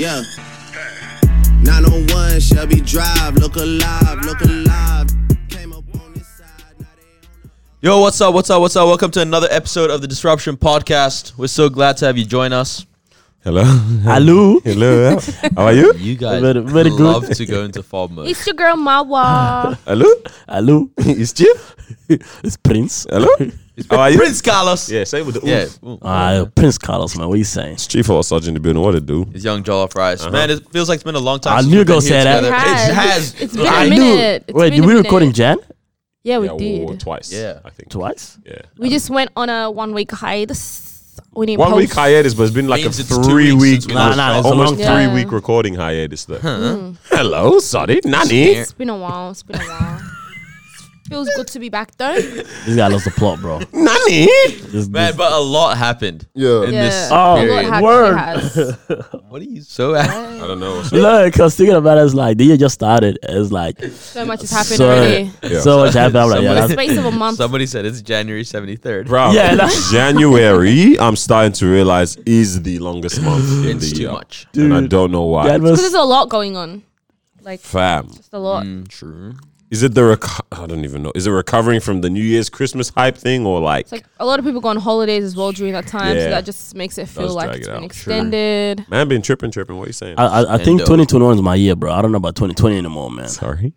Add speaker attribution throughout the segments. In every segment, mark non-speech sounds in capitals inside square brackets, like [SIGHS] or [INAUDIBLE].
Speaker 1: Yeah. 901 Shelby Drive, look alive, look alive. Came up on this side, now they on the
Speaker 2: Yo, what's up? What's up? What's up? Welcome to another episode of the Disruption Podcast. We're so glad to have you join us. [LAUGHS]
Speaker 3: Hello.
Speaker 4: Hello.
Speaker 3: [LAUGHS] Hello. How are you?
Speaker 2: You guys
Speaker 4: Very- very good.
Speaker 2: love to go into farm mode.
Speaker 5: It's your
Speaker 3: [LAUGHS]
Speaker 5: girl Mawa.
Speaker 3: Hello.
Speaker 4: Hello.
Speaker 3: It's Chief. [LAUGHS]
Speaker 4: it's Prince.
Speaker 3: Hello. How are
Speaker 2: [LAUGHS]
Speaker 3: you?
Speaker 2: Prince Carlos.
Speaker 3: Yeah, same with the
Speaker 2: Yeah.
Speaker 3: oof.
Speaker 2: Ooh.
Speaker 4: Ah, yo, Prince Carlos, man. What you saying?
Speaker 3: It's Chief or Sergeant in the building. What it do?
Speaker 2: It's young Jollof Rice. Man, it feels like it's been a long time.
Speaker 4: Uh-huh. I
Speaker 2: since
Speaker 4: knew
Speaker 2: we've
Speaker 4: you were
Speaker 2: been here
Speaker 4: gonna say
Speaker 2: together.
Speaker 4: that.
Speaker 2: It has.
Speaker 5: It's been
Speaker 2: I
Speaker 5: a
Speaker 2: knew-
Speaker 5: minute. It's
Speaker 4: Wait,
Speaker 5: been
Speaker 4: did
Speaker 5: a
Speaker 4: we
Speaker 5: minute.
Speaker 4: recording Jan?
Speaker 5: Yeah, we
Speaker 3: yeah,
Speaker 5: Oh, did.
Speaker 3: well, twice.
Speaker 2: Yeah.
Speaker 3: I think.
Speaker 4: Twice?
Speaker 3: Yeah.
Speaker 5: We just went on a one week hiatus. We didn't
Speaker 3: One
Speaker 5: post.
Speaker 3: week hiatus, but it's been like
Speaker 2: Means
Speaker 3: a
Speaker 2: it's two
Speaker 3: three
Speaker 2: weeks
Speaker 3: week,
Speaker 2: since we Nah,
Speaker 4: last nah, it's a
Speaker 3: almost
Speaker 4: long
Speaker 3: three
Speaker 5: time. Hmm.
Speaker 3: week recording hiatus. Though. Hello, Sergeant. Nani.
Speaker 5: It's been a while. It's been
Speaker 3: [LAUGHS]
Speaker 5: a while. Feels good to be back though.
Speaker 4: This guy lost the plot, bro.
Speaker 3: Nani.
Speaker 4: This,
Speaker 2: Man,
Speaker 4: this,
Speaker 2: but a lot happened.
Speaker 3: Yeah.
Speaker 2: In
Speaker 5: Yeah.
Speaker 2: this
Speaker 4: Oh,
Speaker 2: period.
Speaker 5: what happened
Speaker 4: word.
Speaker 5: has.
Speaker 2: What are you so [LAUGHS] at?
Speaker 3: I don't know.
Speaker 4: look, I was thinking about it. It's like, the year just started. It's like,
Speaker 5: So much has happened
Speaker 4: so,
Speaker 5: already.
Speaker 3: Yeah.
Speaker 4: so much happened. I'm like, yeah,
Speaker 2: Somebody-
Speaker 4: that's,
Speaker 5: Space of a month.
Speaker 2: Somebody said it's January 73rd.
Speaker 3: Bro,
Speaker 4: Yeah, that's-
Speaker 3: [LAUGHS] January, I'm starting to realize is the longest month in
Speaker 2: It's
Speaker 3: the
Speaker 2: too
Speaker 3: year.
Speaker 2: much.
Speaker 3: And I
Speaker 4: Dude.
Speaker 3: don't know why.
Speaker 4: [LAUGHS] that
Speaker 5: Because there's
Speaker 4: was,
Speaker 5: a lot going on. Like just
Speaker 3: Fam.
Speaker 5: a lot.
Speaker 3: Mm.
Speaker 2: True.
Speaker 3: Is it the reco- I don't even know. Is it recovering from the New Year's Christmas hype thing or like
Speaker 5: It's like a lot of people go on holidays as well during that time.
Speaker 3: Yeah.
Speaker 5: So that just makes it feel
Speaker 3: Does
Speaker 5: like
Speaker 3: drag
Speaker 5: it's
Speaker 3: it out. True.
Speaker 5: been extended.
Speaker 3: man been tripping tripping what you saying?
Speaker 4: I, I, I think
Speaker 2: Endo.
Speaker 4: 2021 is my year, bro. I don't know about 2020 anymore, man.
Speaker 3: Sorry.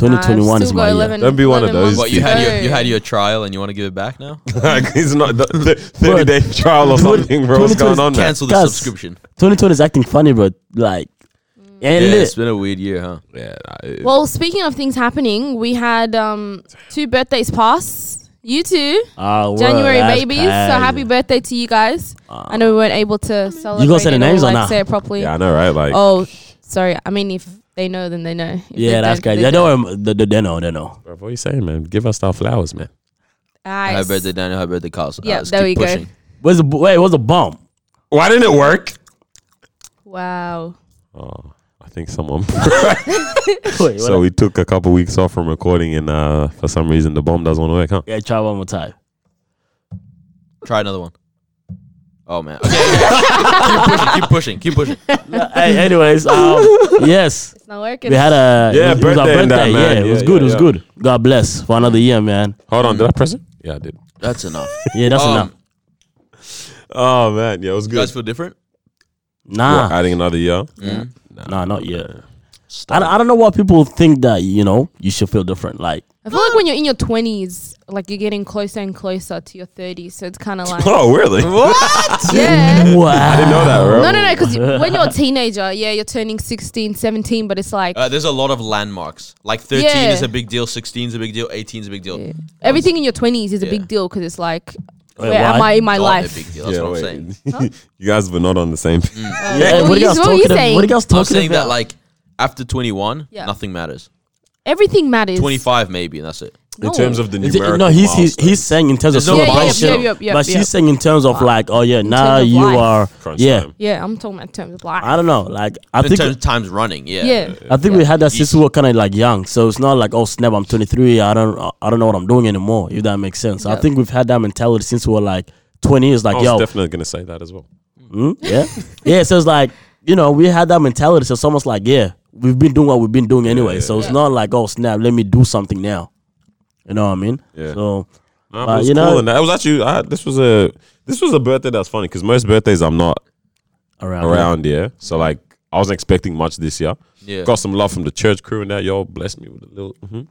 Speaker 5: I've
Speaker 4: 2021 is
Speaker 5: Uh, still
Speaker 4: my
Speaker 5: got
Speaker 4: year.
Speaker 5: 11
Speaker 3: Don't be one of
Speaker 5: 11
Speaker 3: those
Speaker 2: What
Speaker 5: months
Speaker 2: you
Speaker 5: to
Speaker 2: had your
Speaker 5: go.
Speaker 2: you had your trial and you want to give it back
Speaker 4: [LAUGHS]
Speaker 2: now?
Speaker 3: [LAUGHS] like it's not the, [LAUGHS] the 30
Speaker 4: Bro,
Speaker 3: day trial or something, bro. What's
Speaker 4: 2020
Speaker 3: going on, man?
Speaker 2: Cancel the
Speaker 4: Guys.
Speaker 2: subscription.
Speaker 4: 2020 is acting funny, bro. Like,
Speaker 2: Yeah,
Speaker 5: Mm.
Speaker 4: ain't
Speaker 2: it's
Speaker 4: lit.
Speaker 2: been a weird year, huh?
Speaker 3: Yeah, nah, it-
Speaker 5: Well, speaking of things happening, we had um, two birthdays pass. You two,
Speaker 4: Ah, word,
Speaker 5: January
Speaker 4: that's
Speaker 5: babies. So
Speaker 4: crazy.
Speaker 5: happy birthday to you guys. I know we weren't able to celebrate.
Speaker 4: gonna say the
Speaker 5: it
Speaker 4: names or
Speaker 5: like,
Speaker 4: nah?
Speaker 5: Say it properly.
Speaker 3: yeah, I know, right? Like
Speaker 5: Oh, sorry. I mean, if they know, then they know. If they
Speaker 4: Yeah, that's
Speaker 5: don't,
Speaker 4: crazy.
Speaker 5: they
Speaker 4: Yeah, don't worry. They, they- they know. They know.
Speaker 3: bro, what are you saying, man? Give us our flowers, man.
Speaker 5: Nice.
Speaker 2: Happy birthday, Daniel. Happy birthday, Carlos.
Speaker 5: Yeah,
Speaker 2: let's
Speaker 5: there
Speaker 2: keep
Speaker 5: we go.
Speaker 2: pushing.
Speaker 4: Where's the, wait, where's the bomb?
Speaker 3: Why didn't it work?
Speaker 5: Wow.
Speaker 3: Oh, I think someone [LAUGHS]
Speaker 4: Wait,
Speaker 3: So we took a couple weeks off from recording and uh for some reason the bomb doesn't want to work, huh?
Speaker 4: Yeah, try one more time.
Speaker 2: Try another one. Oh man. Okay. okay. keep pushing. Keep pushing. Keep pushing.
Speaker 4: Uh, hey, anyways, [LAUGHS] um, yes,
Speaker 5: It's not working.
Speaker 4: we had a
Speaker 3: Yeah,
Speaker 4: it was- it was our
Speaker 3: birthday and that, man.
Speaker 4: Yeah, it was
Speaker 3: Yeah,
Speaker 4: good.
Speaker 3: yeah,
Speaker 4: it was
Speaker 3: yeah.
Speaker 4: good. God bless for another year, man.
Speaker 3: Hold on, did I press it? Yeah, I did.
Speaker 2: That's enough.
Speaker 4: Yeah, that's
Speaker 2: Um,
Speaker 4: enough.
Speaker 3: Oh man, yeah, it was
Speaker 2: You
Speaker 3: good.
Speaker 2: guys feel different?
Speaker 3: We're
Speaker 4: Nah,
Speaker 3: adding another year.
Speaker 4: nah, not yet. I don't, I don't know why people think that you know you should feel different. Like,
Speaker 5: I feel like when you're in your 20s, like you're getting closer and closer to your 30s. So it's
Speaker 4: [LAUGHS]
Speaker 5: kind of like,
Speaker 3: [LAUGHS] Oh, really?
Speaker 5: yeah.
Speaker 4: wow,
Speaker 3: Know that, bro.
Speaker 5: No, no,
Speaker 4: [LAUGHS]
Speaker 5: no. Because when you're a teenager, yeah, you're turning 16, 17, but it's like
Speaker 2: Uh, there's a lot of landmarks. Like 13
Speaker 5: Yeah.
Speaker 2: is a big deal, 16 is a big deal, 18 is a big deal.
Speaker 5: everything in your 20s is a
Speaker 2: Yeah.
Speaker 5: big deal because it's like,
Speaker 4: Wait,
Speaker 5: where am
Speaker 4: why?
Speaker 5: I in my
Speaker 2: Not
Speaker 5: life?
Speaker 2: a big deal. That's
Speaker 3: Yeah,
Speaker 2: what I'm
Speaker 3: wait.
Speaker 2: saying.
Speaker 3: [LAUGHS]
Speaker 2: Hmm.
Speaker 3: you guys were not on the same [LAUGHS] page.
Speaker 4: Hey,
Speaker 5: What
Speaker 4: what are you guys
Speaker 5: you- what were
Speaker 4: talking
Speaker 5: you
Speaker 4: about? What are
Speaker 5: saying?
Speaker 4: you guys
Speaker 2: I'm
Speaker 4: talking
Speaker 2: saying
Speaker 4: about?
Speaker 2: that like after 21,
Speaker 5: Yeah.
Speaker 2: nothing matters.
Speaker 5: Everything matters.
Speaker 2: 25 maybe, and that's it.
Speaker 3: In
Speaker 5: No.
Speaker 3: terms of the
Speaker 4: Is it-
Speaker 3: numerical
Speaker 4: no, he's he's, he's saying in terms of
Speaker 2: There's no
Speaker 5: Yeah, yeah,
Speaker 4: celebration,
Speaker 5: yeah, yeah, yeah,
Speaker 4: but
Speaker 5: yeah.
Speaker 4: she's saying in terms of like, oh yeah, now
Speaker 5: terms of
Speaker 4: you
Speaker 5: life.
Speaker 4: are,
Speaker 3: Crunch
Speaker 4: yeah.
Speaker 3: time.
Speaker 5: Yeah, I'm talking about in terms of life.
Speaker 4: I don't know, like I
Speaker 2: In
Speaker 4: think
Speaker 2: terms of times running, yeah.
Speaker 5: yeah.
Speaker 4: I think we had that
Speaker 2: You-
Speaker 4: since we were kind of like young, so it's not like oh snap, I'm 23, I don't, I don't know what I'm doing anymore. If that makes sense, I
Speaker 5: Yeah.
Speaker 4: think we've had that mentality since we were like 20. It's like
Speaker 3: I was
Speaker 4: yo,
Speaker 3: definitely gonna say that as well.
Speaker 4: hmm?
Speaker 3: [LAUGHS]
Speaker 4: yeah, yeah. So it's like you know we had that mentality, so it's almost like yeah, we've been doing what we've been doing anyway.
Speaker 3: yeah,
Speaker 4: so it's not like oh snap, let me do something now. You know what I mean?
Speaker 3: Yeah.
Speaker 4: So
Speaker 3: Nah,
Speaker 4: Uh,
Speaker 3: but it was
Speaker 4: you know-
Speaker 3: cool and that. It was actually I, this was a this was a birthday that's funny because most birthdays I'm not
Speaker 4: around,
Speaker 3: around yeah. So like I wasn't expecting much this year.
Speaker 2: Yeah.
Speaker 3: Got some love from the church crew and that. Y'all blessed me with a little mhm.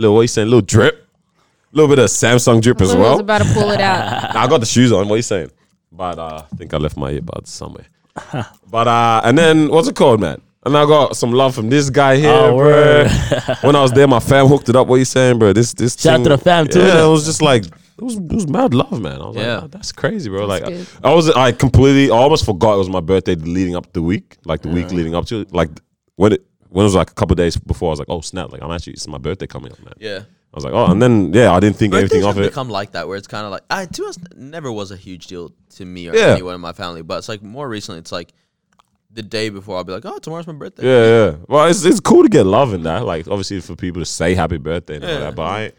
Speaker 3: little what you saying, little drip. A little bit of Samsung drip as
Speaker 5: I was
Speaker 3: well.
Speaker 5: about to pull it
Speaker 3: [LAUGHS]
Speaker 5: out.
Speaker 3: Nah, I got the shoes on. What are you saying? But uh, I think I left my earbuds
Speaker 4: [LAUGHS]
Speaker 3: somewhere. but uh, and then what's it called, man? And I got some love from this guy here, bro.
Speaker 4: Oh, word.
Speaker 3: [LAUGHS] when I was there, my fam hooked it up. What you saying, bro? This this
Speaker 4: Shout out
Speaker 3: thing-
Speaker 4: to the fam, too,
Speaker 3: Yeah,
Speaker 4: innit?
Speaker 3: it was just like it was it was mad love, man. I was
Speaker 2: Yeah.
Speaker 3: like, oh, that's crazy, bro. like
Speaker 5: good.
Speaker 3: I was I completely I almost forgot it was my birthday leading up to the week, like the
Speaker 4: Uh-huh.
Speaker 3: week leading up to it. like when it when it was like a couple days before, I was like, oh snap, like I'm actually it's my birthday coming up, man.
Speaker 2: Yeah.
Speaker 3: I was like, oh, and then yeah, I didn't think
Speaker 2: Birthdays
Speaker 3: anything
Speaker 2: have
Speaker 3: of it.
Speaker 2: become like that, where it's kind of like I to us never was a huge deal to me or
Speaker 3: Yeah.
Speaker 2: anyone in my family, but it's like more recently, it's like the day before I'll be like, oh, tomorrow's my birthday.
Speaker 3: Yeah, yeah. Well, it's it's cool to get love in that. Like, obviously, for people to say happy birthday and all that, but I ain't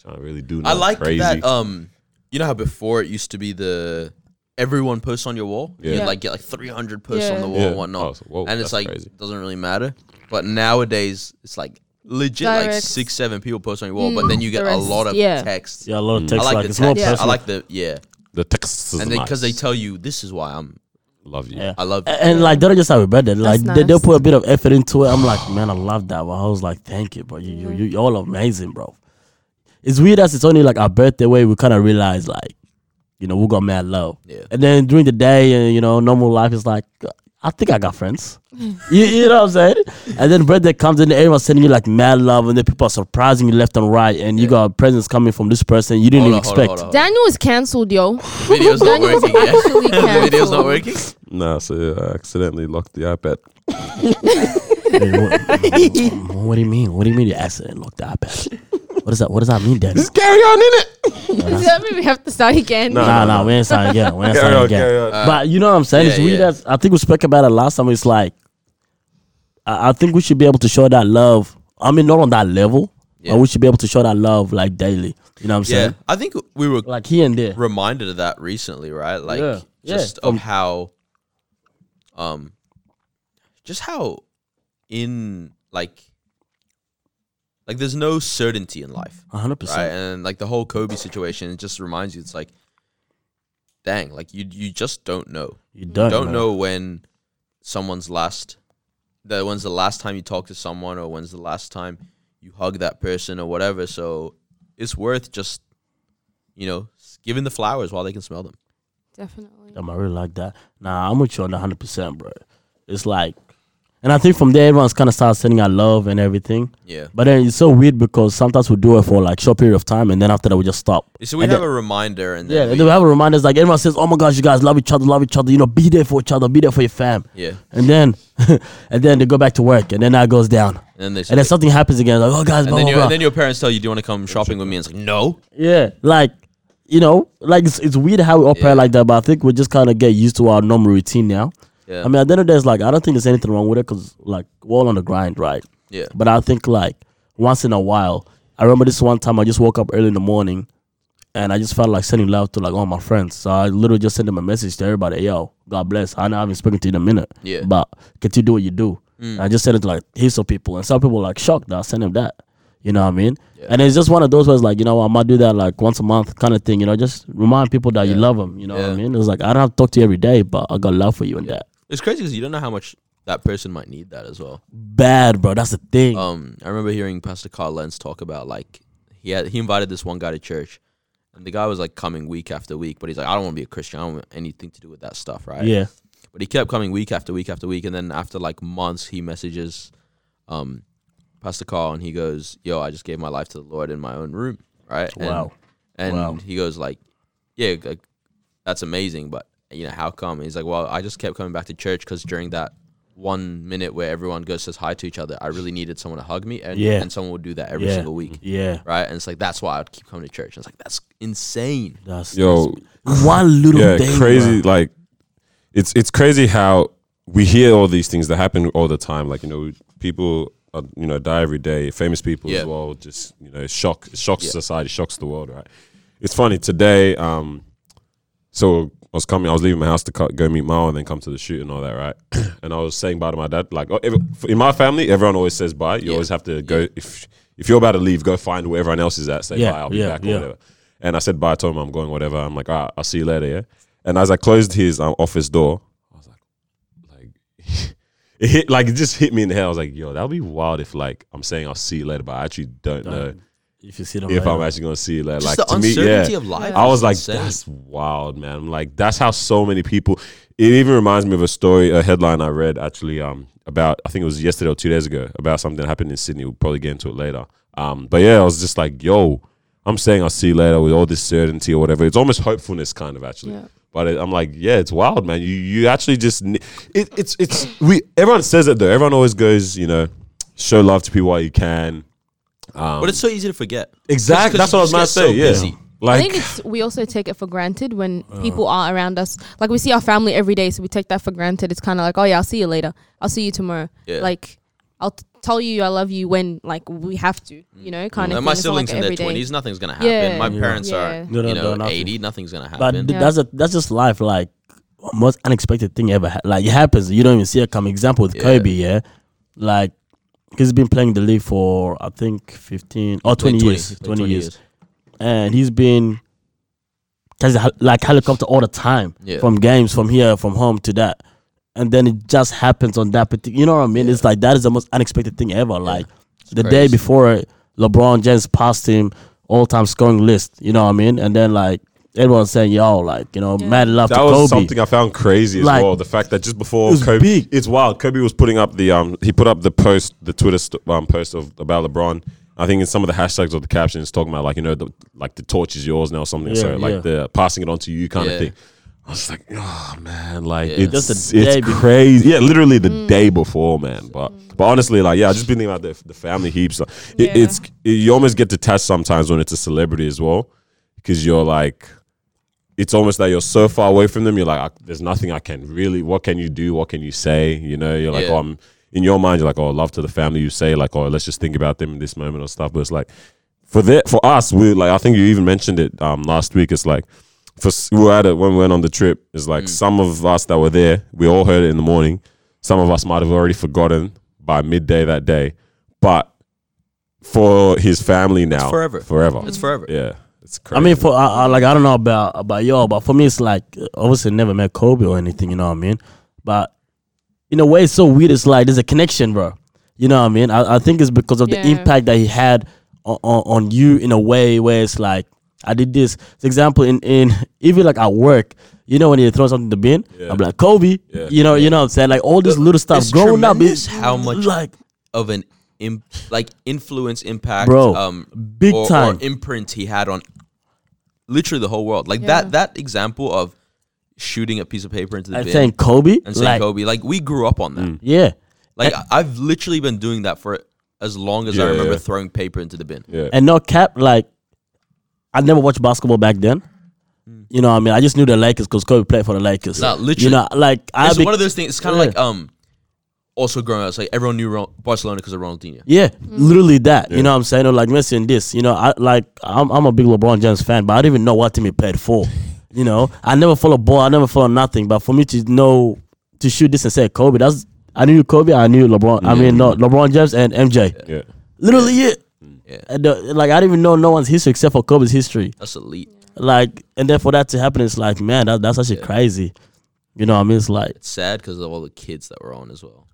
Speaker 3: trying to really do
Speaker 2: I
Speaker 3: nothing
Speaker 2: like uh,
Speaker 3: crazy.
Speaker 2: that. Um, you know how before it used to be the everyone posts on your wall. You
Speaker 5: Yeah.
Speaker 2: like get like 300 posts on
Speaker 5: Yeah.
Speaker 2: the wall
Speaker 3: Yeah.
Speaker 2: and whatnot.
Speaker 3: Oh, so- whoa,
Speaker 2: and it's
Speaker 3: that's
Speaker 2: like,
Speaker 3: crazy.
Speaker 2: doesn't really matter. But nowadays, it's like legit like
Speaker 5: Directs.
Speaker 2: six, seven people post on your wall,
Speaker 5: Mm,
Speaker 2: but then you get
Speaker 5: the
Speaker 2: a
Speaker 5: rest,
Speaker 2: lot of
Speaker 5: yeah.
Speaker 2: texts.
Speaker 4: Yeah, a
Speaker 3: Mm.
Speaker 4: lot of
Speaker 2: I
Speaker 4: text
Speaker 2: like
Speaker 4: like
Speaker 2: the
Speaker 4: it's more
Speaker 2: text.
Speaker 5: Yeah.
Speaker 4: personal.
Speaker 2: I like the, yeah.
Speaker 3: The text is
Speaker 2: And then because they
Speaker 3: nice.
Speaker 2: tell you, this is why I'm,
Speaker 3: love you.
Speaker 4: Yeah.
Speaker 2: I love you.
Speaker 4: A- And like they don't just have a birthday. Like
Speaker 5: That's
Speaker 4: they, they'll
Speaker 5: nice.
Speaker 4: put a bit of effort into it. I'm like, man, I love that. Well, I was like, thank you, bro. You you you you're all amazing, bro. It's weird as it's only like our birthday where we kind of realize like, you know, we got mad love.
Speaker 2: Yeah.
Speaker 4: And then during the day, uh, you know, normal life is like, I think I got friends. you, you know what I'm saying? And then birthday comes and everyone's sending you like mad love, and then people are surprising you left and right, and you got presents coming from this person you didn't
Speaker 2: Hold on,
Speaker 4: even
Speaker 2: hold on,
Speaker 4: expect.
Speaker 2: hold on.
Speaker 5: Daniel is cancelled, yo. [LAUGHS]
Speaker 2: Video's not
Speaker 5: Daniel's
Speaker 2: working. Yeah. [LAUGHS]
Speaker 5: actually
Speaker 2: the video's not
Speaker 5: cancelled.
Speaker 2: working.
Speaker 3: Nah, so yeah, I accidentally locked the iPad.
Speaker 4: Wait, what, what do you mean? What do you mean you accident locked the iPad? What does that What does that mean, Daniel?
Speaker 3: Carry on in it.
Speaker 5: Does that mean we have to start again?
Speaker 3: No.
Speaker 4: Nah, nah, we ain't signed again. We ain't
Speaker 3: Carry
Speaker 4: signed
Speaker 3: on,
Speaker 4: again.
Speaker 3: carry on.
Speaker 4: but you know what I'm saying?
Speaker 2: yeah,
Speaker 4: it's weird.
Speaker 2: yeah.
Speaker 4: As, I think we spoke about it last time. It's like, I, I think we should be able to show that love. I mean, not on that level,
Speaker 2: Yeah.
Speaker 4: but we should be able to show that love like daily. You know what I'm
Speaker 2: Yeah.
Speaker 4: saying?
Speaker 2: I think we were
Speaker 4: Like here and there.
Speaker 2: reminded of that recently, right? Like
Speaker 4: Yeah, yeah.
Speaker 2: just of how um just how in like like there's no certainty in life.
Speaker 4: 100%.
Speaker 2: Right. And like the whole Kobe situation it just reminds you it's like dang, like you you just don't know.
Speaker 4: You don't,
Speaker 2: don't
Speaker 4: man.
Speaker 2: know when someone's last the when's the last time you talk to someone or when's the last time you hug that person or whatever. So it's worth just you know, s- giving the flowers while they can smell them.
Speaker 5: Definitely.
Speaker 4: Damn, I really like that. Nah, I'm with you on the 100%, bro. It's like, and I think from there, everyone's kind of starts sending out love and everything.
Speaker 2: Yeah.
Speaker 4: But then it's so weird because sometimes we do it for like short period of time and then after that we just stop.
Speaker 2: So we
Speaker 4: And
Speaker 2: have
Speaker 4: then-
Speaker 2: a reminder, and
Speaker 4: Yeah,
Speaker 2: then
Speaker 4: and
Speaker 2: we-
Speaker 4: then we have a reminder. It's like everyone says, "Oh my gosh, you guys love each other, love each other. You know, be there for each other, be there for your fam."
Speaker 2: yeah, and
Speaker 4: And then, [LAUGHS] and then they go back to work, and then that goes down,
Speaker 2: then they say,
Speaker 4: and then something happens again. Like, oh guys,
Speaker 2: and
Speaker 4: blah
Speaker 2: then,
Speaker 4: blah
Speaker 2: your,
Speaker 4: blah.
Speaker 2: and then your parents tell you, "Do you want to come shopping with me?" And it's like, "No."
Speaker 4: yeah, like you know, like it's, it's weird how we operate
Speaker 2: Yeah.
Speaker 4: like that. But I think we just kind of get used to our normal routine now.
Speaker 2: Yeah,
Speaker 4: I mean, at the end of the day, it's like I don't think there's anything wrong with it because like we're all on the grind, right?
Speaker 2: yeah,
Speaker 4: But I think like once in a while, I remember this one time I just woke up early in the morning and I just felt like sending love to like all my friends. So I literally just sent them a message to everybody, yo, God bless. I know I haven't spoken to you in a minute.
Speaker 2: Yeah. Mm.
Speaker 4: But continue to do what you do. And I just sent it to like heaps of people. And some people were like shocked that I sent them that. You know what I mean? And it's just one of those where it's like, you know, I might do that like once a month kind of thing. You know, just remind people that you love them. You know what I
Speaker 2: Yeah.
Speaker 4: mean? It was like, I don't have to talk to you every day, but I got love for you and that.
Speaker 2: it's crazy because you don't know how much that person might need that as well.
Speaker 4: Bad, bro. That's the thing.
Speaker 2: Um, I remember hearing Pastor Carl Lenz talk about like he had he invited this one guy to church, and the guy was like coming week after week, but he's like, "I don't want to be a Christian. I don't want anything to do with that stuff." Right?
Speaker 4: yeah.
Speaker 2: But he kept coming week after week after week, and then after like months, he messages um, Pastor Carl, and he goes, "Yo, I just gave my life to the Lord in my own room, right?" And-
Speaker 4: Wow.
Speaker 2: And,
Speaker 4: Wow.
Speaker 2: he goes like, "Yeah, like, that's amazing, but you know how come?" he's like, "Well, I just kept coming back to church because during that one minute where everyone goes says hi to each other, I really needed someone to hug me, and
Speaker 4: Yeah.
Speaker 2: and someone would do that every
Speaker 4: Yeah.
Speaker 2: single week,
Speaker 4: Yeah.
Speaker 2: right?" And it's like that's why I would keep coming to church. And it's like that's insane.
Speaker 4: That's
Speaker 2: Uh,
Speaker 3: Yo,
Speaker 4: one little
Speaker 3: yeah,
Speaker 4: thing.
Speaker 3: crazy.
Speaker 4: bro.
Speaker 3: Like, it's it's crazy how we hear all these things that happen all the time. Like you know, people uh, you know die every day. Famous people
Speaker 2: Yeah.
Speaker 3: as well. Just you know, it shock it shocks
Speaker 2: Yeah.
Speaker 3: society, shocks the world. Right? It's funny today. Um, so I was coming, I was leaving my house to co- go meet Mao and then come to the shoot and all that, right? [CLEARS THROAT] and I was saying bye to my dad. Like oh, every, f- in my family, everyone always says bye. You
Speaker 2: Yeah.
Speaker 3: always have to go if if you're about to leave, go find where everyone else is at. Say
Speaker 4: Yeah,
Speaker 3: bye, I'll be
Speaker 4: yeah,
Speaker 3: back or
Speaker 4: yeah.
Speaker 3: whatever. And I said bye. I told him I'm going, whatever. I'm like, all right, I'll see you later, yeah. And as I closed his um, office door, I was like, [LAUGHS] like it hit, like it just hit me in the head. I was like, yo, that would be wild if like I'm saying I'll see you later, but I actually don't know
Speaker 4: if you see them,
Speaker 3: if
Speaker 4: later.
Speaker 3: I'm actually gonna see you later.
Speaker 2: Just
Speaker 3: like
Speaker 2: the
Speaker 3: to me,
Speaker 2: uncertainty
Speaker 3: yeah.
Speaker 2: of life.
Speaker 3: I
Speaker 2: is
Speaker 3: was like,
Speaker 2: insane.
Speaker 3: that's wild, man. I'm like, that's how so many people. It even reminds me of a story, a headline I read actually um, about, I think it was yesterday or two days ago, about something that happened in Sydney. We'll probably get into it later. Um, but yeah, I was just like, yo, I'm saying I'll see you later with all this certainty or whatever. It's almost hopefulness, kind of actually.
Speaker 5: Yeah.
Speaker 3: But it, I'm like, yeah, it's wild, man. You you actually just ne- it, it's it's we everyone says it though. Everyone always goes, you know, show love to people while you can.
Speaker 2: but it's so easy to forget.
Speaker 3: Exactly. That's
Speaker 2: Just
Speaker 3: what I was
Speaker 2: 'cause you just
Speaker 3: about to say. yeah.
Speaker 2: get so busy.
Speaker 3: Like,
Speaker 5: I think it's we also take it for granted when people are around us. Like we see our family every day, so we take that for granted. It's kind of like, oh yeah, I'll see you later. I'll see you tomorrow.
Speaker 2: Yeah.
Speaker 5: Like I'll t- tell you I love you when like we have to, you know, kind of.
Speaker 2: and my
Speaker 5: thing. It's not like
Speaker 2: siblings in their
Speaker 5: every day.
Speaker 2: twenties, nothing's gonna happen.
Speaker 5: Yeah.
Speaker 2: My
Speaker 4: Yeah.
Speaker 2: parents
Speaker 5: Yeah.
Speaker 2: are
Speaker 4: No, no,
Speaker 2: you
Speaker 4: no,
Speaker 2: know
Speaker 4: nothing.
Speaker 2: eighty, nothing's gonna
Speaker 4: But
Speaker 2: happen.
Speaker 4: th-
Speaker 5: Yeah.
Speaker 4: that's a, that's just life. Like most unexpected thing ever. Ha- like it happens. You don't even see it come. Example with
Speaker 2: Yeah.
Speaker 4: Kobe. Yeah, like he's been playing the league for I think fifteen or twenty, years. Twenty, years. and he's been has a hel- like helicopter all the time
Speaker 2: Yeah.
Speaker 4: from games from here from home to that and then it just happens on that particular you know what i mean it's like that is the most unexpected thing ever like the day
Speaker 2: crazy.
Speaker 4: before lebron james passed him all-time scoring list you know what i mean and then like everyone's saying yo like you know
Speaker 5: Yeah.
Speaker 4: mad love
Speaker 3: That
Speaker 4: to
Speaker 3: was
Speaker 4: kobe
Speaker 3: something I found crazy as
Speaker 4: Like,
Speaker 3: well. The fact that just before
Speaker 4: it was
Speaker 3: Kobe,
Speaker 4: big.
Speaker 3: it's wild. Kobe was putting up the um, he put up the post, the Twitter st- um, post of about LeBron. I think in some of the hashtags or the captions talking about like you know the like the torch is yours now or something.
Speaker 4: Yeah,
Speaker 3: so like
Speaker 4: yeah.
Speaker 3: the passing it on to you kind
Speaker 2: Yeah.
Speaker 3: of thing. I was like, oh man, like
Speaker 2: Yeah. Mm.
Speaker 3: it's
Speaker 4: Just the day
Speaker 3: it's
Speaker 4: before.
Speaker 3: crazy. Yeah, literally the day before, man. But but honestly, like yeah, I just been thinking about the, the family heaps. Like, it,
Speaker 5: Yeah.
Speaker 3: It's you almost get detached sometimes when it's a celebrity as well, because you're like it's almost like you're so far away from them. You're like, I, there's nothing I can really. What can you do? What can you say? You know, you're like,
Speaker 2: Yeah.
Speaker 3: oh, I'm in your mind. You're like, oh, love to the family. You say like, oh, let's just think about them in this moment or stuff. But it's like for that for us, we like. I think you even mentioned it um, last week. It's like for s- we were at it when we went on the trip. It's
Speaker 2: Mm.
Speaker 3: like some of us that were there, we all heard it in the morning. Some of us might have already forgotten by midday that day, but for his family now,
Speaker 2: forever.
Speaker 3: forever.
Speaker 2: It's forever.
Speaker 3: yeah, it's
Speaker 4: I
Speaker 3: crazy.
Speaker 4: mean, for I, I, like I don't know about about y'all, but for me, it's like uh, obviously never met Kobe or anything. You know what I mean? But in a way, it's so weird. It's like there's a connection, bro. You know what I mean? I, I think it's because of the
Speaker 5: Yeah.
Speaker 4: impact that he had on, on on you in a way where it's like I did this. For example, in in [LAUGHS] even like at work, you know when you throw something in the bin, I'm like Kobe.
Speaker 3: Yeah.
Speaker 4: You know, you know what I'm saying? Like all this little stuff
Speaker 2: It's
Speaker 4: growing up
Speaker 2: tremendous
Speaker 4: is
Speaker 2: how much
Speaker 4: like
Speaker 2: of an Im- like influence impact
Speaker 4: Bro,
Speaker 2: um
Speaker 4: big
Speaker 2: or,
Speaker 4: time.
Speaker 2: or imprint he had on literally the whole world like
Speaker 5: Yeah.
Speaker 2: that that example of shooting a piece of paper into the
Speaker 4: I
Speaker 2: bin
Speaker 4: think Kobe.
Speaker 2: and saying
Speaker 4: like, Mm.
Speaker 2: kobe like we grew up on that
Speaker 4: Yeah.
Speaker 2: like I- i've literally been doing that for as long as
Speaker 3: Yeah,
Speaker 2: i remember
Speaker 3: yeah.
Speaker 2: throwing paper into the bin
Speaker 3: yeah.
Speaker 4: and not cap like I never watched basketball back then.
Speaker 2: Mm.
Speaker 4: You know, what I mean, I just knew the Lakers because Kobe played for the Lakers.
Speaker 2: Nah,
Speaker 4: You
Speaker 2: literally.
Speaker 4: know, like I
Speaker 2: it's
Speaker 4: be-
Speaker 2: one of those things it's kind of
Speaker 4: Yeah.
Speaker 2: like um also growing up it's like everyone knew Ro- barcelona because of ronaldinho
Speaker 4: yeah, literally that. You know what I'm saying? Or like Messi and this. You know, I like I'm I'm a big LeBron James fan, but I don't even know what team he played
Speaker 2: [LAUGHS]
Speaker 4: for. you know, I never follow ball, I never follow nothing. But for me to know to shoot this and say Kobe, that's I knew Kobe, I knew LeBron. I mean, no, LeBron James and MJ.
Speaker 3: yeah.
Speaker 4: Literally it.
Speaker 2: Mm. Yeah.
Speaker 4: And the, like I didn't even know no one's history except for Kobe's history.
Speaker 2: that's elite
Speaker 4: like and then for that to happen it's like man that, that's actually crazy you know what i mean it's like
Speaker 2: it's sad because of all the kids that were on as well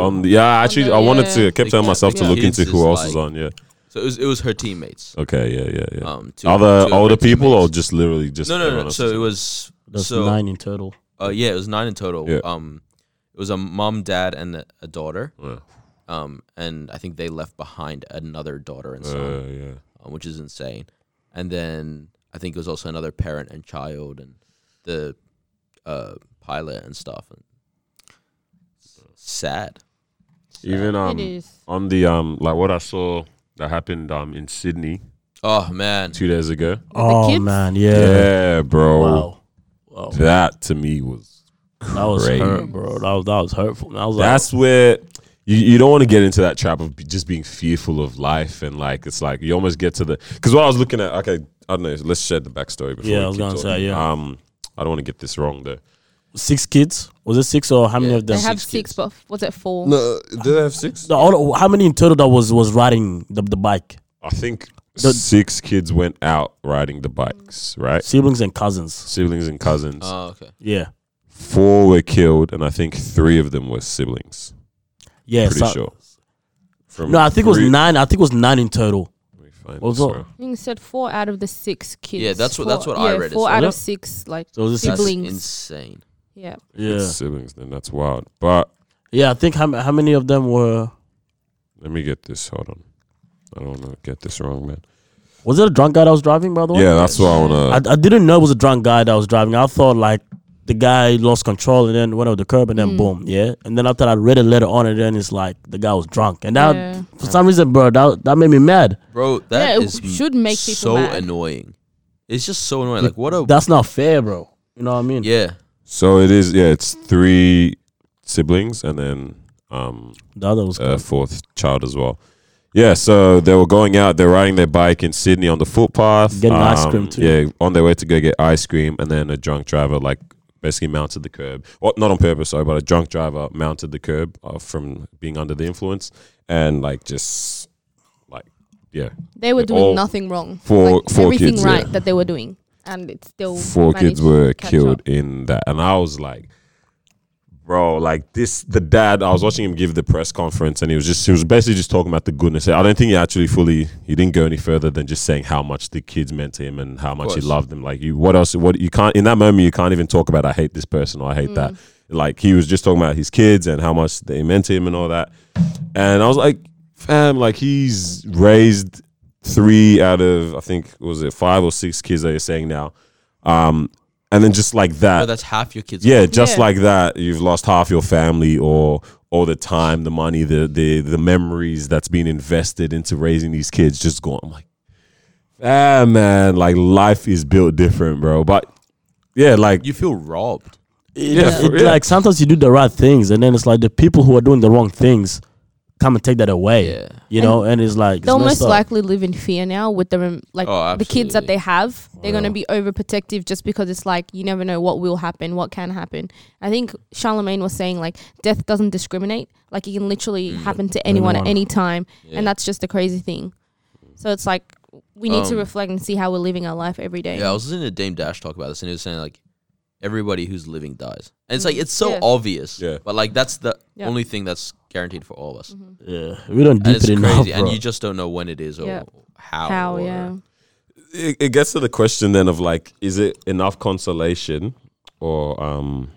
Speaker 3: Um, yeah, I actually, I wanted to.
Speaker 5: Oh, yeah.
Speaker 3: I kept telling
Speaker 2: Like,
Speaker 3: myself to
Speaker 2: yeah.
Speaker 3: look
Speaker 2: Kids
Speaker 3: into who
Speaker 2: is
Speaker 3: else
Speaker 2: like-
Speaker 3: is on. Yeah.
Speaker 2: so it was it was her teammates
Speaker 3: Okay. Yeah. Yeah. Yeah.
Speaker 2: um two- two
Speaker 3: Other
Speaker 2: of her
Speaker 3: older people or
Speaker 2: teammates.
Speaker 3: just literally just
Speaker 2: No, no,
Speaker 3: everyone
Speaker 2: no.
Speaker 3: else
Speaker 2: So
Speaker 3: is
Speaker 2: it
Speaker 3: on?
Speaker 2: was
Speaker 4: that's
Speaker 2: so
Speaker 4: nine in total
Speaker 2: Uh, yeah, it was nine in total.
Speaker 3: Yeah.
Speaker 2: Um, it was a mom, dad, and a, a daughter.
Speaker 3: Yeah.
Speaker 2: Um, and I think they left behind another daughter and son,
Speaker 3: Uh, yeah.
Speaker 2: um, which is insane. And then I think it was also another parent and child, and the uh, pilot and stuff. And s-
Speaker 3: Uh.
Speaker 2: sad.
Speaker 3: Even
Speaker 5: it
Speaker 3: um
Speaker 5: is.
Speaker 3: on the um like what I saw that happened um in Sydney
Speaker 2: Oh man,
Speaker 3: two days ago.
Speaker 5: the
Speaker 4: oh
Speaker 5: kids?
Speaker 4: man
Speaker 3: Yeah,
Speaker 4: yeah,
Speaker 3: bro.
Speaker 4: wow wow
Speaker 3: That to me was
Speaker 4: that was
Speaker 3: crazy.
Speaker 4: hurt bro that was, that was hurtful And i was
Speaker 3: That's where you, you don't want to get into that trap of be- just being fearful of life and like it's like you almost get to the because what I was looking at okay I don't know let's shed the backstory before
Speaker 4: Yeah, I
Speaker 3: we
Speaker 4: was
Speaker 3: keep
Speaker 4: gonna say,
Speaker 3: talking.
Speaker 4: yeah.
Speaker 3: um I don't want to get this wrong though
Speaker 4: like six kids was it six or how many
Speaker 2: Yeah.
Speaker 4: of
Speaker 5: They
Speaker 4: them
Speaker 5: have
Speaker 2: six
Speaker 5: six,
Speaker 2: kids.
Speaker 5: but f- was it four?
Speaker 3: no do they have six
Speaker 4: the, all, how many in total that was was riding the, the bike
Speaker 3: I think
Speaker 4: The-
Speaker 3: six kids went out riding the bikes right
Speaker 4: siblings and cousins
Speaker 3: siblings and cousins
Speaker 4: Uh.
Speaker 2: Oh okay.
Speaker 4: yeah
Speaker 3: four were killed and I think three of them were siblings
Speaker 4: yeah
Speaker 3: pretty
Speaker 4: so-
Speaker 3: sure From
Speaker 4: no i think it was
Speaker 3: three-
Speaker 4: nine i think it was nine in total
Speaker 3: Let me find
Speaker 4: What was
Speaker 3: this
Speaker 4: that?
Speaker 3: out.
Speaker 5: I think it said four out of the six kids.
Speaker 2: Yeah, that's what-
Speaker 5: Four-
Speaker 2: that's what I
Speaker 5: yeah,
Speaker 2: read as
Speaker 5: Four
Speaker 2: well.
Speaker 5: out
Speaker 4: Yeah.
Speaker 5: of six, like
Speaker 4: so it was
Speaker 2: That's
Speaker 4: six,
Speaker 5: Siblings.
Speaker 2: insane.
Speaker 5: yeah.
Speaker 4: yeah
Speaker 3: siblings then that's wild but
Speaker 4: yeah i think how, how many of them were
Speaker 3: Let me get this. Hold on. I don't want to get this wrong, man.
Speaker 4: was it a drunk guy that was driving by the way
Speaker 3: Yeah, that's what I want
Speaker 4: I, I didn't know it was a drunk guy that was driving. I thought like the guy lost control and then went over the curb and then
Speaker 5: Mm.
Speaker 4: boom, yeah. And then after I read it later on, and then it's like the guy was drunk. And that
Speaker 5: Yeah.
Speaker 4: for some reason, bro, that that made me mad.
Speaker 2: Bro, That
Speaker 5: Yeah, it
Speaker 2: is
Speaker 5: w- should make
Speaker 2: so
Speaker 5: people mad.
Speaker 2: annoying. It's just so annoying. Like what a
Speaker 4: That's not fair, bro. You know what I mean?
Speaker 2: yeah.
Speaker 3: So it is. Yeah, it's three siblings and then um,
Speaker 4: The other was
Speaker 3: uh, fourth child as well. Yeah, so they were going out. They're riding their bike in Sydney on the footpath. um,
Speaker 4: Getting ice cream too.
Speaker 3: Yeah, on their way to go get ice cream, and then a drunk driver like basically mounted the curb. Well, not on purpose, sorry, but a drunk driver mounted the curb uh, from being under the influence, and like just like yeah,
Speaker 5: They were
Speaker 3: Yeah,
Speaker 5: doing
Speaker 3: all
Speaker 5: nothing wrong.
Speaker 3: oh, four-
Speaker 5: Like,
Speaker 3: four
Speaker 5: everything
Speaker 3: kids, yeah.
Speaker 5: right that they were doing, and it's still
Speaker 3: four
Speaker 5: managed
Speaker 3: kids were
Speaker 5: to catch
Speaker 3: killed
Speaker 5: up.
Speaker 3: in that and i was like bro like this the dad i was watching him give the press conference and he was just he was basically just talking about the goodness i don't think he actually fully he didn't go any further than just saying how much the kids meant to him and how much he
Speaker 2: course.
Speaker 3: loved them like you what else what you can't in that moment you can't even talk about i hate this person or i hate
Speaker 5: Mm.
Speaker 3: that like he was just talking about his kids and how much they meant to him and all that and i was like fam like he's raised three out of i think was it five or six kids that you're saying now um, and then just like
Speaker 2: But
Speaker 3: that,
Speaker 2: Oh, that's half your kids.
Speaker 3: yeah, just
Speaker 5: Yeah.
Speaker 3: like that, you've lost half your family or all the time, the money, the the the memories that's been invested into raising these kids just gone. I'm like, ah, man, like life is built different, bro. But yeah, like
Speaker 2: You feel robbed.
Speaker 3: yeah,
Speaker 4: It-
Speaker 3: for-
Speaker 4: it-
Speaker 3: yeah.
Speaker 4: like sometimes you do the right things, and then it's like the people who are doing the wrong things come and take that away.
Speaker 2: Yeah.
Speaker 4: You know, and it's like it's
Speaker 5: They almost
Speaker 4: messed up.
Speaker 5: likely live in fear now with the rem- like
Speaker 2: Oh,
Speaker 5: the kids that
Speaker 2: absolutely.
Speaker 5: they have. They're
Speaker 4: Yeah.
Speaker 5: gonna be overprotective just because it's like you never know what will happen, what can happen. I think Charlemagne was saying like death doesn't discriminate. Like it can literally happen to anyone, at
Speaker 4: Anyone.
Speaker 5: any time,
Speaker 2: Mm. Yeah.
Speaker 5: and that's just the crazy thing. So it's like we need to
Speaker 2: Um,
Speaker 5: reflect and see how we're living our life every day.
Speaker 2: Yeah, I was listening to Dame Dash talk about this, and he was saying like, everybody who's living dies, and it's like it's so
Speaker 5: Yeah.
Speaker 2: obvious.
Speaker 3: Yeah.
Speaker 2: But like that's the
Speaker 5: Yeah. Mm-hmm.
Speaker 2: only thing that's guaranteed for all of us, and
Speaker 4: yeah, we don't deep
Speaker 2: it's
Speaker 4: it
Speaker 2: crazy,
Speaker 4: enough, bro.
Speaker 2: and you just don't know when it is or
Speaker 5: Yeah.
Speaker 2: how.
Speaker 5: how?
Speaker 2: or-
Speaker 5: Yeah.
Speaker 3: it, it gets to the question then of like, is it enough consolation or um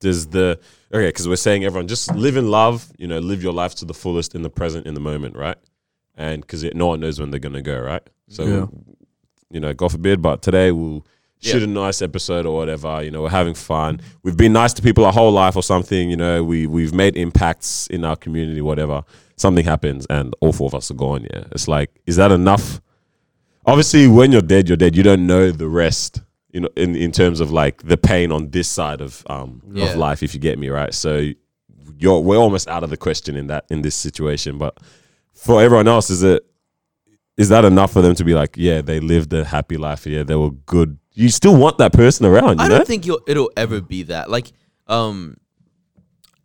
Speaker 3: does the okay, because we're saying everyone just live in love, you know, live your life to the fullest in the present, in the moment, right? And because no one knows when they're gonna go, right? So
Speaker 4: Yeah.
Speaker 3: you know, God forbid, but today we'll shoot
Speaker 2: Yeah.
Speaker 3: a nice episode or whatever. You know, we're having fun. We've been nice to people our whole life or something. You know, we we've made impacts in our community, whatever. Something happens and all four of us are gone. Yeah, it's like, is that enough? Obviously, when you're dead, you're dead. You don't know the rest. You know, in in terms of like the pain on this side of um
Speaker 2: Yeah.
Speaker 3: of life, if you get me right. So you're we're almost out of the question in that in this situation. But for everyone else, is it is that enough for them to be like, yeah, they lived a happy life. Yeah, they were good. You still want that person around, you
Speaker 2: I
Speaker 3: know?
Speaker 2: don't think you'll, it'll ever be that. Like, um,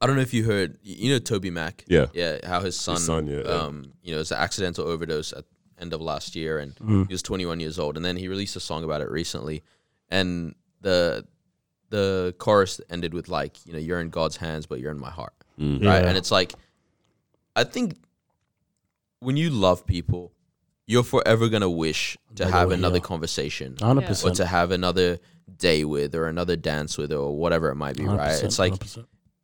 Speaker 2: I don't know if you heard, y- you know, Toby Mac.
Speaker 3: Yeah.
Speaker 2: yeah, how his son,
Speaker 3: son, yeah, yeah.
Speaker 2: um, you know, it's an accidental overdose at end of last year, and
Speaker 3: Mm-hmm.
Speaker 2: he was 21 years old, and then he released a song about it recently, and the the chorus ended with like, you know, you're in God's hands, but you're in my heart,
Speaker 3: Mm-hmm.
Speaker 2: right?
Speaker 4: Yeah.
Speaker 2: And it's like, I think when you love people, you're forever gonna wish to
Speaker 4: Another
Speaker 2: have
Speaker 4: way,
Speaker 2: another
Speaker 4: yeah.
Speaker 2: conversation
Speaker 4: hundred
Speaker 2: or
Speaker 5: Yeah.
Speaker 4: percent.
Speaker 2: to have another day with or another dance with or whatever it might be, right? It's like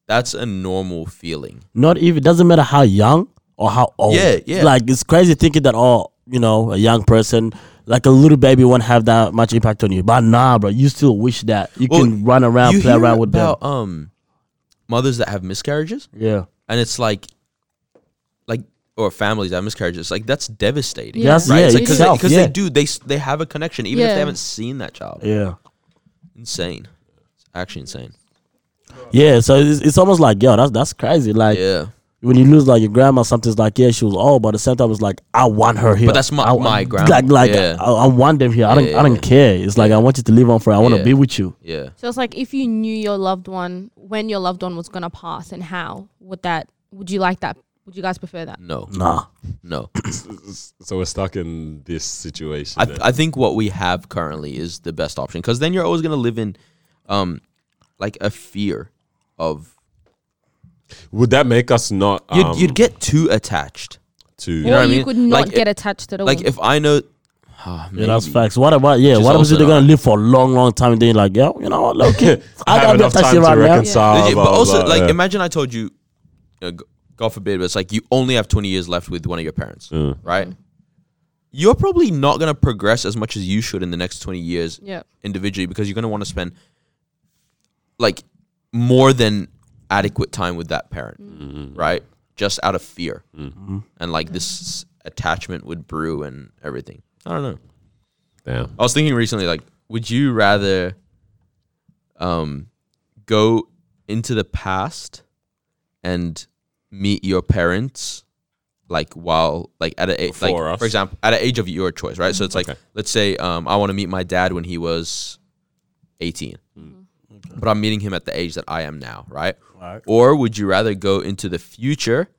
Speaker 2: that's a normal feeling.
Speaker 4: not even doesn't matter how young or how old.
Speaker 2: Yeah, yeah.
Speaker 4: Like it's crazy thinking that oh, you know, a young person, like a little baby, won't have that much impact on you. But nah, bro, you still wish that you
Speaker 2: Well,
Speaker 4: can run around,
Speaker 2: you
Speaker 4: play
Speaker 2: hear
Speaker 4: around with
Speaker 2: about um mothers that have miscarriages
Speaker 4: them. Yeah,
Speaker 2: and it's like like or families that have miscarriages, like that's devastating.
Speaker 5: Yeah.
Speaker 4: Yes,
Speaker 2: Right?
Speaker 4: yeah,
Speaker 2: it's like, cause
Speaker 4: itself,
Speaker 2: they, 'cause
Speaker 4: yeah.
Speaker 2: they do, they s- they have a connection, even if
Speaker 5: Yeah.
Speaker 2: they haven't seen that child.
Speaker 4: yeah,
Speaker 2: Insane. It's actually insane.
Speaker 4: yeah. So it's, it's almost like yo, that's that's crazy. Like
Speaker 2: yeah.
Speaker 4: when you lose like your grandma, something's like yeah, she was old, but at the same time, it's like I want her here.
Speaker 2: that's my-
Speaker 4: I-
Speaker 2: my grandma,
Speaker 4: Like like
Speaker 2: yeah.
Speaker 4: I, I want them here. I don't
Speaker 2: Yeah,
Speaker 4: I don't
Speaker 2: yeah.
Speaker 4: care. It's like I want you to live on forever. I want to
Speaker 2: Yeah.
Speaker 4: be with you.
Speaker 2: Yeah.
Speaker 5: So it's like if you knew your loved one when your loved one was gonna pass and how would that would you like that? Would you guys prefer that?
Speaker 2: No.
Speaker 4: Nah.
Speaker 2: No.
Speaker 3: so we're stuck in this situation.
Speaker 2: I,
Speaker 3: then.
Speaker 2: th- I think what we have currently is the best option because then you're always going to live in um like a fear of
Speaker 3: Would that make us not
Speaker 2: you'd,
Speaker 3: um,
Speaker 2: you'd get too attached
Speaker 3: to
Speaker 5: or
Speaker 2: know what I
Speaker 5: you
Speaker 2: mean?
Speaker 5: could not
Speaker 2: Like,
Speaker 5: get attached at all.
Speaker 2: like if i know [SIGHS] Ah,
Speaker 4: Yeah, that's
Speaker 2: maybe.
Speaker 4: facts. What about yeah?
Speaker 2: Which is
Speaker 4: What happens
Speaker 2: also
Speaker 4: if they're gonna
Speaker 2: not-
Speaker 4: live for a long, long time? And then you're like, yo, you know what?
Speaker 3: [LAUGHS]
Speaker 4: Look,
Speaker 3: I
Speaker 4: I
Speaker 3: [LAUGHS] have
Speaker 4: gotta be
Speaker 3: enough
Speaker 4: attached
Speaker 3: time
Speaker 4: right
Speaker 3: to
Speaker 4: now.
Speaker 3: reconcile?
Speaker 2: Legit,
Speaker 3: blah,
Speaker 2: but also
Speaker 3: blah,
Speaker 2: like
Speaker 3: yeah.
Speaker 2: imagine i told you, you know, g- god forbid but it's like you only have 20 years left with one of your parents
Speaker 3: Mm.
Speaker 2: right you're probably not going to progress as much as you should in the next 20 years
Speaker 5: yeah.
Speaker 2: individually because you're going to want to spend like more than adequate time with that parent right just out of fear and like this attachment would brew and everything i don't know
Speaker 3: Damn.
Speaker 2: i was thinking recently like would you rather um go into the past and meet your parents like while like at a like
Speaker 3: Before us.
Speaker 2: for example at an age of your choice right so it's like
Speaker 3: Okay.
Speaker 2: let's say um, i want to meet my dad when he was 18
Speaker 3: Mm.
Speaker 2: but i'm meeting him at the age that i am now right
Speaker 4: Right.
Speaker 2: or would you rather go into the future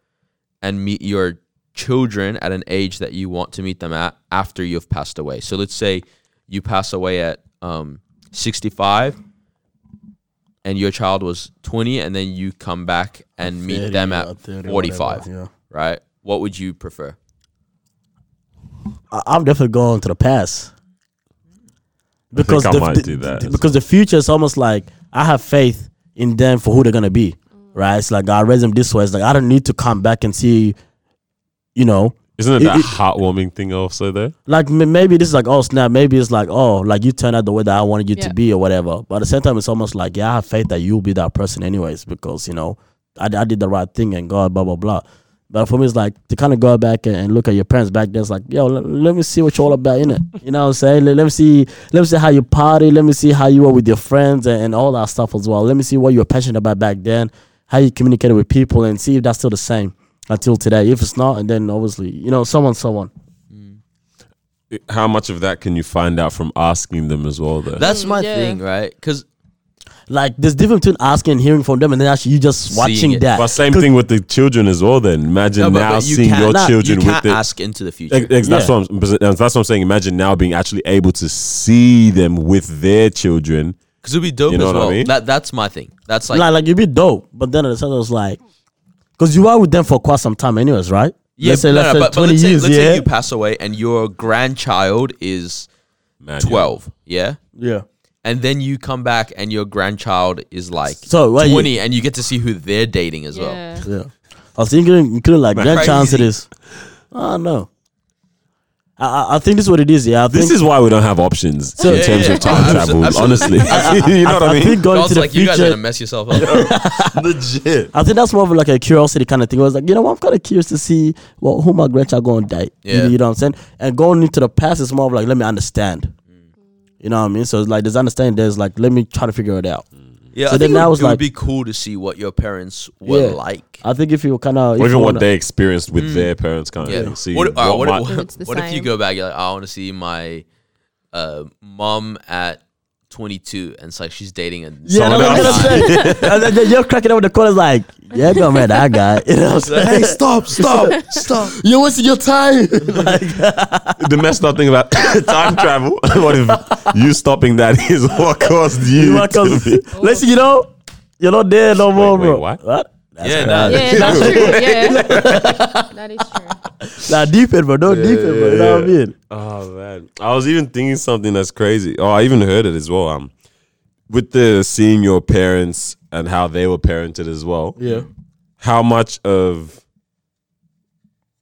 Speaker 2: and meet your children at an age that you want to meet them at after you've passed away so let's say you pass away at um, 65 and your child was 20 and then you come back and meet them at 45
Speaker 4: Yeah.
Speaker 2: right? What would you prefer?
Speaker 4: I, I'm definitely going to the past. Because
Speaker 3: I
Speaker 4: the,
Speaker 3: might
Speaker 4: the-
Speaker 3: do that
Speaker 4: the-
Speaker 3: as
Speaker 4: because the future is almost like I have faith in them for who they're gonna be, right? It's like God raised them this way. It's like I don't need to come back and see, you know,
Speaker 3: Isn't it
Speaker 4: It-
Speaker 3: that
Speaker 4: it-
Speaker 3: heartwarming thing also though?
Speaker 4: like m- maybe this is like oh snap, maybe it's like oh like you turn out the way that I wanted you
Speaker 5: Yeah.
Speaker 4: to be or whatever. But at the same time, it's almost like yeah, I have faith that you'll be that person anyways because you know I, I did the right thing and God blah blah blah. But for me, it's like to kind of go back and, and look at your parents back then. It's like, yo, let, let me see what you're all about, innit? You know what I'm saying? Let, let me see, let me see how you party. Let me see how you were with your friends and, and all that stuff as well. Let me see what you were passionate about back then, how you communicated with people, and see if that's still the same until today. If it's not, and then obviously, you know, someone, someone.
Speaker 3: How much of that can you find out from asking them as well though?
Speaker 2: That's my
Speaker 5: yeah.
Speaker 2: thing, right? Because
Speaker 4: Like there's difference between asking and hearing from them, and then actually you just
Speaker 2: Seeing
Speaker 4: watching
Speaker 2: it.
Speaker 4: that.
Speaker 3: but same thing with the children as well then. Imagine
Speaker 2: no, but,
Speaker 3: now
Speaker 2: but you
Speaker 3: seeing
Speaker 2: can't,
Speaker 3: your
Speaker 2: nah,
Speaker 3: children
Speaker 2: you
Speaker 3: with
Speaker 2: can't
Speaker 3: the
Speaker 2: ask into the future.
Speaker 3: Ex- ex- That's,
Speaker 4: Yeah.
Speaker 3: what I'm, but that's what I'm saying. Imagine now being actually able to see them with their children.
Speaker 2: Because it'd be dope
Speaker 3: You know
Speaker 2: as
Speaker 3: what I
Speaker 2: well.
Speaker 3: mean?
Speaker 2: That that's my thing. That's like,
Speaker 4: like, like you'd be dope, but then at the same time, it's like, because you are with them for quite some time, anyways, right?
Speaker 2: yeah,
Speaker 4: let's say,
Speaker 2: no,
Speaker 4: let's
Speaker 2: no,
Speaker 4: say
Speaker 2: but, but
Speaker 4: 20
Speaker 2: let's,
Speaker 4: years,
Speaker 2: say, let's
Speaker 4: yeah,
Speaker 2: say you pass away and your grandchild is
Speaker 3: Man, yeah.
Speaker 2: twelve, yeah,
Speaker 4: yeah.
Speaker 2: and then you come back and your grandchild is like
Speaker 4: So, what you-
Speaker 2: twenty, and you get to see who they're dating as well.
Speaker 5: Yeah.
Speaker 4: [LAUGHS] Yeah. I was thinking, including like grandchilds it
Speaker 2: Crazy.
Speaker 4: is. I don't know. I, I- I think this is what it is. Yeah, I
Speaker 3: This
Speaker 4: think,
Speaker 3: is why we don't have options in
Speaker 2: yeah,
Speaker 3: terms
Speaker 2: yeah.
Speaker 3: of time
Speaker 2: Abso- [LAUGHS]
Speaker 3: travel.
Speaker 2: absolutely.
Speaker 3: Honestly, [LAUGHS] you know what I mean?
Speaker 4: think going
Speaker 2: God's
Speaker 4: to the
Speaker 2: like, you guys are
Speaker 4: future.
Speaker 2: gonna mess
Speaker 4: [LAUGHS]
Speaker 2: yourself up.
Speaker 3: Legit.
Speaker 4: I think that's more of like a curiosity kind of thing. I was like, you know, what, I'm kind of curious to see well, who my grandchild gonna date. You-
Speaker 2: Yeah.
Speaker 4: You, know what I'm saying? And going into the past is more of like, let me understand. You know what I mean? So it's like there's understanding. There's like, let me try to figure it out.
Speaker 2: yeah,
Speaker 4: So
Speaker 2: I
Speaker 4: then
Speaker 2: think it
Speaker 4: that
Speaker 2: would-
Speaker 4: was
Speaker 2: it would
Speaker 4: like-
Speaker 2: be cool to see what your parents were
Speaker 4: Yeah.
Speaker 2: like.
Speaker 4: I think if you kind of
Speaker 3: Or even what they experienced with their parents, kind of
Speaker 2: Mm. Yeah.
Speaker 3: thing. See
Speaker 2: what, all right, what, [LAUGHS]
Speaker 3: might-
Speaker 2: what-
Speaker 5: If it's the
Speaker 2: what if you
Speaker 5: same.
Speaker 2: go back? You're like, I want to see my uh, mom at 22, and it's like she's dating a
Speaker 4: Yeah,
Speaker 3: Someone
Speaker 4: that's what
Speaker 3: else.
Speaker 4: I'm saying. [LAUGHS] And then- then you're cracking up the corners like, yeah, go man, that guy. [LAUGHS] You know what I'm
Speaker 3: [LAUGHS]
Speaker 4: saying?
Speaker 3: stop, stop, stop.
Speaker 4: You're wasting your time.
Speaker 3: the messed up thing about [LAUGHS] time travel. [LAUGHS] what if you stopping that is what caused you?
Speaker 4: [LAUGHS] You are
Speaker 3: to [LAUGHS]
Speaker 4: cons- [LAUGHS]
Speaker 3: be-
Speaker 4: Listen, you know, you're not there no more,
Speaker 3: wait,
Speaker 4: bro.
Speaker 3: what?
Speaker 4: That's
Speaker 2: Yeah,
Speaker 4: crazy.
Speaker 2: nah.
Speaker 5: Yeah, that's true. Yeah, that is true.
Speaker 4: Nah, deep it, bro. Don't deep it, bro. You know what I
Speaker 3: yeah.
Speaker 4: mean?
Speaker 3: Oh man, I was even thinking something that's crazy. Oh, I even heard it as well. Um, with the seeing your parents and how they were parented as well.
Speaker 4: Yeah.
Speaker 3: How much of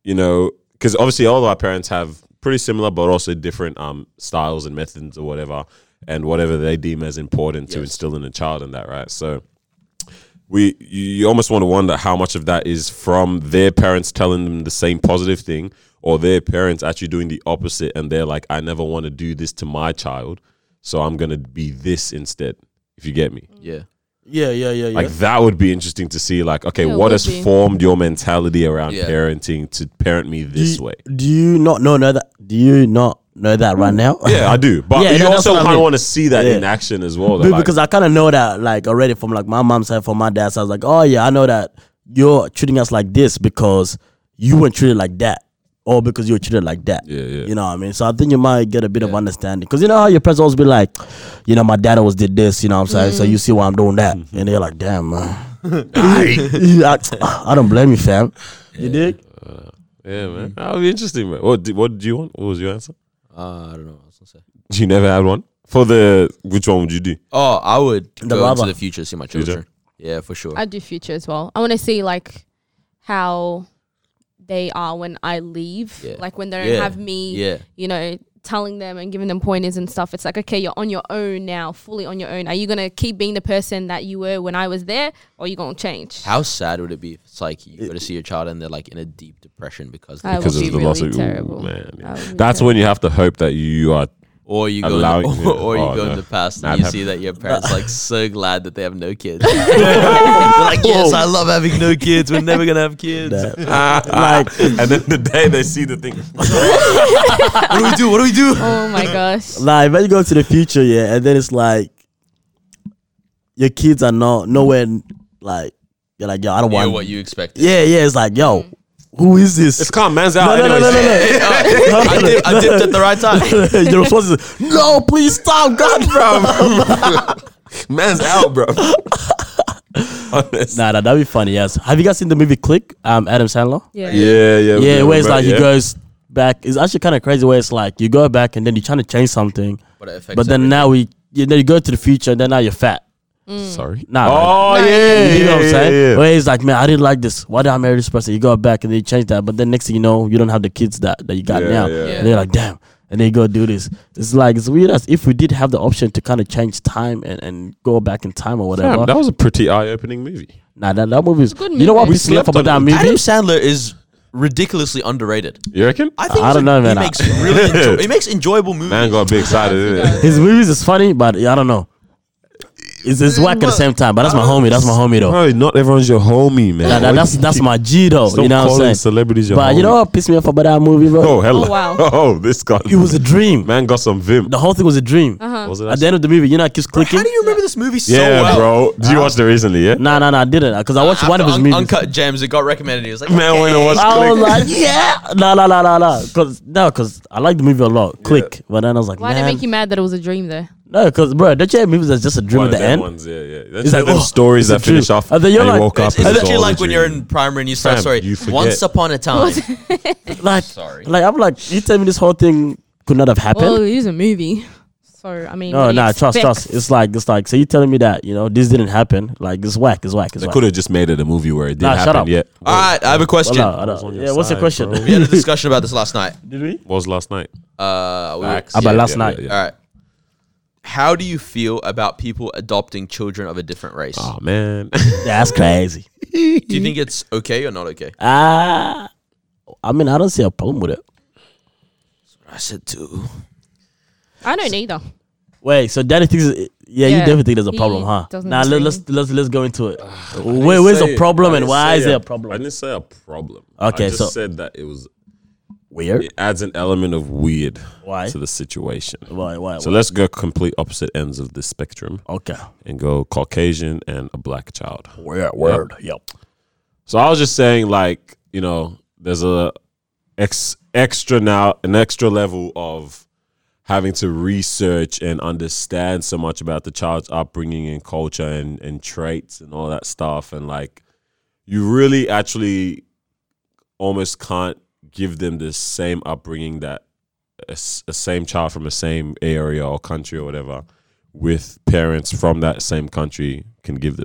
Speaker 3: you know? Because obviously, all of our parents have pretty similar, but also different um styles and methods or whatever, and whatever they deem as important to
Speaker 2: Yes.
Speaker 3: instill in a child and that right. So. We you you almost want to wonder how much of that is from their parents telling them the same positive thing, or their parents actually doing the opposite, and they're like, "I never want to do this to my child, so I'm gonna be this instead." If you get me,
Speaker 2: Yeah.
Speaker 4: Yeah, yeah, yeah, yeah.
Speaker 3: like that would be interesting to see. Like, okay,
Speaker 5: Yeah, it
Speaker 3: what
Speaker 5: would
Speaker 3: has
Speaker 5: be.
Speaker 3: formed your mentality around
Speaker 2: Yeah.
Speaker 3: parenting to parent me
Speaker 4: do,
Speaker 3: this
Speaker 4: you-
Speaker 3: way?
Speaker 4: Do you not know, know that? Do you not know that right now?
Speaker 3: Mm. Yeah, I do, but
Speaker 4: Yeah,
Speaker 3: you
Speaker 4: that- that's
Speaker 3: also
Speaker 4: what I
Speaker 3: kind of
Speaker 4: mean.
Speaker 3: want to see that
Speaker 4: Yeah.
Speaker 3: in action as
Speaker 4: [LAUGHS]
Speaker 3: well. though,
Speaker 4: Be-
Speaker 3: like-
Speaker 4: because I kind of know that, like, already from like my mom's side, from my dad's side, I was like, oh yeah, I know that you're treating us like this because you weren't treated like that, or because you were treated like that.
Speaker 3: Yeah, yeah.
Speaker 4: You know what I mean? So I think you might get a bit of understanding because you know how your parents always be like, you know, my dad always did this. You know what I'm saying? So you see why I'm doing that,
Speaker 3: Mm-hmm.
Speaker 4: and they're like, damn
Speaker 3: [LAUGHS]
Speaker 4: man, [LAUGHS] I, I don't blame you, fam. You dig?
Speaker 3: yeah, man, that would be interesting. Man. What did, what did you want? What was your answer?
Speaker 2: Uh, I don't know what I was gonna say.
Speaker 3: Do you never had one for the which one would you do?
Speaker 2: Oh, I would go
Speaker 4: rubber.
Speaker 2: into the future to see my
Speaker 3: Future?
Speaker 2: children. Yeah, for sure.
Speaker 5: I do future as well. I want to see like how they are when I leave,
Speaker 2: Yeah.
Speaker 5: like when they don't
Speaker 2: Yeah.
Speaker 5: have me.
Speaker 2: yeah.
Speaker 5: You know, telling them and giving them pointers and stuff. It's like okay, you're on your own now, fully on your own. Are you gonna keep being the person that you were when I was there, or you gonna change?
Speaker 2: How sad would it be if it's like you go to see your child and they're like in a deep depression because they
Speaker 5: I
Speaker 3: because
Speaker 5: would
Speaker 3: of
Speaker 5: be
Speaker 3: the loss
Speaker 5: really
Speaker 3: of ooh,
Speaker 5: terrible.
Speaker 3: man. yeah.
Speaker 5: That would be
Speaker 3: That's when you have to hope that you are
Speaker 2: Or you go,
Speaker 3: Allowing
Speaker 2: in
Speaker 3: it.
Speaker 2: the, [LAUGHS] or, or you
Speaker 3: Oh,
Speaker 2: go
Speaker 3: no.
Speaker 2: in the past
Speaker 3: Not
Speaker 2: and you
Speaker 3: happening.
Speaker 2: see that [LAUGHS] your parents like so glad that they have no [LAUGHS] kids. They're like, yes, I love having no kids. We're never gonna have kids.
Speaker 4: That-
Speaker 3: like, ah, and then the day they see the thing,
Speaker 2: What do we do? What do we [LAUGHS] do?
Speaker 5: Oh my gosh.
Speaker 4: Like when you go to the future, yeah, and then it's like your kids are not nowhere like you're like, yo, I don't
Speaker 2: Knew
Speaker 4: want
Speaker 2: what you expected.
Speaker 4: Yeah, yeah, it's like, yo, who is
Speaker 3: it's
Speaker 4: this?
Speaker 3: calm, man's out.
Speaker 4: [LAUGHS] No, no, no, no,
Speaker 3: anyways.
Speaker 4: no, no. [LAUGHS]
Speaker 2: Oh, I, dip, [LAUGHS] I dipped at the right [LAUGHS] time.
Speaker 3: [LAUGHS]
Speaker 4: Your response is no, please stop, God.
Speaker 3: [LAUGHS] man's out,
Speaker 4: [LAUGHS]
Speaker 3: bro. Honest.
Speaker 4: nah, nah, that'd be funny. Yes. Have you guys seen the movie Click? Um, Adam Sandler.
Speaker 5: Yeah.
Speaker 3: Yeah, yeah,
Speaker 4: Yeah, where it's
Speaker 3: right,
Speaker 4: like
Speaker 3: yeah.
Speaker 4: he goes back. It's actually kind of crazy. Where it's like you go back and then you're trying to change something,
Speaker 2: But, it affects
Speaker 4: but then
Speaker 2: everything.
Speaker 4: now we, you, then you go to the future, and then now you're fat.
Speaker 5: Mm.
Speaker 3: Sorry.
Speaker 4: Nah. man.
Speaker 3: Oh
Speaker 5: Like,
Speaker 3: yeah,
Speaker 4: You know what I'm
Speaker 3: yeah,
Speaker 4: saying?
Speaker 3: yeah, yeah.
Speaker 4: Where it's like, man, I didn't like this. Why did I marry this person? You go back and then you change that. But then next thing you know, you don't have the kids that, that you got
Speaker 3: Yeah,
Speaker 4: now.
Speaker 3: yeah.
Speaker 2: Yeah.
Speaker 4: And they're like, damn. And they go do this. It's like, it's weird as if we did have the option to kind of change time and, and go back in time or whatever.
Speaker 3: Damn, that was a pretty eye-opening movie.
Speaker 4: nah, that, that movie is.
Speaker 5: good
Speaker 4: You know what
Speaker 5: movie.
Speaker 4: we
Speaker 5: We
Speaker 4: slept
Speaker 3: slept
Speaker 4: about that
Speaker 3: on
Speaker 4: movie?
Speaker 2: Adam Sandler is ridiculously underrated.
Speaker 3: You reckon? Ah,
Speaker 2: I think
Speaker 4: I
Speaker 2: he's
Speaker 4: don't
Speaker 2: a-
Speaker 4: know, man.
Speaker 2: He makes really [LAUGHS] enjoy- he makes enjoyable movies.
Speaker 3: Man
Speaker 4: [LAUGHS]
Speaker 3: got a bit excited. didn't he?
Speaker 4: [LAUGHS] His movies is funny, but I don't know. It's, it's whack at the same time. But that's my homie. That's my homie, though.
Speaker 3: Bro, not everyone's your homie, man.
Speaker 4: Nah, nah,
Speaker 3: Why
Speaker 4: that's
Speaker 3: you
Speaker 4: that's
Speaker 3: keep-
Speaker 4: my G, though.
Speaker 3: stop
Speaker 4: You know what
Speaker 3: calling
Speaker 4: I'm saying?
Speaker 3: Celebrities your
Speaker 4: But
Speaker 3: homie.
Speaker 4: you know what pissed me off about that movie, bro?
Speaker 3: Oh hello!
Speaker 5: Oh, wow.
Speaker 3: [LAUGHS] Oh, this guy.
Speaker 4: It was a dream.
Speaker 3: man got some vim.
Speaker 4: The whole thing was a dream.
Speaker 5: Uh-huh.
Speaker 3: Was it
Speaker 4: At the end of the movie, you know, it keeps clicking.
Speaker 2: How do you remember this movie so
Speaker 3: yeah,
Speaker 2: well?
Speaker 3: bro. Did you watch the recently? Yeah.
Speaker 4: No, no, no, I didn't. Because I watched one of
Speaker 2: After
Speaker 4: his
Speaker 2: un-
Speaker 4: movies.
Speaker 2: Uncut Gems, it got recommended. He was like,
Speaker 3: Man, when I watch
Speaker 4: I was
Speaker 3: click.
Speaker 4: like, yeah, no, no, no, no, no, because no, because I like the movie a lot. Click, but then I was like,
Speaker 5: Why did it
Speaker 4: man,
Speaker 5: make you mad that it was a dream though?
Speaker 4: no, because bro, don't you have movies that's just a dream
Speaker 3: One
Speaker 4: at
Speaker 3: of
Speaker 4: the
Speaker 3: them
Speaker 4: end?
Speaker 3: ones, yeah, yeah. That's
Speaker 4: It's
Speaker 3: like
Speaker 4: like,
Speaker 3: them
Speaker 4: oh,
Speaker 3: stories
Speaker 4: it's a
Speaker 3: that finish
Speaker 4: dream.
Speaker 3: off.
Speaker 4: And Uh, then you're
Speaker 3: and you
Speaker 4: like-
Speaker 3: woke up.
Speaker 2: it's
Speaker 3: and
Speaker 2: it's
Speaker 3: all
Speaker 2: literally
Speaker 3: a
Speaker 2: like when you're
Speaker 3: dream.
Speaker 2: in primary and you start,
Speaker 3: Fam,
Speaker 2: sorry,
Speaker 3: you forget.
Speaker 2: once upon a time.
Speaker 4: Like,
Speaker 2: Sorry.
Speaker 4: like I'm like, you tell me this whole thing could not have happened?
Speaker 5: Well, Oh, it is a movie, so I mean.
Speaker 4: no,
Speaker 5: what do
Speaker 4: no,
Speaker 5: you
Speaker 4: nah, trust,
Speaker 5: expect?
Speaker 4: trust. It's like, it's like, so you telling me that you know this didn't happen? Like, it's whack, it's whack, it's
Speaker 3: They
Speaker 4: whack.
Speaker 3: could have just made it a movie where it did
Speaker 4: Nah, shut
Speaker 3: happen.
Speaker 4: up. Ah.
Speaker 3: Yeah.
Speaker 2: All right, I have a
Speaker 4: Well,
Speaker 2: question.
Speaker 4: no, I don't-
Speaker 3: on your
Speaker 4: yeah, what's the
Speaker 3: side,
Speaker 4: question? [LAUGHS]
Speaker 3: bro. [LAUGHS]
Speaker 2: We had a discussion about this last night.
Speaker 4: Did we?
Speaker 3: Was last night.
Speaker 2: Uh, we were-
Speaker 3: Facts.
Speaker 4: About
Speaker 2: yeah.
Speaker 4: last night.
Speaker 3: yeah.
Speaker 2: All right. How do you feel about people adopting children of a different race?
Speaker 3: Oh
Speaker 4: [LAUGHS]
Speaker 3: man.
Speaker 4: Yeah, that's crazy.
Speaker 2: Do you think it's okay or not okay?
Speaker 4: Ah, I mean, I don't see a problem with it.
Speaker 2: I said too.
Speaker 5: I don't either.
Speaker 4: Wait, so Danny thinks, it- yeah, you
Speaker 5: Yeah,
Speaker 4: definitely think there's a
Speaker 5: he
Speaker 4: problem, huh?
Speaker 5: doesn't
Speaker 4: Now let,
Speaker 5: agree.
Speaker 4: let's let's let's go into it. Where, where's the problem and why is there a
Speaker 3: I
Speaker 4: problem?
Speaker 3: didn't say a problem.
Speaker 4: Okay,
Speaker 3: I just
Speaker 4: so-
Speaker 3: said that it was
Speaker 4: Weird.
Speaker 3: it adds an element of weird
Speaker 4: Why?
Speaker 3: to the situation.
Speaker 4: Why? Why?
Speaker 3: So
Speaker 4: why?
Speaker 3: let's go complete opposite ends of this spectrum
Speaker 4: Okay.
Speaker 3: and go Caucasian and a black child.
Speaker 4: Weird. Word. Yep.
Speaker 3: So I was just saying, like, you know, there's a ex, extra now, an extra level of having to research and understand so much about the child's upbringing and culture and, and traits and all that stuff. And like, you really actually almost can't give them the same upbringing that a, s- a same child from the same area or country or whatever with parents from that same country can give them,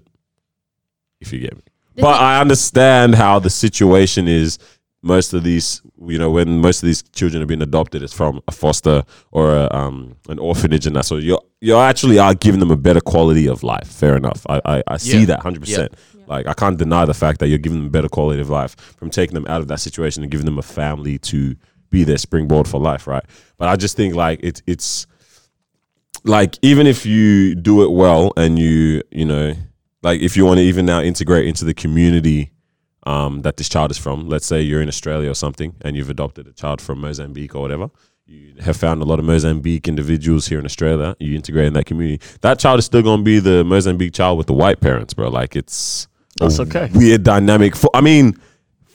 Speaker 3: if you get me but I understand how the situation is. Most of these, you know, when most of these children are being adopted, it's from a foster or a, um, an orphanage, and that. So you're you actually are giving them a better quality of life. Fair enough. I I, I see
Speaker 2: Yeah.
Speaker 3: that hundred percent. Like I can't deny the fact that you're giving them better quality of life from taking them out of that situation and giving them a family to be their springboard for life, right? But I just think like it's it's like even if you do it well and you you know like if you want to even now integrate into the community um, that this child is from let's say you're in australia or something and you've adopted a child from mozambique or whatever you have found a lot of mozambique individuals here in australia you integrate in that community that child is still going to be the mozambique child with the white parents bro like it's
Speaker 4: That's
Speaker 3: a
Speaker 4: okay.
Speaker 3: weird dynamic for i mean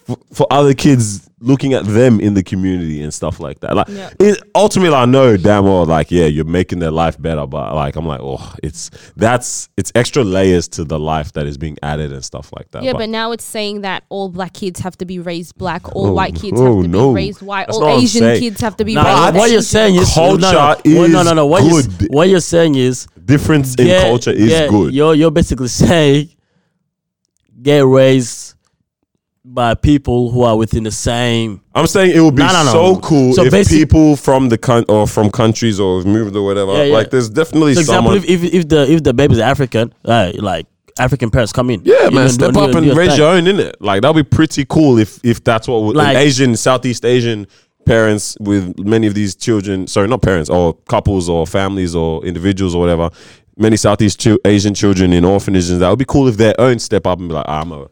Speaker 3: for, for other kids looking at them in the community and stuff like that. Like
Speaker 5: Yeah.
Speaker 3: it, ultimately, I know damn well, like yeah, you're making their life better, but like I'm like, oh, it's that's it's extra layers to the life that is being added and stuff like that.
Speaker 5: Yeah, but now it's saying that all black kids have to be raised black, all
Speaker 3: Oh,
Speaker 5: white kids
Speaker 3: oh,
Speaker 5: have to
Speaker 3: no.
Speaker 5: be raised white,
Speaker 3: That's
Speaker 5: all
Speaker 3: not what I'm
Speaker 5: Asian
Speaker 3: saying.
Speaker 5: kids have to be
Speaker 4: Nah,
Speaker 5: raised.
Speaker 4: what you're
Speaker 5: Asian.
Speaker 4: saying is no, no, no.
Speaker 3: Culture
Speaker 4: Well, no,
Speaker 3: is
Speaker 4: no, no. What you're
Speaker 3: good.
Speaker 4: what you're saying is
Speaker 3: difference in
Speaker 4: get-
Speaker 3: culture is
Speaker 4: get-
Speaker 3: good.
Speaker 4: You're you're basically saying get raised by people who are within the same.
Speaker 3: I'm saying it would be
Speaker 4: No, no, no.
Speaker 3: so cool
Speaker 4: So
Speaker 3: if
Speaker 4: basic-
Speaker 3: people from the coun or from countries or have moved or whatever.
Speaker 4: Yeah, yeah.
Speaker 3: Like there's definitely
Speaker 4: For example,
Speaker 3: someone.
Speaker 4: if, if if the if the baby's African, uh, like African parents come in.
Speaker 3: yeah,
Speaker 4: you
Speaker 3: man,
Speaker 4: can
Speaker 3: step
Speaker 4: do-
Speaker 3: up
Speaker 4: do
Speaker 3: and
Speaker 4: your
Speaker 3: raise
Speaker 4: thing.
Speaker 3: your own, innit? Like that'd be pretty cool if if that's what would-
Speaker 4: Like-
Speaker 3: an Asian, Southeast Asian parents with many of these children, sorry, not parents, or couples or families or individuals or whatever, many Southeast chil- Asian children in orphanages, that would be cool if their own step up and be like, I'm going to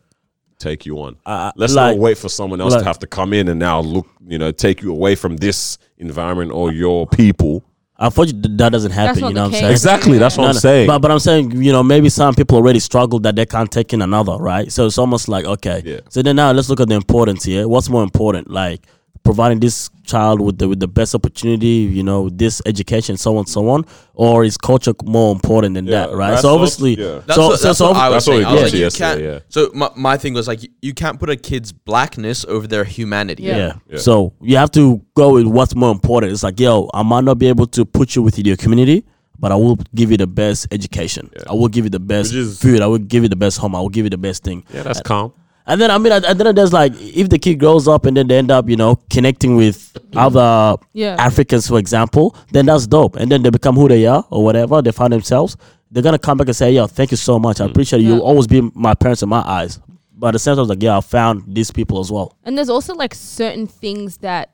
Speaker 3: take you on.
Speaker 4: Uh,
Speaker 3: Let's
Speaker 4: like-
Speaker 3: not wait for someone else
Speaker 4: like-
Speaker 3: to have to come in and now look, you know, take you away from this environment or your people.
Speaker 4: Unfortunately, that doesn't happen.
Speaker 5: not
Speaker 4: You
Speaker 5: the
Speaker 4: know what I'm
Speaker 5: case.
Speaker 4: saying?
Speaker 3: Exactly. That's what
Speaker 4: No,
Speaker 3: I'm
Speaker 4: no,
Speaker 3: saying.
Speaker 4: But, but I'm saying, you know, maybe some people already struggle that they can't take in another, right? So it's almost like, okay.
Speaker 3: Yeah.
Speaker 4: So then now let's look at the importance here. What's more important? Like providing this child with the, with the best opportunity, you know, with this education, so on, so on, or is culture more important than
Speaker 3: Yeah,
Speaker 4: that, right?
Speaker 3: that's
Speaker 4: So
Speaker 3: also-
Speaker 4: obviously,
Speaker 3: yeah.
Speaker 2: That's
Speaker 4: so,
Speaker 2: what,
Speaker 4: so,
Speaker 2: that's
Speaker 4: so
Speaker 2: what I was
Speaker 3: That's what we
Speaker 2: saying. I was
Speaker 3: got
Speaker 2: like,
Speaker 3: to
Speaker 2: you
Speaker 3: yesterday,
Speaker 2: can't.
Speaker 3: yeah.
Speaker 2: So my, my thing was like, you, you can't put a kid's blackness over their humanity.
Speaker 5: Yeah.
Speaker 4: Yeah.
Speaker 3: Yeah.
Speaker 4: So you have to go with what's more important. It's like, yo, I might not be able to put you with your community, but I will give you the best education. I will give you the best
Speaker 3: Which is-
Speaker 4: food. I will give you the best home. I will give you the best thing.
Speaker 3: yeah, that's calm.
Speaker 4: And then I mean, and then there's like if the kid grows up and then they end up, you know, connecting with other
Speaker 5: Yeah.
Speaker 4: Africans, for example, then that's dope. And then they become who they are or whatever they find themselves. They're gonna come back and say, "Yo, thank you so much. I
Speaker 3: Mm.
Speaker 4: appreciate you.
Speaker 5: Yeah.
Speaker 4: You always be my parents in my eyes." But at the same time, it's like, yeah, I found these people as well.
Speaker 5: And there's also like certain things that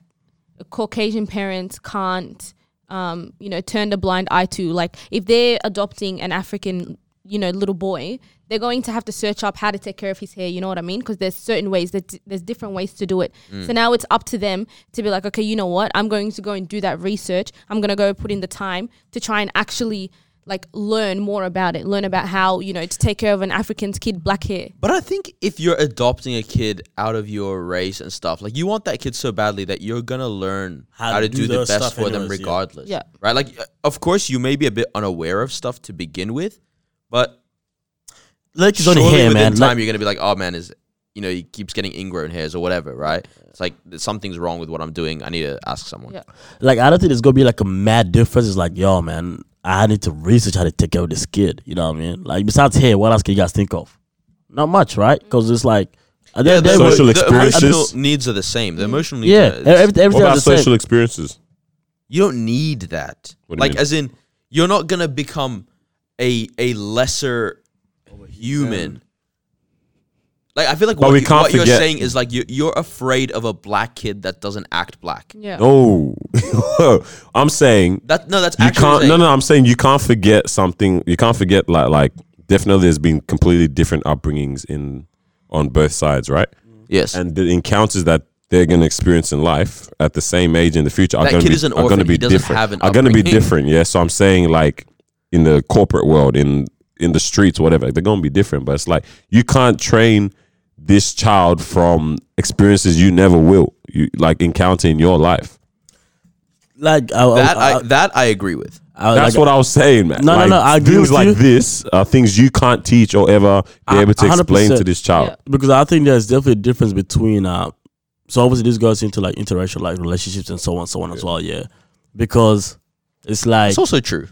Speaker 5: Caucasian parents can't, um, you know, turn a blind eye to. Like if they're adopting an African, you know, little boy, they're going to have to search up how to take care of his hair. You know what I mean? Because there's certain ways that there's different ways to do it. So now it's up to them to be like, okay, you know what? I'm going to go and do that research. I'm going to go put in the time to try and actually like learn more about it. Learn about how you know to take care of an African's kid, black hair.
Speaker 2: But I think if you're adopting a kid out of your race and stuff, like you want that kid so badly that you're gonna learn how, to do, the
Speaker 4: those
Speaker 2: best
Speaker 4: stuff
Speaker 2: for them
Speaker 4: anyways, yeah.
Speaker 2: regardless.
Speaker 5: Yeah.
Speaker 2: Right? Like uh, of course you may be a bit unaware of stuff to begin with, but
Speaker 4: Let your
Speaker 2: surely
Speaker 4: own hair,
Speaker 2: within
Speaker 4: man.
Speaker 2: time
Speaker 4: Like-
Speaker 2: you're gonna be like, oh man, is you know, he keeps getting ingrown hairs or whatever, right? It's like th- something's wrong with what I'm doing. I need to ask someone.
Speaker 5: Yeah.
Speaker 4: like I don't think there's gonna be like a mad difference. It's like, yo, man, I need to research how to take care of this kid. You know what I mean? Like besides hair, what else can you guys think of? Not much, right? Because it's like at the end of the
Speaker 2: the-
Speaker 4: day, we're-
Speaker 3: social
Speaker 2: the
Speaker 3: experiences.
Speaker 2: emotional needs are the same. The emotional needs.
Speaker 4: Mm. yeah,
Speaker 2: are,
Speaker 4: every- everything,
Speaker 3: What about
Speaker 4: is the
Speaker 3: social
Speaker 4: same.
Speaker 3: experiences?
Speaker 2: You don't need that.
Speaker 3: What do you
Speaker 2: like,
Speaker 3: mean?
Speaker 2: as in, you're not gonna become a a lesser human. Like, I feel like
Speaker 3: But
Speaker 2: what,
Speaker 3: we
Speaker 2: you,
Speaker 3: can't
Speaker 2: what you're
Speaker 3: forget-
Speaker 2: saying is like you, you're afraid of a black kid that doesn't act black.
Speaker 5: Yeah.
Speaker 3: No, [LAUGHS] I'm saying
Speaker 2: That no, that's
Speaker 3: you
Speaker 2: actually
Speaker 3: can't. No,
Speaker 2: saying-
Speaker 3: no, I'm saying you can't forget something. You can't forget like like definitely there's been completely different upbringings in on both sides, right?
Speaker 2: Yes,
Speaker 3: And the encounters that they're going to experience in life at the same age in the future are
Speaker 2: That
Speaker 3: going
Speaker 2: kid
Speaker 3: to be
Speaker 2: is an
Speaker 3: are going to
Speaker 2: orphan.
Speaker 3: be
Speaker 2: He doesn't
Speaker 3: different.
Speaker 2: have an
Speaker 3: are going to be
Speaker 2: upbringing.
Speaker 3: different. Yeah. So I'm saying like in the corporate world, in in the streets, whatever, they're going to be different. But it's like you can't train this child from experiences you never will you like encounter in your life.
Speaker 4: Like I, I-
Speaker 2: that
Speaker 4: I-
Speaker 2: I, that I agree with.
Speaker 4: I-
Speaker 3: That's
Speaker 4: Uh, like,
Speaker 3: what I was saying, man.
Speaker 4: No, no,
Speaker 3: Like,
Speaker 4: no, I agree
Speaker 3: things
Speaker 4: with
Speaker 3: like
Speaker 4: you.
Speaker 3: this are things you can't teach or ever be
Speaker 4: A-
Speaker 3: able to explain
Speaker 4: 100%.
Speaker 3: to this child.
Speaker 4: because I think there's definitely a difference between uh so obviously this goes into like interracial like relationships and so on, so on as well, yeah. Because it's like
Speaker 2: It's also true.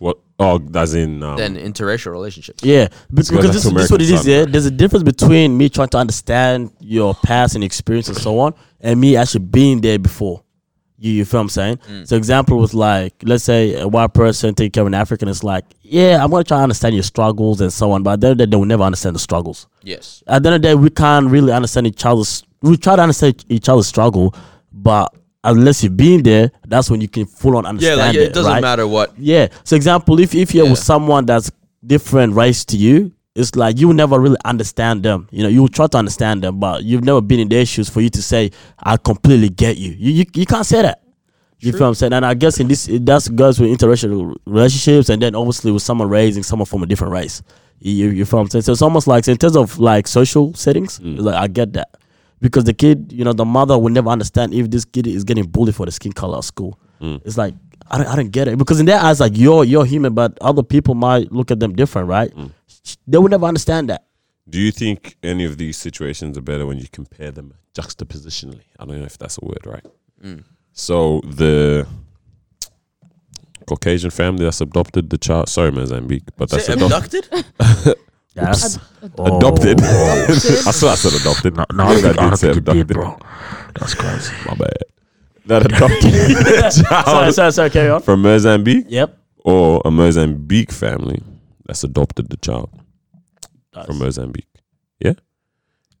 Speaker 3: What? Oh, that's in. Um,
Speaker 2: Then interracial relationships.
Speaker 4: Yeah,
Speaker 3: go
Speaker 4: be-
Speaker 3: back
Speaker 4: because this,
Speaker 3: to
Speaker 4: this is what
Speaker 3: American
Speaker 4: it is. Yeah,
Speaker 3: Samurai.
Speaker 4: there's a difference between me trying to understand your past and experience and so on, and me actually being there before. You, you feel what I'm saying?
Speaker 2: Mm.
Speaker 4: So, example was like, let's say a white person taking care of an African is like, yeah, I'm gonna try to understand your struggles and so on, but at the end of the day, they will never understand the struggles
Speaker 2: Yes,
Speaker 4: at the end of the day, we can't really understand each other's. We try to understand each other's struggle, but unless you've been there, that's when you can full on
Speaker 2: yeah,
Speaker 4: understand.
Speaker 2: like it doesn't
Speaker 4: right?
Speaker 2: matter what.
Speaker 4: Yeah. So, example, if if you're
Speaker 2: Yeah.
Speaker 4: with someone that's different race to you, it's like you will never really understand them. You know, you will try to understand them, but you've never been in their shoes for you to say, "I completely get you." You you, you can't say that. You feel what I'm saying? And I guess in this, it, that's goes with interracial relationships, and then obviously with someone raising someone from a different race. You, you feel what I'm saying? So it's almost like so in terms of like social settings,
Speaker 3: Mm.
Speaker 4: like I get that because the kid, you know, the mother will never understand if this kid is getting bullied for the skin color at school.
Speaker 3: Mm.
Speaker 4: It's like I don't, I don't get it because in their eyes, like you're you're human, but other people might look at them different, right?
Speaker 3: Mm.
Speaker 4: They will never understand that.
Speaker 3: Do you think any of these situations are better when you compare them juxtapositionally? I don't know if that's a word, right?
Speaker 2: Mm.
Speaker 3: So the Caucasian family that's adopted the child. Sorry, Mozambique, but that's
Speaker 2: Say
Speaker 3: adopted.
Speaker 2: abducted?
Speaker 4: That's
Speaker 3: adopted. [LAUGHS]
Speaker 2: Oh.
Speaker 3: I saw I said adopted. No, Oh. I, think I did say adopted,
Speaker 4: That's crazy.
Speaker 3: My bad. That [LAUGHS] adopted child
Speaker 4: Sorry, sorry, sorry. Carry on.
Speaker 3: from Mozambique
Speaker 4: Yep.
Speaker 3: or a Mozambique family that's adopted the child from Mozambique. Yeah,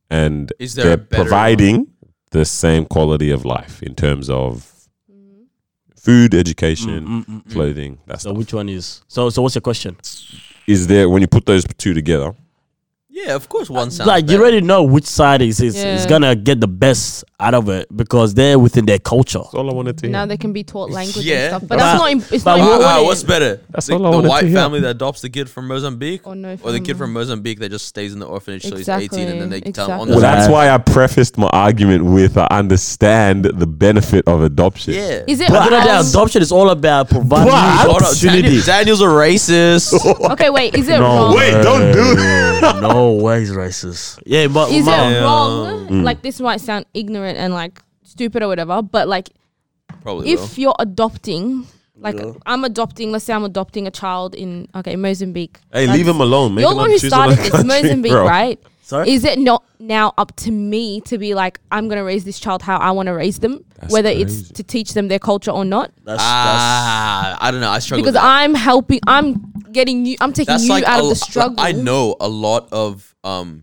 Speaker 3: and
Speaker 2: Is there a
Speaker 3: they're
Speaker 2: better
Speaker 3: providing the same quality of life in terms of food,
Speaker 2: Mm,
Speaker 3: education, clothing. That's
Speaker 4: So which one is? So so what's your question?
Speaker 3: is there when you put those two together.
Speaker 2: Yeah, of course, one sounds
Speaker 4: like you
Speaker 2: better.
Speaker 4: already know which side is is, is
Speaker 5: Yeah.
Speaker 4: gonna get the best out of it because they're within their culture.
Speaker 3: That's all I wanted to hear.
Speaker 5: Now they can be taught language
Speaker 2: Yeah.
Speaker 5: and stuff, but
Speaker 4: But-
Speaker 5: that's not. im- It's
Speaker 4: but
Speaker 5: not
Speaker 4: what-
Speaker 5: important.
Speaker 2: Ah, ah, what's better?
Speaker 3: That's
Speaker 2: the,
Speaker 3: all I
Speaker 2: the
Speaker 3: wanted to
Speaker 2: white
Speaker 3: hear.
Speaker 2: family that adopts the kid from Mozambique,
Speaker 5: Or Oh, no
Speaker 2: the kid
Speaker 5: family.
Speaker 2: from Mozambique that just stays in the orphanage till he's eighteen, and then they
Speaker 5: Exactly,
Speaker 2: tell him on the
Speaker 3: well,
Speaker 4: Nah.
Speaker 3: that's why I prefaced my argument with I understand the benefit of adoption.
Speaker 2: yeah.
Speaker 5: Is it?
Speaker 4: But at the end of the day,
Speaker 5: wrong?
Speaker 4: adoption is all about providing you
Speaker 3: But-
Speaker 4: with
Speaker 2: Hold on,
Speaker 4: opportunity.
Speaker 2: Daniel, Daniel's a racist.
Speaker 3: [LAUGHS]
Speaker 5: Okay, wait. Is it wrong?
Speaker 3: Wait, don't do it.
Speaker 4: no way, is racist. Yeah, but
Speaker 5: Is
Speaker 4: mom,
Speaker 5: it wrong? Like this might sound ignorant and like stupid or whatever, but like
Speaker 2: Probably will.
Speaker 5: if you're adopting, like I'm adopting. Let's say I'm adopting a child in okay Mozambique.
Speaker 3: Hey,
Speaker 5: Like,
Speaker 3: leave him alone. Make
Speaker 5: You're
Speaker 3: him
Speaker 5: the one who
Speaker 3: choose another
Speaker 5: started this
Speaker 3: country,
Speaker 5: Mozambique,
Speaker 3: bro.
Speaker 5: right?
Speaker 4: Sorry?
Speaker 5: Is it not now up to me to be like, I'm gonna raise this child how I want to raise them, whether it's to teach them their culture or not?
Speaker 4: that's, that's
Speaker 2: Ah, I don't know. I struggle
Speaker 5: Because
Speaker 2: with that.
Speaker 5: I'm helping, I'm getting you, I'm taking
Speaker 2: that's
Speaker 5: you
Speaker 2: like
Speaker 5: out
Speaker 2: a
Speaker 5: of the
Speaker 2: lo-
Speaker 5: struggle.
Speaker 2: I know a lot of um,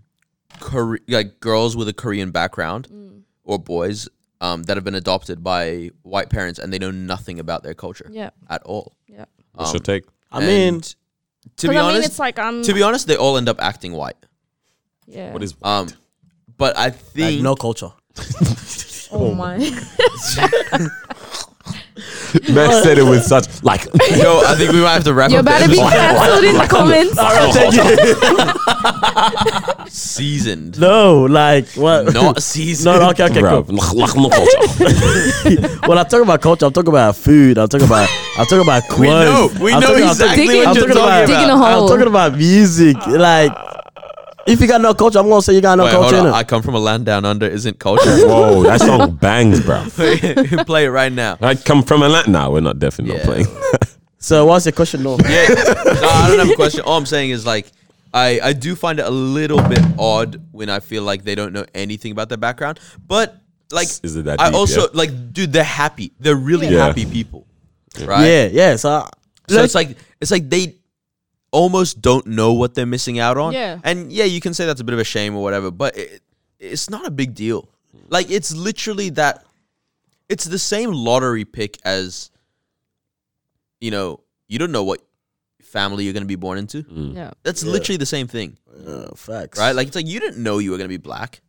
Speaker 2: Kore- like girls with a Korean background
Speaker 5: Mm.
Speaker 2: or boys um, that have been adopted by white parents and they know nothing about their culture
Speaker 5: Yeah,
Speaker 2: at all.
Speaker 5: yeah.
Speaker 3: What's
Speaker 2: Um,
Speaker 3: your take?
Speaker 4: I mean,
Speaker 2: and to
Speaker 5: 'Cause
Speaker 2: be
Speaker 5: I mean,
Speaker 2: honest,
Speaker 5: it's like I'm.
Speaker 2: to be honest, they all end up acting white.
Speaker 5: yeah.
Speaker 3: What is
Speaker 2: Um, but I think
Speaker 4: like no
Speaker 2: [LAUGHS]
Speaker 4: culture.
Speaker 5: Oh my.
Speaker 3: Max said it with such like
Speaker 2: yo, I think we might have to wrap
Speaker 5: You're
Speaker 2: up
Speaker 5: about to
Speaker 2: the
Speaker 5: be
Speaker 2: episode.
Speaker 5: cancelled in the comments.
Speaker 2: seasoned,
Speaker 4: No, like what?
Speaker 2: not seasoned.
Speaker 4: No, no, okay, okay,
Speaker 3: bro.
Speaker 4: cool. [LAUGHS] When I talk about culture, I'm talking about food. I'm talking about I'm talking about clothes.
Speaker 2: We know, we
Speaker 4: I'm
Speaker 2: know
Speaker 4: talking- I'm
Speaker 2: exactly
Speaker 5: digging-
Speaker 2: what
Speaker 5: I'm
Speaker 2: you're
Speaker 5: talking
Speaker 2: talking
Speaker 5: about
Speaker 2: about.
Speaker 5: digging a
Speaker 4: I'm
Speaker 5: hole.
Speaker 4: talking about music. Like, if you got no culture, I'm gonna say you got no
Speaker 2: Wait, hold
Speaker 4: culture.
Speaker 2: on.
Speaker 4: innit?
Speaker 2: I come from a land down under. Isn't
Speaker 4: [LAUGHS]
Speaker 2: culture? [LAUGHS]
Speaker 3: Whoa, that [LAUGHS] song bangs, bro.
Speaker 2: Play it right now.
Speaker 3: I come from Atlanta. Nah, we're not definitely
Speaker 2: Yeah.
Speaker 3: not [LAUGHS] playing.
Speaker 4: so, what's your question? No,
Speaker 2: Yeah. No, I don't have a question. All I'm saying is like I, I do find it a little bit odd when I feel like they don't know anything about their background. But like
Speaker 3: Is it that
Speaker 2: I
Speaker 3: deep,
Speaker 2: also
Speaker 3: yeah?
Speaker 2: like dude, they're happy. They're really
Speaker 3: Yeah.
Speaker 2: happy people. Right?
Speaker 4: yeah, yeah. So, I-
Speaker 2: So it's like it's like they almost don't know what they're missing out on.
Speaker 5: Yeah.
Speaker 2: And yeah, you can say that's a bit of a shame or whatever, but it, it's not a big deal. Like it's literally that it's the same lottery pick as you know, you don't know what family you're going to be born into.
Speaker 3: Mm.
Speaker 5: Yeah.
Speaker 2: That's literally the same thing,
Speaker 4: Uh, facts,
Speaker 2: right? Like it's like you didn't know you were going to be black.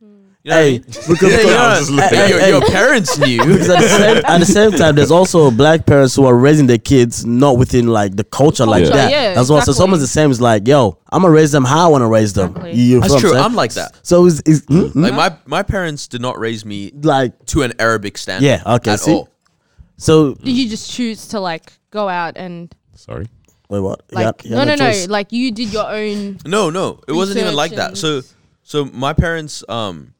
Speaker 2: You know what I
Speaker 4: hey,
Speaker 2: mean?
Speaker 4: we could
Speaker 2: Yeah, you know what
Speaker 3: [LAUGHS]
Speaker 4: talk-
Speaker 3: I
Speaker 2: I'm-
Speaker 3: was just looking.
Speaker 2: your,
Speaker 4: Hey,
Speaker 2: your
Speaker 4: hey.
Speaker 2: parents knew.
Speaker 3: [LAUGHS]
Speaker 4: because at the, same, at the same time, there's also black parents who are raising their kids not within like the culture, like
Speaker 5: Culture,
Speaker 4: that.
Speaker 5: yeah,
Speaker 4: That's what. So it's
Speaker 5: exactly.
Speaker 4: almost the same. It's like, yo, I'm gonna raise them how I want to raise them.
Speaker 5: Exactly.
Speaker 4: You,
Speaker 2: That's true. I'm like that.
Speaker 4: So is is mm, mm,
Speaker 2: Like my my parents did not raise me
Speaker 4: like
Speaker 2: to an Arabic standard.
Speaker 4: Yeah, okay,
Speaker 2: At
Speaker 4: see?
Speaker 2: all.
Speaker 4: so.
Speaker 5: Did you just choose to like go out and
Speaker 3: Sorry.
Speaker 4: Wait, what? You
Speaker 5: like
Speaker 4: got- you got
Speaker 5: no no no,
Speaker 4: choice.
Speaker 5: like you did your own
Speaker 2: No, no, it wasn't even like that. So,
Speaker 5: Research
Speaker 2: so my parents, um,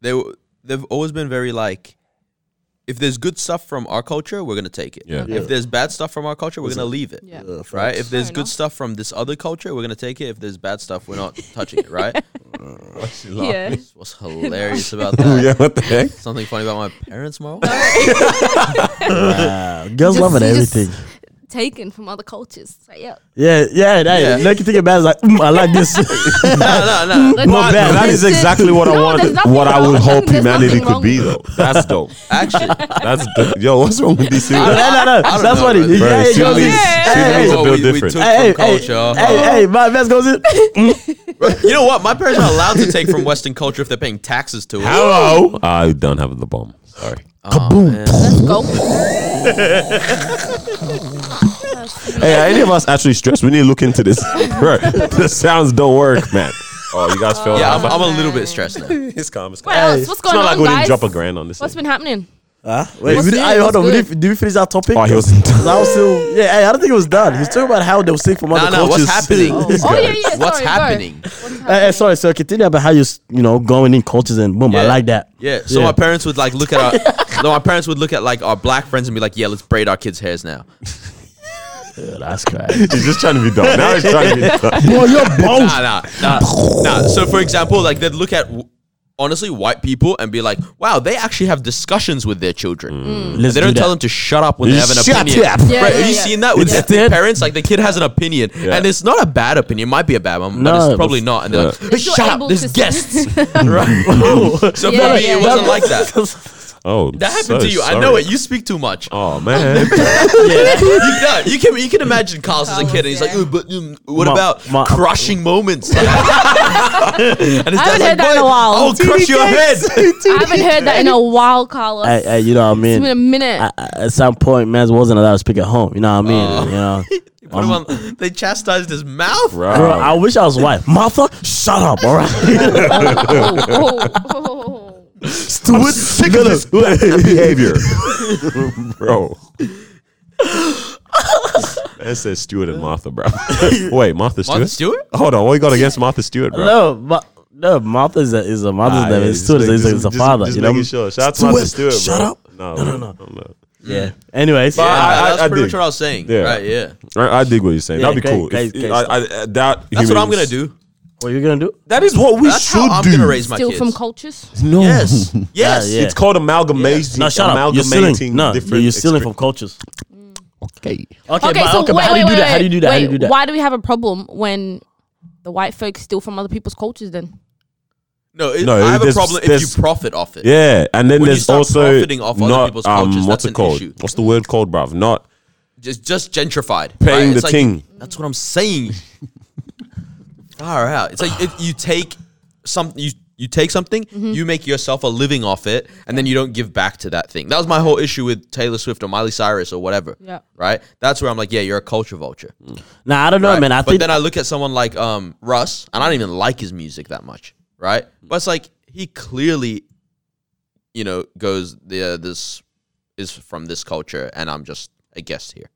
Speaker 2: they were they've always been very like, if there's good stuff from our culture, we're gonna take it.
Speaker 3: Yeah.
Speaker 2: If there's bad stuff from our culture, we're gonna leave it.
Speaker 5: yeah.
Speaker 4: Uh,
Speaker 2: Right.
Speaker 4: facts.
Speaker 2: If there's
Speaker 5: Fair
Speaker 2: good
Speaker 5: enough.
Speaker 2: stuff from this other culture, we're gonna take it. If there's bad stuff, we're not touching it.
Speaker 5: [LAUGHS]
Speaker 2: Right.
Speaker 5: yeah.
Speaker 2: That's What's hilarious about
Speaker 4: [LAUGHS]
Speaker 2: that?
Speaker 3: [LAUGHS] Yeah, what the heck?
Speaker 2: Something funny about my parents,
Speaker 5: [LAUGHS]
Speaker 2: Marl?
Speaker 4: Wow. girls
Speaker 5: Just-
Speaker 4: loving
Speaker 5: you just-
Speaker 4: everything.
Speaker 5: Taken from other cultures. So, yeah.
Speaker 4: Yeah, yeah, that,
Speaker 2: Yeah.
Speaker 4: yeah. Like you think about it, it's like, mm, I like
Speaker 2: [LAUGHS]
Speaker 4: this. [LAUGHS]
Speaker 2: no, no, no.
Speaker 5: Let's-
Speaker 4: Not bad.
Speaker 3: That is
Speaker 5: There's-
Speaker 3: exactly what I
Speaker 5: no,
Speaker 3: wanted.
Speaker 5: there's nothing
Speaker 3: What I
Speaker 5: wrong.
Speaker 3: would hope
Speaker 5: There's
Speaker 3: humanity
Speaker 5: nothing
Speaker 3: could
Speaker 5: wrong.
Speaker 3: be though. That's dope.
Speaker 5: [LAUGHS]
Speaker 2: Actually,
Speaker 3: That's dope. yo. What's wrong with these
Speaker 4: no,
Speaker 3: things?
Speaker 4: no, no.
Speaker 2: don't
Speaker 4: That's
Speaker 2: know,
Speaker 4: what it
Speaker 2: bro.
Speaker 4: is.
Speaker 3: Bro,
Speaker 4: Yeah,
Speaker 3: Sudanese-
Speaker 4: yeah, yeah.
Speaker 3: Sudanese
Speaker 4: Hey,
Speaker 3: are built
Speaker 2: we, we
Speaker 3: different.
Speaker 2: took
Speaker 4: Hey,
Speaker 2: from
Speaker 4: hey,
Speaker 2: culture.
Speaker 4: hey, hey, my best goes
Speaker 2: [LAUGHS]
Speaker 4: in. Mm.
Speaker 2: You know what? My parents are allowed to take from Western culture if they're paying taxes to it.
Speaker 3: Hello. I don't have the bomb. Sorry.
Speaker 5: Let's [LAUGHS] go.
Speaker 3: [LAUGHS] Hey, are any of us actually stressed? We need to look into
Speaker 5: [LAUGHS]
Speaker 3: this, bro. The sounds don't work, man. Oh, you guys feel
Speaker 2: Yeah, I'm,
Speaker 3: that?
Speaker 2: I'm a little bit stressed now.
Speaker 3: it's calm. It's calm.
Speaker 5: What else?
Speaker 3: It's
Speaker 5: What's going
Speaker 3: not like
Speaker 5: on,
Speaker 3: we
Speaker 5: guys?
Speaker 3: didn't drop a grand on this.
Speaker 5: What's
Speaker 3: thing.
Speaker 5: been happening?
Speaker 4: Huh? Wait,
Speaker 5: What's
Speaker 4: we,
Speaker 5: good?
Speaker 4: hey, hold on.
Speaker 5: What's
Speaker 4: we
Speaker 5: good?
Speaker 4: did, did we finish our topic?
Speaker 3: Oh, he was. [LAUGHS]
Speaker 4: That was still. Yeah, hey, I don't think it was done. He was talking about how they were sick from
Speaker 2: No,
Speaker 4: other
Speaker 2: no,
Speaker 4: cultures.
Speaker 2: what's happening?
Speaker 5: Oh yeah, yeah.
Speaker 2: What's
Speaker 5: sorry, go.
Speaker 2: happening?
Speaker 4: Hey, hey, sorry, sir. Continue about how you, s- you know, going in cultures and boom. I
Speaker 2: Yeah.
Speaker 4: like that.
Speaker 2: Yeah. So my parents would like look at our, no, my parents would look at like our black friends and be like, "Yeah, let's braid our kids' hairs now."
Speaker 4: Yeah,
Speaker 2: [LAUGHS]
Speaker 4: that's crazy.
Speaker 3: He's just trying to be dumb. Now he's trying to be dumb.
Speaker 4: Boy, you're bold.
Speaker 2: Nah, nah, nah, nah. So for example, like they'd look at w- honestly white people and be like, wow, they actually have discussions with their children.
Speaker 4: Let's
Speaker 2: they don't
Speaker 4: do
Speaker 2: tell
Speaker 4: that.
Speaker 2: them to shut up when they have an
Speaker 4: Shut
Speaker 2: opinion.
Speaker 4: up.
Speaker 5: Yeah,
Speaker 2: right?
Speaker 5: yeah,
Speaker 2: have you
Speaker 5: yeah.
Speaker 2: seen that with
Speaker 4: Yeah.
Speaker 2: ethnic parents? Like the kid has an opinion, and it's not a bad opinion. It might be a bad one,
Speaker 4: No,
Speaker 2: but
Speaker 4: it
Speaker 2: it's probably
Speaker 4: was-
Speaker 2: not. And they're like, "Hey,
Speaker 5: If you're
Speaker 2: shut up,
Speaker 5: able
Speaker 2: there's
Speaker 5: to- [LAUGHS]
Speaker 2: guests. [LAUGHS]
Speaker 4: [LAUGHS]
Speaker 2: right? so
Speaker 5: Yeah,
Speaker 2: maybe
Speaker 5: yeah,
Speaker 2: it wasn't
Speaker 5: yeah.
Speaker 2: like that.
Speaker 3: [LAUGHS] Oh,
Speaker 2: That happened
Speaker 3: so
Speaker 2: to you. I know
Speaker 3: sorry.
Speaker 2: it. You speak too much.
Speaker 3: Oh
Speaker 2: [LAUGHS]
Speaker 3: man.
Speaker 4: Oh,
Speaker 2: you, no, you can you can imagine Carlos as a kid, and he's
Speaker 5: Carlos,
Speaker 2: like, "Ooh, but mm, what
Speaker 4: Ma-
Speaker 2: about
Speaker 4: ma-
Speaker 2: crushing moments? [LAUGHS] and his dad's
Speaker 5: heard
Speaker 2: like,
Speaker 5: that in a
Speaker 2: "Boy,
Speaker 5: while."
Speaker 2: I'll crush your head. [LAUGHS]
Speaker 5: I haven't heard that in a while, Carlos.
Speaker 4: Hey, hey, you know what I
Speaker 5: it's been a
Speaker 4: mean?
Speaker 5: minute.
Speaker 4: I, I- at some point, man wasn't allowed to speak at home. You know what I mean?
Speaker 2: Oh.
Speaker 4: you know.
Speaker 2: Put him
Speaker 4: Um,
Speaker 2: on- they chastised his mouth.
Speaker 3: Bro.
Speaker 4: Bro, I wish I was white. Martha, shut up, all right?
Speaker 2: [LAUGHS]
Speaker 5: oh, oh, oh.
Speaker 3: I'm sick of this behavior,
Speaker 2: [LAUGHS]
Speaker 3: bro. That says Stewart and Martha,
Speaker 2: [LAUGHS]
Speaker 3: bro. Wait, Martha Stewart.
Speaker 2: Martha Stewart?
Speaker 3: Hold on, what you got against Martha Stewart, bro?
Speaker 4: [LAUGHS] no, but no, Martha is a, is a mother's
Speaker 3: Ah,
Speaker 4: name.
Speaker 3: yeah,
Speaker 4: It's
Speaker 3: just
Speaker 4: still
Speaker 3: make-
Speaker 4: it's,
Speaker 3: just-
Speaker 4: it's a
Speaker 3: just-
Speaker 4: father.
Speaker 3: just
Speaker 4: you know.
Speaker 3: making sure. Shout out to Martha Stewart,
Speaker 4: Stewart, shut
Speaker 3: bro.
Speaker 4: up.
Speaker 3: No,
Speaker 4: No, no,
Speaker 3: no, no.
Speaker 4: Yeah. Anyways,
Speaker 2: Yeah,
Speaker 3: I- I-
Speaker 2: that's
Speaker 3: I
Speaker 2: pretty
Speaker 3: did.
Speaker 2: much what I was saying.
Speaker 3: Yeah.
Speaker 2: Right? Yeah.
Speaker 3: I, I dig what you're saying.
Speaker 4: Yeah,
Speaker 3: That'd be
Speaker 4: great,
Speaker 3: cool.
Speaker 4: great,
Speaker 3: If-
Speaker 4: great
Speaker 3: I, I, I doubt
Speaker 2: That's what I'm gonna
Speaker 3: humans-
Speaker 2: do.
Speaker 4: what are you gonna do?
Speaker 3: That is what we
Speaker 2: That's
Speaker 3: should
Speaker 2: how I'm
Speaker 3: do.
Speaker 2: gonna raise my
Speaker 5: Still
Speaker 2: kids.
Speaker 5: from cultures.
Speaker 3: no.
Speaker 2: yes.
Speaker 3: [LAUGHS]
Speaker 2: Yes.
Speaker 4: yeah.
Speaker 3: It's called amalgamation.
Speaker 4: No, shut up. You're stealing.
Speaker 3: amalgamating
Speaker 4: No,
Speaker 3: different
Speaker 4: you're stealing
Speaker 3: expe-
Speaker 4: from cultures.
Speaker 3: Okay.
Speaker 4: Okay, but, okay, but how do you do that? How do you do that? how do you do that?
Speaker 5: Why do we have a problem when the white folks steal from other people's cultures? Then
Speaker 2: No. It,
Speaker 3: No,
Speaker 2: I have a
Speaker 3: there's-
Speaker 2: problem if
Speaker 3: there's-
Speaker 2: you profit off it.
Speaker 3: Yeah, and then
Speaker 2: When you
Speaker 3: there's
Speaker 2: start
Speaker 3: also
Speaker 2: profiting off other
Speaker 3: not
Speaker 2: people's
Speaker 3: um,
Speaker 2: cultures,
Speaker 3: what's
Speaker 2: that's
Speaker 3: it
Speaker 2: an
Speaker 3: called?
Speaker 2: issue.
Speaker 3: What's the word called, bruv? Not
Speaker 2: Just just gentrified.
Speaker 3: Paying
Speaker 2: right?
Speaker 3: the
Speaker 2: It's like-
Speaker 3: ting.
Speaker 2: That's what I'm
Speaker 3: [LAUGHS]
Speaker 2: saying. Far out. It's like if you take some you you take something,
Speaker 5: Mm-hmm.
Speaker 2: you make yourself a living off it, and then you don't give back to that thing. That was my whole issue with Taylor Swift or Miley Cyrus or whatever.
Speaker 5: Yeah.
Speaker 2: Right. That's where I'm like, yeah, you're a culture vulture.
Speaker 4: Nah, I don't know,
Speaker 2: right?
Speaker 4: man. I
Speaker 2: but
Speaker 4: think
Speaker 2: then I look at someone like um Russ, and I don't even like his music that much, right? But it's like he clearly, you know, goes the this is from this culture, and I'm just a guest here,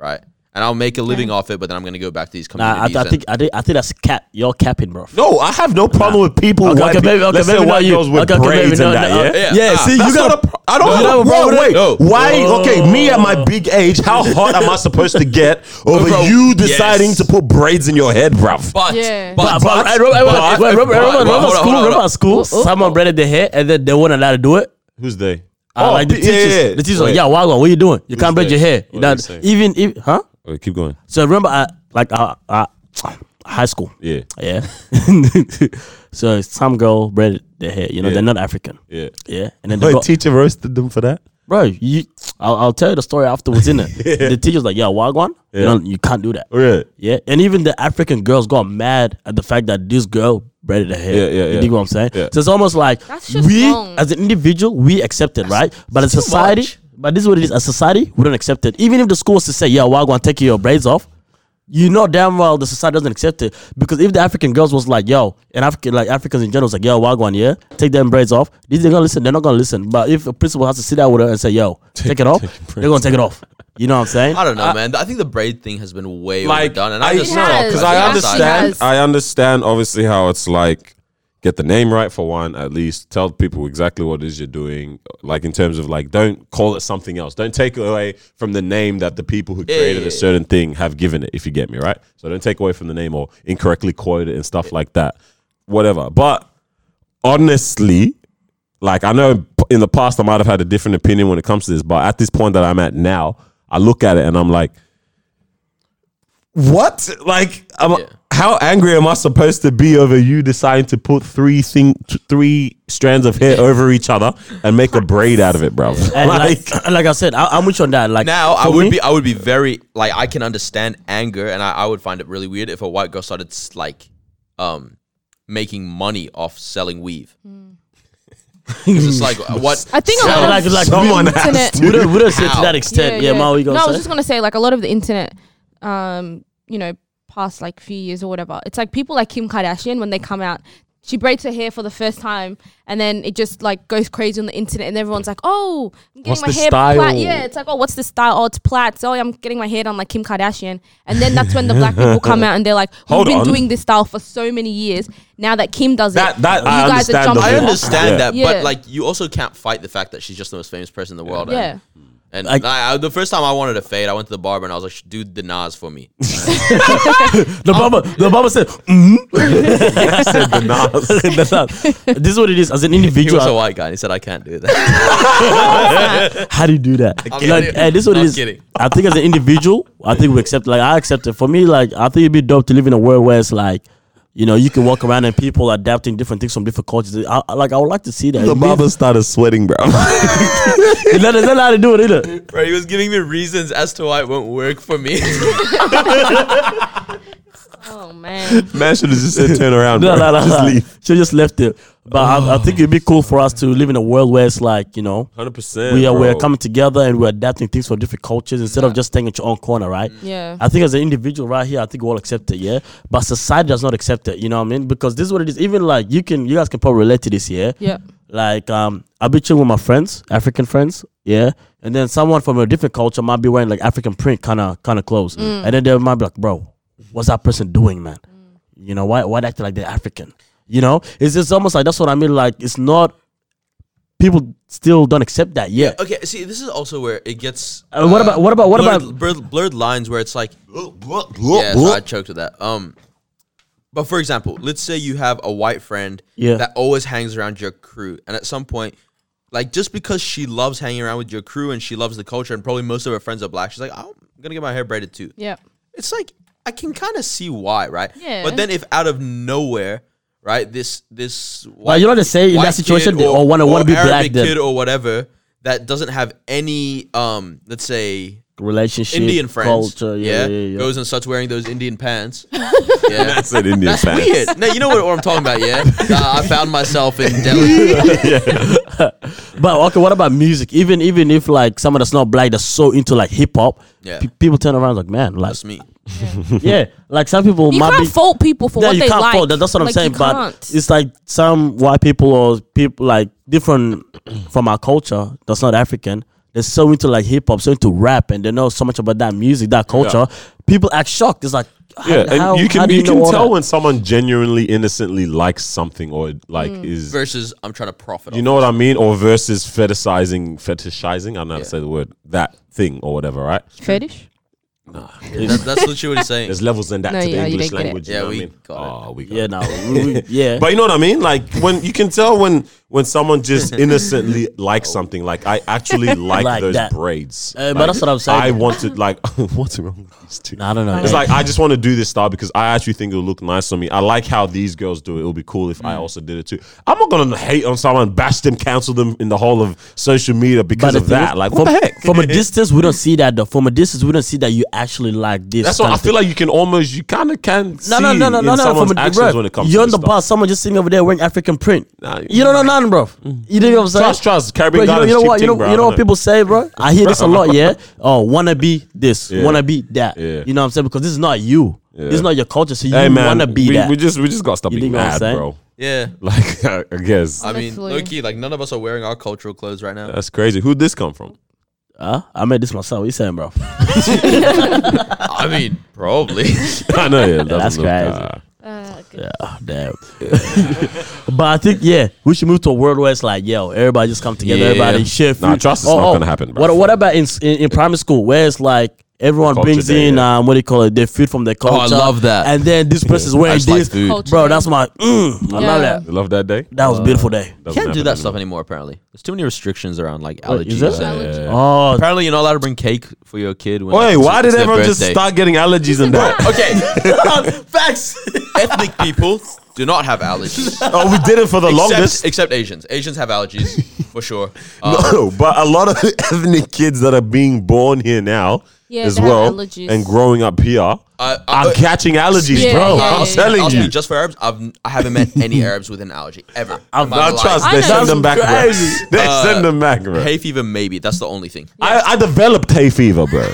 Speaker 2: right? And I'll make a living off it, but then I'm gonna go back to these
Speaker 4: Nah, I,
Speaker 2: communities.
Speaker 4: I think I think I think that's cap. You're capping, bro.
Speaker 3: No, I have no problem with people.
Speaker 4: Okay,
Speaker 3: white
Speaker 4: okay,
Speaker 3: people.
Speaker 4: maybe- okay,
Speaker 3: Let's say
Speaker 4: maybe not
Speaker 3: white
Speaker 4: you.
Speaker 3: girls with
Speaker 4: Okay, okay, maybe
Speaker 3: braids and
Speaker 4: no,
Speaker 3: that.
Speaker 4: no,
Speaker 3: yeah.
Speaker 4: okay.
Speaker 2: and,
Speaker 4: Yeah, see, you
Speaker 3: That's
Speaker 4: got-
Speaker 3: not a pro- I don't
Speaker 2: No,
Speaker 3: know.
Speaker 2: no,
Speaker 3: Bro,
Speaker 2: bro,
Speaker 3: wait.
Speaker 2: no.
Speaker 3: Why?
Speaker 4: No.
Speaker 3: Okay, me at my big age, how hot am I supposed to get over
Speaker 2: Bro,
Speaker 3: you deciding
Speaker 2: yes.
Speaker 3: to put braids in your head, bruv?
Speaker 2: But,
Speaker 5: Yeah.
Speaker 2: but,
Speaker 4: But, but, I remember, I remember,
Speaker 2: but-
Speaker 4: wait, remember,
Speaker 2: but-
Speaker 4: remember,
Speaker 2: but- hold on,
Speaker 4: remember school,
Speaker 2: hold on,
Speaker 4: remember
Speaker 2: hold on.
Speaker 4: school.
Speaker 5: Oh, oh,
Speaker 4: someone
Speaker 5: oh.
Speaker 4: braided their hair, and then they weren't allowed to do it.
Speaker 3: Who's they?
Speaker 4: Uh, like the
Speaker 3: Oh, yeah,
Speaker 4: teachers,
Speaker 3: yeah, yeah.
Speaker 4: the teachers, were like,
Speaker 3: Wait.
Speaker 4: yeah, Wagwan, what are you doing? You can't braid
Speaker 3: this?
Speaker 4: your hair.
Speaker 3: What
Speaker 4: You
Speaker 3: are
Speaker 4: don't-
Speaker 3: you saying?
Speaker 4: even, even, huh?
Speaker 3: Wait, keep going.
Speaker 4: So remember, I like uh, uh, high school.
Speaker 3: Yeah,
Speaker 4: Yeah. [LAUGHS] so some girl braided their hair. You know,
Speaker 3: Yeah.
Speaker 4: they're not African.
Speaker 3: yeah.
Speaker 4: Yeah, and then they
Speaker 3: Wait,
Speaker 4: got,
Speaker 3: teacher roasted them for that.
Speaker 4: bro, you, I'll, I'll tell you the story afterwards.
Speaker 3: [LAUGHS]
Speaker 4: In it, the teacher's like, yeah, Wagwan, you
Speaker 3: Yeah. Oh,
Speaker 4: know, you can't do that.
Speaker 3: Yeah.
Speaker 4: Yeah, and even the African girls got mad at the fact that this girl braided her hair.
Speaker 3: Yeah, yeah,
Speaker 4: You
Speaker 3: yeah.
Speaker 4: dig what I'm saying?
Speaker 3: Yeah.
Speaker 4: So it's almost like
Speaker 5: That's just
Speaker 4: we,
Speaker 5: wrong.
Speaker 4: as an individual, we accept it, right? But as
Speaker 2: too
Speaker 4: society,
Speaker 2: much.
Speaker 4: but this is what it is. As society, we don't accept it. Even if the school was to say, "Yeah, we're gonna take your braids off," you know damn well the society doesn't accept it because if the African girls was like, "Yo," and African like Africans in general was like, "Yo, Wagwan, yeah, take them braids off." These they're gonna listen. They're not gonna listen. But if a principal has to sit down with her and say, "Yo, take it off," they're gonna take it off. You know what I'm saying?
Speaker 2: I don't know, man. I think the braid thing has been way overdone, and I, just
Speaker 5: It
Speaker 2: know
Speaker 5: has.
Speaker 3: because
Speaker 5: I
Speaker 3: I
Speaker 5: think
Speaker 3: understand.
Speaker 5: has.
Speaker 3: I understand obviously how it's like. Get the name right for one, at least. Tell people exactly what it is you're doing. Like in terms of like, don't call it something else. Don't take away from the name that the people who created
Speaker 2: yeah, yeah.
Speaker 3: a certain thing have given it. If you get me right, so don't take away from the name or incorrectly quote it and stuff like that. Whatever. But honestly, like I know p- in the past I might have had a different opinion when it comes to this, but at this point that I'm at now, I look at it and I'm like, what? Like, am I-
Speaker 2: Yeah.
Speaker 3: how angry am I supposed to be over you deciding to put three thing, t- three strands of hair over each other and make a braid out of it, bro?
Speaker 4: [LAUGHS]
Speaker 3: [LAUGHS]
Speaker 4: And like, like, I said, I, I'm with you on that. Like
Speaker 2: Now I
Speaker 4: for
Speaker 2: would
Speaker 4: me-
Speaker 2: be I would be very like I can understand anger and I, I would find it really weird if a white girl started s- like um making money off selling weave. [LAUGHS] it's just like uh, what
Speaker 5: Hmm. I think a
Speaker 4: Yeah,
Speaker 5: lot of
Speaker 4: like- like
Speaker 3: someone
Speaker 5: internet-
Speaker 3: has to.
Speaker 4: we don't, we don't say to
Speaker 2: How?
Speaker 4: that extent. Yeah, Ma, what you gonna
Speaker 5: no, I was
Speaker 4: say?
Speaker 5: just gonna say like a lot of the internet, um, you know, past like few years or whatever. It's like people like Kim Kardashian when they come out, she braids her hair for the first time, and then it just like goes crazy on the internet, and everyone's like, "Oh, I'm getting
Speaker 3: What's
Speaker 5: my
Speaker 3: the
Speaker 5: hair
Speaker 3: style?
Speaker 5: plait." Yeah, it's like, "Oh, what's the style? Oh, it's plaits. Oh, I'm getting my hair done like Kim Kardashian." And then that's when the black people come out and they're like, "We've
Speaker 3: [LAUGHS] Hold
Speaker 5: been
Speaker 3: on.
Speaker 5: doing this style for so many years. Now that Kim does
Speaker 3: That-
Speaker 5: it,
Speaker 3: that
Speaker 5: you
Speaker 3: I
Speaker 5: guys
Speaker 3: understand
Speaker 5: are
Speaker 3: the
Speaker 5: jumping."
Speaker 2: I
Speaker 3: Yeah.
Speaker 5: off."
Speaker 2: understand that,
Speaker 5: Yeah.
Speaker 2: but like you also can't fight the fact that she's just the most famous person in the world.
Speaker 5: Yeah.
Speaker 2: And And
Speaker 4: Like-
Speaker 2: I, I, the first time I wanted a fade, I went to the barber and I was like, "Do the Nas for me."
Speaker 4: The barber, the barber
Speaker 5: [LAUGHS]
Speaker 4: said, [LAUGHS] mm? the Nas. This is what it is. As an
Speaker 2: He was a
Speaker 4: individual,
Speaker 2: white guy. and He said, "I can't do that." [LAUGHS]
Speaker 4: how do you do that?
Speaker 2: I'm kidding.
Speaker 4: Like, eh, this is what
Speaker 2: I'm
Speaker 4: it is.
Speaker 2: kidding.
Speaker 4: I think as an individual, I think we accept. Like, I accept it. For me, like, I think it'd be dope to live in a world where it's like, you know, you can walk around and people adapting different things from different cultures. I, I- like, I would like to see that.
Speaker 6: The
Speaker 4: It [LAUGHS]
Speaker 6: barber
Speaker 4: means-
Speaker 6: started sweating, bro.
Speaker 4: There's not- there's not how to do it either.
Speaker 6: [LAUGHS]
Speaker 2: Right? He was giving me reasons as to why it won't work for me. [LAUGHS]
Speaker 5: Oh man.
Speaker 6: Man should have just said turn around,
Speaker 4: No,
Speaker 6: bro.
Speaker 4: no, no.
Speaker 6: Just
Speaker 4: no.
Speaker 6: leave.
Speaker 4: She just left it. But I, I think it'd be cool for us to live in a world where it's like, you know,
Speaker 3: Hundred percent.
Speaker 4: we are we're coming together and we're adapting things for different cultures instead of just staying at your own corner, right?
Speaker 5: Yeah.
Speaker 4: I think as an individual right here, I think we all accept it, yeah. But society does not accept it, you know what I mean? Because this is what it is. Even like you can you guys can probably relate to this, yeah.
Speaker 5: Yeah.
Speaker 4: Like um I'll be chilling with my friends, African friends, yeah. And then someone from a different culture might be wearing like African print kind of kind of clothes. And then they might be like, bro, what's that person doing, man? You know, why why they acting like they're African? You know? It's just almost like that's what I mean. Like it's not people still don't accept that yet.
Speaker 2: okay, see, this is also where it gets.
Speaker 4: Uh, what about- what about- what
Speaker 2: blurred,
Speaker 4: about-
Speaker 2: blurred, blurred lines where it's like, yeah, so I choked with that. Um, but for example, let's say you have a white friend
Speaker 4: Yeah.
Speaker 2: that always hangs around your crew, and at some point, like just because she loves hanging around with your crew and she loves the culture, and probably most of her friends are black, she's like, "Oh, I'm gonna get my hair braided too.
Speaker 5: Yeah.
Speaker 2: It's like I can kind of see why, right?
Speaker 5: Yeah.
Speaker 2: But then if out of nowhere, right, this this white,
Speaker 4: you know what they say in that
Speaker 2: white
Speaker 4: situation,
Speaker 2: kid
Speaker 4: they all wanna- wanna be
Speaker 2: Arabic
Speaker 4: black then.
Speaker 2: kid or whatever that doesn't have any um, let's say
Speaker 4: Relationship,
Speaker 2: Indian friends.
Speaker 4: culture,
Speaker 2: yeah,
Speaker 4: yeah, yeah, yeah.
Speaker 2: Goes and starts wearing those Indian
Speaker 3: [LAUGHS]
Speaker 2: pants. yeah.
Speaker 6: Said Indian
Speaker 2: That's
Speaker 6: pants.
Speaker 2: weird. No, you know what, what I'm talking about,
Speaker 3: [LAUGHS]
Speaker 2: yeah? Uh, I found myself in Delhi.
Speaker 4: But okay, what about music? Even even if like someone that's not black that's so into like hip hop,
Speaker 2: Yeah.
Speaker 4: pe- people turn around like, man, like
Speaker 2: That's me.
Speaker 4: yeah, like some people
Speaker 5: You
Speaker 4: might
Speaker 5: can't
Speaker 4: be.
Speaker 5: fault people for
Speaker 4: yeah,
Speaker 5: what
Speaker 4: you
Speaker 5: they
Speaker 4: can't
Speaker 5: like.
Speaker 4: fault that. That's what I'm
Speaker 5: Like, you
Speaker 4: saying. But
Speaker 5: can't.
Speaker 4: it's like some white people or people like different from our culture that's not African. They're so into like hip hop, so into rap, and they know so much about that music, that culture. People act shocked. It's like, how-
Speaker 3: Yeah, and
Speaker 4: how-
Speaker 3: you
Speaker 4: how
Speaker 3: can
Speaker 4: do
Speaker 3: you,
Speaker 4: know
Speaker 3: can
Speaker 4: all
Speaker 3: tell
Speaker 4: that?
Speaker 3: when someone genuinely innocently likes something or like is
Speaker 2: Versus I'm trying to profit
Speaker 3: you
Speaker 2: off.
Speaker 3: know what I mean or versus fetishizing fetishizing. I don't know how to say the word that thing or whatever. Right?
Speaker 5: fetish.
Speaker 2: That- that's literally what he's saying.
Speaker 3: There's levels in that
Speaker 5: No,
Speaker 3: to the
Speaker 5: yeah, you
Speaker 3: English
Speaker 5: didn't get it.
Speaker 3: language. you
Speaker 2: Yeah,
Speaker 3: know what
Speaker 2: we
Speaker 3: I mean?
Speaker 2: got
Speaker 3: oh, we got
Speaker 4: Yeah,
Speaker 3: it.
Speaker 4: no,
Speaker 3: [LAUGHS]
Speaker 4: we- we- yeah.
Speaker 3: But you know what I mean? Like when you can tell when when someone
Speaker 4: [LAUGHS]
Speaker 3: just innocently likes something. Like I actually like,
Speaker 4: Oh. Like
Speaker 3: those
Speaker 4: that.
Speaker 3: braids.
Speaker 4: Uh, but
Speaker 3: Like,
Speaker 4: that's what I'm saying.
Speaker 3: I wanted like [LAUGHS] what's wrong with these two?
Speaker 4: Nah, I don't know.
Speaker 3: It's like I just want to do this style because I actually think it'll look nice on me. I like how these girls do it. It'll be cool if
Speaker 4: Mm.
Speaker 3: I also did it too. I'm not gonna hate on someone, bash them, cancel them in the whole of social media because
Speaker 4: But
Speaker 3: of
Speaker 4: the thing
Speaker 3: that.
Speaker 4: is,
Speaker 3: Like
Speaker 4: from,
Speaker 3: what the heck?
Speaker 4: From a distance, we don't see that though. From a distance, we don't see that you actually like
Speaker 3: [LAUGHS]
Speaker 4: this. [LAUGHS]
Speaker 3: That's what
Speaker 4: kind
Speaker 3: I
Speaker 4: of
Speaker 3: feel
Speaker 4: thing.
Speaker 3: like you can almost you kind of can see
Speaker 4: No, no, no, no,
Speaker 3: in
Speaker 4: no, no.
Speaker 3: someone's
Speaker 4: From a
Speaker 3: actions
Speaker 4: bro,
Speaker 3: when it comes.
Speaker 4: you're
Speaker 3: to
Speaker 4: in the
Speaker 3: this stuff.
Speaker 4: bus. Someone just sitting over there wearing African print.
Speaker 3: Nah, you-
Speaker 4: you don't know nothing, bro. You dig what I'm saying?
Speaker 3: Trust, trust.
Speaker 4: Bro,
Speaker 3: Caribbean
Speaker 4: you know,
Speaker 3: Ghana's
Speaker 4: you know
Speaker 3: cheap
Speaker 4: what? You know,
Speaker 3: thing, bro.
Speaker 4: you know
Speaker 3: I
Speaker 4: what
Speaker 3: don't
Speaker 4: people say, bro. I hear this a
Speaker 3: [LAUGHS]
Speaker 4: lot. Yeah. Oh, wanna be this,
Speaker 3: Yeah.
Speaker 4: wanna be that.
Speaker 3: Yeah.
Speaker 4: You know what I'm saying? Because this is not you. This is not your culture. So you
Speaker 3: Hey man,
Speaker 4: wanna be
Speaker 3: we,
Speaker 4: that.
Speaker 3: we just we just gotta stop
Speaker 4: You
Speaker 3: being
Speaker 4: dig what I'm
Speaker 3: mad,
Speaker 4: saying?
Speaker 3: bro. [LAUGHS]
Speaker 2: Yeah.
Speaker 3: Like I, I guess
Speaker 2: I mean,
Speaker 5: Honestly.
Speaker 2: low key, like none of us are wearing our cultural clothes right now.
Speaker 3: that's crazy. Who'd this come from? [LAUGHS]
Speaker 4: Huh? I made this myself. What you saying, bro?
Speaker 2: I mean,
Speaker 3: [LAUGHS]
Speaker 2: probably.
Speaker 3: I know, yeah, it doesn't
Speaker 4: that's
Speaker 3: look,
Speaker 4: crazy.
Speaker 3: uh,
Speaker 5: Uh, good.
Speaker 4: Oh, damn. [LAUGHS] but I think yeah, we should move to a world where it's like, yo, everybody just come together,
Speaker 3: Yeah.
Speaker 4: everybody share food. Oh,
Speaker 3: Nah, trust it's not gonna happen, bro.
Speaker 4: What, what about in, in in primary school where it's like everyone
Speaker 3: Culture
Speaker 4: brings
Speaker 3: day,
Speaker 4: in
Speaker 3: yeah.
Speaker 4: um what do you call it their food from their
Speaker 2: Oh, I
Speaker 4: culture.
Speaker 2: love that.
Speaker 4: And then
Speaker 3: [LAUGHS]
Speaker 4: this person's wearing
Speaker 2: just like
Speaker 4: this,
Speaker 2: food.
Speaker 5: Culture
Speaker 4: bro.
Speaker 5: day.
Speaker 4: That's my mm, I
Speaker 5: Yeah.
Speaker 4: love that.
Speaker 3: love that day.
Speaker 4: That was a beautiful day.
Speaker 2: You
Speaker 3: Doesn't
Speaker 2: can't do
Speaker 3: happen
Speaker 2: that stuff anymore,
Speaker 3: anymore.
Speaker 2: apparently. There's too many restrictions around like
Speaker 4: Wait, is
Speaker 2: allergies.
Speaker 4: there?
Speaker 2: and-
Speaker 5: Allergy.
Speaker 4: Oh,
Speaker 2: Apparently, you're not allowed to bring cake for your kid. When,
Speaker 3: Wait,
Speaker 2: like, it's-
Speaker 3: why
Speaker 2: it's
Speaker 3: did
Speaker 2: their
Speaker 3: everyone just
Speaker 2: birthday.
Speaker 3: start getting allergies and that? [LAUGHS]
Speaker 2: Okay. Facts. Ethnic people do not have allergies.
Speaker 3: oh, we did it for the
Speaker 2: except,
Speaker 3: longest.
Speaker 2: except Asians. Asians have allergies for sure. Uh,
Speaker 3: [LAUGHS] No, but a lot of [LAUGHS] ethnic kids that are being born here now
Speaker 5: Yeah,
Speaker 3: as
Speaker 5: they have
Speaker 3: well
Speaker 5: allergies.
Speaker 3: and growing up here
Speaker 2: I- I-
Speaker 3: are catching allergies,
Speaker 5: Yeah,
Speaker 3: bro.
Speaker 5: yeah,
Speaker 3: I'm
Speaker 5: yeah,
Speaker 3: telling
Speaker 2: I'll
Speaker 3: you.
Speaker 2: speak just for Arabs, I've I haven't met
Speaker 3: [LAUGHS]
Speaker 2: any Arabs with an allergy ever.
Speaker 4: I've-
Speaker 2: in my
Speaker 3: I
Speaker 2: life.
Speaker 3: trust.
Speaker 5: I
Speaker 3: They
Speaker 5: know.
Speaker 3: send them back,
Speaker 4: That's
Speaker 3: bro.
Speaker 4: crazy.
Speaker 3: [LAUGHS] They send them back, bro.
Speaker 2: Hay fever, maybe that's the only thing.
Speaker 3: I, I developed hay fever, [LAUGHS] bro.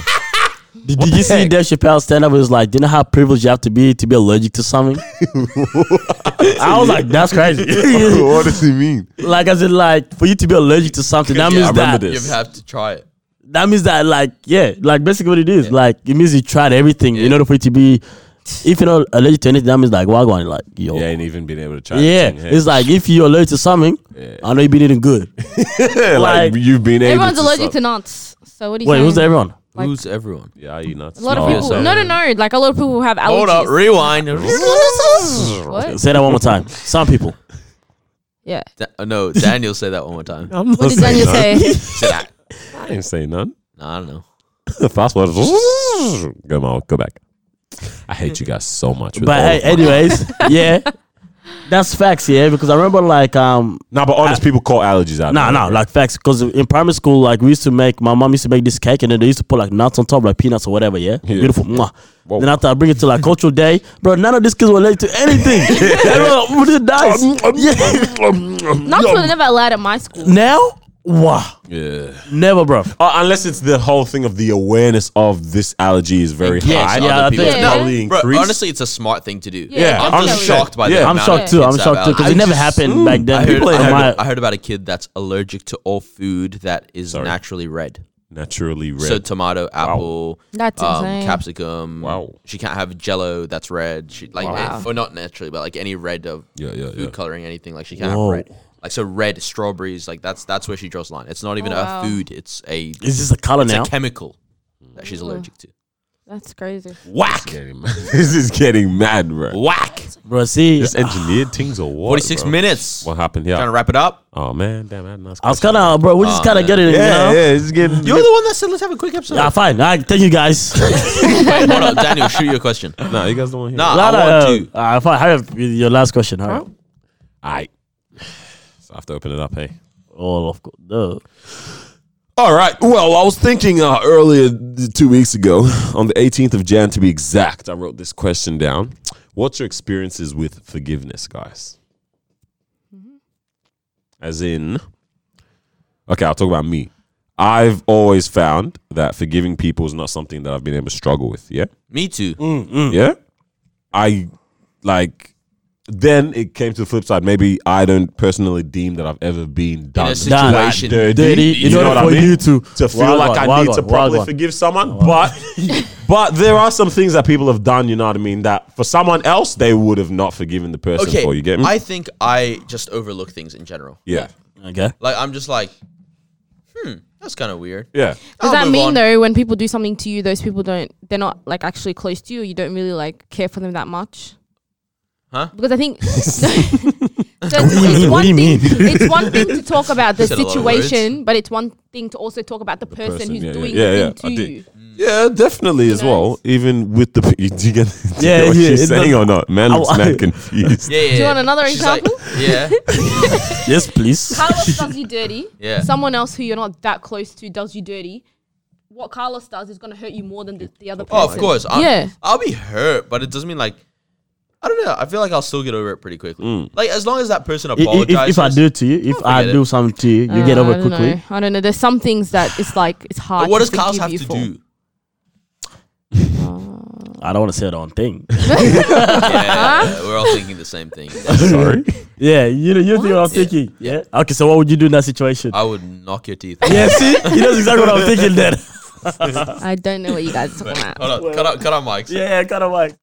Speaker 4: did, did you see Dave Chappelle stand up? It was like, do you know how privileged you have to be to be allergic to
Speaker 3: [LAUGHS]
Speaker 4: something? I was like, that's crazy.
Speaker 3: [LAUGHS] what does he mean?
Speaker 4: like, as in, like, for you to be allergic to something, that
Speaker 2: Yeah,
Speaker 4: means
Speaker 2: I
Speaker 3: remember
Speaker 4: that
Speaker 3: this.
Speaker 2: You have to try it.
Speaker 4: that means that like yeah like basically what it is like it means you tried everything in order for you to be if you're not allergic to anything that means like wagwan like yo
Speaker 3: Yeah,
Speaker 4: yeah,
Speaker 3: ain't even been able to try.
Speaker 4: it's like if you're allergic to something I know you've been eating good
Speaker 3: like,
Speaker 4: like-
Speaker 3: you've been able.
Speaker 5: Everyone's
Speaker 3: to
Speaker 5: allergic
Speaker 3: suck.
Speaker 5: to nuts. So what do you
Speaker 4: Wait,
Speaker 5: saying?
Speaker 4: who's the everyone?
Speaker 5: Like-
Speaker 2: Who's everyone?
Speaker 3: Yeah, are you nuts?
Speaker 5: A lot of
Speaker 2: Oh,
Speaker 5: people.
Speaker 2: so-
Speaker 3: [LAUGHS]
Speaker 5: No, [LAUGHS] no, no. Like a lot of people have allergies.
Speaker 2: Hold up, rewind.
Speaker 5: What?
Speaker 4: Say that one more time. Some people.
Speaker 5: Yeah.
Speaker 2: [LAUGHS] Da- uh,
Speaker 3: [LAUGHS]
Speaker 2: no, Daniel said that one more time.
Speaker 3: I'm [LAUGHS] not
Speaker 5: What did Daniel say?
Speaker 4: [LAUGHS]
Speaker 2: Said that. [LAUGHS]
Speaker 3: I didn't say none.
Speaker 2: No, I don't know.
Speaker 3: The fast one. [LAUGHS] Go, Mal, go back. I hate you guys so much.
Speaker 4: But hey, anyways, yeah. That's facts, yeah, because I remember like um
Speaker 3: no, but honest people call allergies out. [LAUGHS]
Speaker 4: no no like facts because in primary school like we used to make my mom used to make this cake and then they used to put like nuts on top like peanuts or whatever yeah,
Speaker 3: Yeah.
Speaker 4: beautiful mwah.
Speaker 3: Whoa.
Speaker 4: then after I bring it to like cultural day bro none of these kids were related
Speaker 2: [LAUGHS]
Speaker 4: to anything Everyone, what is
Speaker 2: Um,
Speaker 4: nice yeah.
Speaker 3: [LAUGHS]
Speaker 5: Nuts were never allowed at
Speaker 4: [LAUGHS]
Speaker 5: my school.
Speaker 4: now wow
Speaker 3: Yeah.
Speaker 4: never
Speaker 2: [LAUGHS]
Speaker 4: bro
Speaker 3: Uh, unless it's the whole thing of the awareness of this allergy is very
Speaker 2: Yes,
Speaker 3: high.
Speaker 4: yeah, I
Speaker 2: other
Speaker 4: think-
Speaker 2: people-
Speaker 5: Yeah.
Speaker 3: Probably
Speaker 2: Bro,
Speaker 3: increased.
Speaker 2: honestly, it's a smart thing to do.
Speaker 5: Yeah,
Speaker 2: I'm just
Speaker 5: definitely.
Speaker 2: shocked by
Speaker 3: Yeah.
Speaker 2: that.
Speaker 4: I'm shocked too I'm shocked too because it never happened back then
Speaker 2: I heard,
Speaker 4: people
Speaker 2: I,
Speaker 4: in
Speaker 2: heard,
Speaker 4: my
Speaker 2: I heard about a kid that's allergic to all food that is
Speaker 3: Sorry.
Speaker 2: naturally red.
Speaker 3: naturally red.
Speaker 2: So tomato, apple,
Speaker 5: That's
Speaker 2: um,
Speaker 5: insane.
Speaker 2: capsicum.
Speaker 3: Wow.
Speaker 2: She can't have jello that's red. She like
Speaker 5: Wow.
Speaker 2: or not naturally, but like any red of
Speaker 3: yeah, yeah,
Speaker 2: food
Speaker 3: yeah.
Speaker 2: coloring, anything like she can't
Speaker 4: Whoa.
Speaker 2: have red. Like so red strawberries, like that's that's where she draws the line. It's not even
Speaker 5: Oh,
Speaker 2: a
Speaker 5: wow.
Speaker 2: food, it's a it's
Speaker 4: it's just a color now
Speaker 2: a chemical that she's allergic to.
Speaker 5: That's crazy.
Speaker 3: Whack. [LAUGHS] this is getting mad, bro.
Speaker 2: Whack.
Speaker 4: bro see
Speaker 3: Just engineered things or what?
Speaker 2: Forty six
Speaker 3: bro?
Speaker 2: minutes.
Speaker 3: What happened
Speaker 2: Trying to
Speaker 3: here?
Speaker 2: wrap it up.
Speaker 3: Oh man, damn! I had a nice
Speaker 4: I was
Speaker 3: question.
Speaker 4: kind of bro we just
Speaker 2: Aw,
Speaker 4: kind of
Speaker 2: man.
Speaker 4: get it you know
Speaker 3: Yeah, yeah. It's getting.
Speaker 2: You're the one that said let's have a quick episode.
Speaker 4: yeah fine alright thank you
Speaker 2: [LAUGHS]
Speaker 4: guys
Speaker 2: Wait, [LAUGHS] hold on, Daniel, shoot your question. No,
Speaker 3: Nah, you guys don't want to hear.
Speaker 2: I
Speaker 4: Nah, nah,
Speaker 2: want
Speaker 4: uh,
Speaker 2: to.
Speaker 4: uh, fine, have your last question alright
Speaker 3: I. So I have to open it up, hey.
Speaker 4: oh of course no.
Speaker 3: All right. Well, I was thinking uh, earlier th- two weeks ago, [LAUGHS] on the 18th of Jan to be exact, I wrote this question down. What's your experiences with forgiveness, guys? Mm-hmm. As in, okay, I'll talk about me. I've always found that forgiving people is not something that I've been able to struggle with. Yeah.
Speaker 2: Me too.
Speaker 4: Mm.
Speaker 3: Yeah. I like then it came to the flip side. Maybe I don't personally deem that I've ever been done
Speaker 4: Done.
Speaker 3: that
Speaker 2: situation.
Speaker 3: dirty.
Speaker 4: Dirty, in order for you to-
Speaker 3: to feel
Speaker 4: Wild
Speaker 3: like
Speaker 4: one,
Speaker 3: I
Speaker 4: wild
Speaker 3: need to
Speaker 4: one, wild
Speaker 3: properly
Speaker 4: one.
Speaker 3: forgive someone,
Speaker 4: [LAUGHS]
Speaker 3: but but there are some things that people have done. You know what I mean? That for someone else they would have not forgiven the person
Speaker 2: Okay.
Speaker 3: for. You get me?
Speaker 2: I think I just overlook things in general.
Speaker 3: yeah,
Speaker 4: okay
Speaker 2: Like I'm just like, hmm, that's kind of weird.
Speaker 3: yeah.
Speaker 5: Does
Speaker 2: I'll
Speaker 5: that
Speaker 2: move
Speaker 5: mean
Speaker 2: on.
Speaker 5: though, when people do something to you, those people don't, they're not like actually close to you, or you don't really like care for them that much?
Speaker 2: Huh?
Speaker 5: Because
Speaker 2: [LAUGHS]
Speaker 5: I think. [LAUGHS] So it's, it's
Speaker 4: mean? What
Speaker 5: one
Speaker 4: do you
Speaker 5: thing,
Speaker 4: mean?
Speaker 5: it's one thing to talk about the
Speaker 2: Said a lot of words.
Speaker 5: situation, but it's one thing to also talk about the, person,
Speaker 3: person,
Speaker 5: who's
Speaker 3: yeah, yeah,
Speaker 5: doing
Speaker 3: yeah, yeah,
Speaker 5: the
Speaker 3: I
Speaker 5: thing to
Speaker 2: [LAUGHS]
Speaker 3: did.
Speaker 5: you.
Speaker 3: Yeah, definitely as
Speaker 5: know?
Speaker 3: well. Even with the, [LAUGHS] you- do you get, do you
Speaker 4: Yeah,
Speaker 3: get what
Speaker 4: yeah, it
Speaker 3: she's saying
Speaker 4: does-
Speaker 3: or not? Man
Speaker 4: I-
Speaker 3: looks
Speaker 4: [LAUGHS]
Speaker 3: mad confused.
Speaker 2: Yeah, yeah.
Speaker 5: you
Speaker 2: yeah.
Speaker 5: want another
Speaker 2: She's like, yeah,
Speaker 4: yes please
Speaker 5: Carlos does you dirty.
Speaker 2: Yeah.
Speaker 5: Someone else who you're not that close to does you dirty. What Carlos does is going to hurt you more than the, the other person.
Speaker 2: Oh, of course. I'm,
Speaker 5: Yeah.
Speaker 2: I'll be hurt, but it doesn't mean like I don't know. I feel like I'll still get over it pretty quickly. Like as long as that person
Speaker 4: I- i- if,
Speaker 2: apologizes.
Speaker 4: if I do it to you, if I
Speaker 2: forget
Speaker 4: do
Speaker 2: it.
Speaker 4: something to you, you get
Speaker 5: Uh,
Speaker 4: over
Speaker 5: I
Speaker 4: it
Speaker 5: don't
Speaker 4: quickly.
Speaker 5: know. I don't know. There's some things that it's like it's hard.
Speaker 2: But what does
Speaker 5: to
Speaker 2: Kyle's
Speaker 5: forgive
Speaker 2: have
Speaker 5: you
Speaker 2: to
Speaker 5: for.
Speaker 2: do?
Speaker 4: I don't want to say the wrong thing. [LAUGHS]
Speaker 2: Yeah, we're all thinking the same thing.
Speaker 3: Sorry.
Speaker 4: yeah, you know, you think what I'm
Speaker 5: What?
Speaker 4: thinking. Yeah. Okay, so what would you do in
Speaker 2: [LAUGHS]
Speaker 4: that situation?
Speaker 2: I would knock your teeth. out.
Speaker 4: yeah, see, he knows exactly what I'm thinking. Then. [LAUGHS]
Speaker 5: I don't know what you guys
Speaker 2: [LAUGHS]
Speaker 5: are talking about.
Speaker 2: Hold on, cut out, cut out mics.
Speaker 4: yeah, kind of like.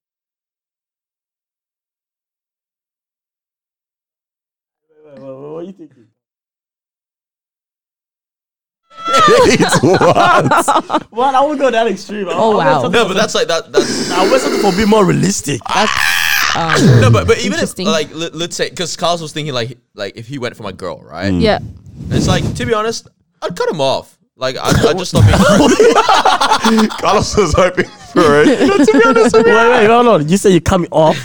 Speaker 4: What are you thinking?
Speaker 3: [LAUGHS] it's what?
Speaker 4: Well, I would go that extreme.
Speaker 5: Oh, wow.
Speaker 2: No, but that's like that.
Speaker 4: [LAUGHS]
Speaker 2: That's
Speaker 4: I want something for be more realistic.
Speaker 2: no, but but even if
Speaker 5: Interesting.
Speaker 2: like let, let's say because Kyle's was thinking like like if he went for my girl, right?
Speaker 5: Yeah.
Speaker 2: It's like to be honest, I'd cut him off. Like I'd, I'd just stop
Speaker 4: [LAUGHS]
Speaker 2: being. friends.
Speaker 3: Carlos was hoping for
Speaker 4: [LAUGHS]
Speaker 3: it.
Speaker 4: wait, wait, hold on. You said you cut me off,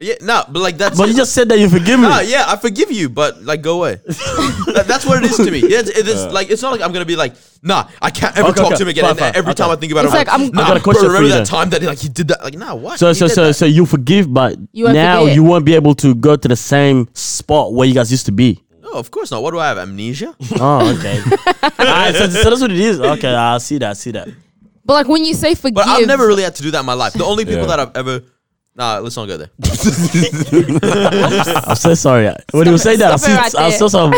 Speaker 2: Yeah, no, but like that's.
Speaker 4: but you just said that you forgive me.
Speaker 2: Nah, yeah, I forgive you, but like go
Speaker 4: [LAUGHS]
Speaker 2: away. That- that's what it is to me. Yeah, It's, it is like it's not like I'm gonna be like, nah, I can't ever
Speaker 4: Okay,
Speaker 2: talk
Speaker 4: okay,
Speaker 2: to him again.
Speaker 4: fine,
Speaker 2: and
Speaker 4: fine,
Speaker 2: every time I
Speaker 4: okay.
Speaker 2: think about
Speaker 5: It's
Speaker 2: it,
Speaker 5: like, I'm- I
Speaker 2: nah,
Speaker 4: got a question
Speaker 2: bro, remember
Speaker 4: for you
Speaker 2: that
Speaker 4: then.
Speaker 2: time that he, like he did that? Like nah, what?
Speaker 4: So
Speaker 2: He
Speaker 4: so
Speaker 2: did
Speaker 4: so
Speaker 2: that.
Speaker 4: so you forgive, but
Speaker 5: You won't
Speaker 4: now
Speaker 5: forget.
Speaker 4: you won't be able to go to the same spot where you guys used to be.
Speaker 2: No, of course not. What do I have? Amnesia?
Speaker 4: [LAUGHS] Oh, [LAUGHS] okay. All right, so, so that's what it is. Okay, I see that. I see that.
Speaker 5: But like when you say forgive,
Speaker 2: But I've never really had to do that in my life. The only people
Speaker 3: Yeah.
Speaker 2: that I've ever nah, let's not go there.
Speaker 4: I'm so sorry. When you say that, I
Speaker 5: Stop
Speaker 4: see.
Speaker 5: it right
Speaker 4: I
Speaker 5: there.
Speaker 4: saw some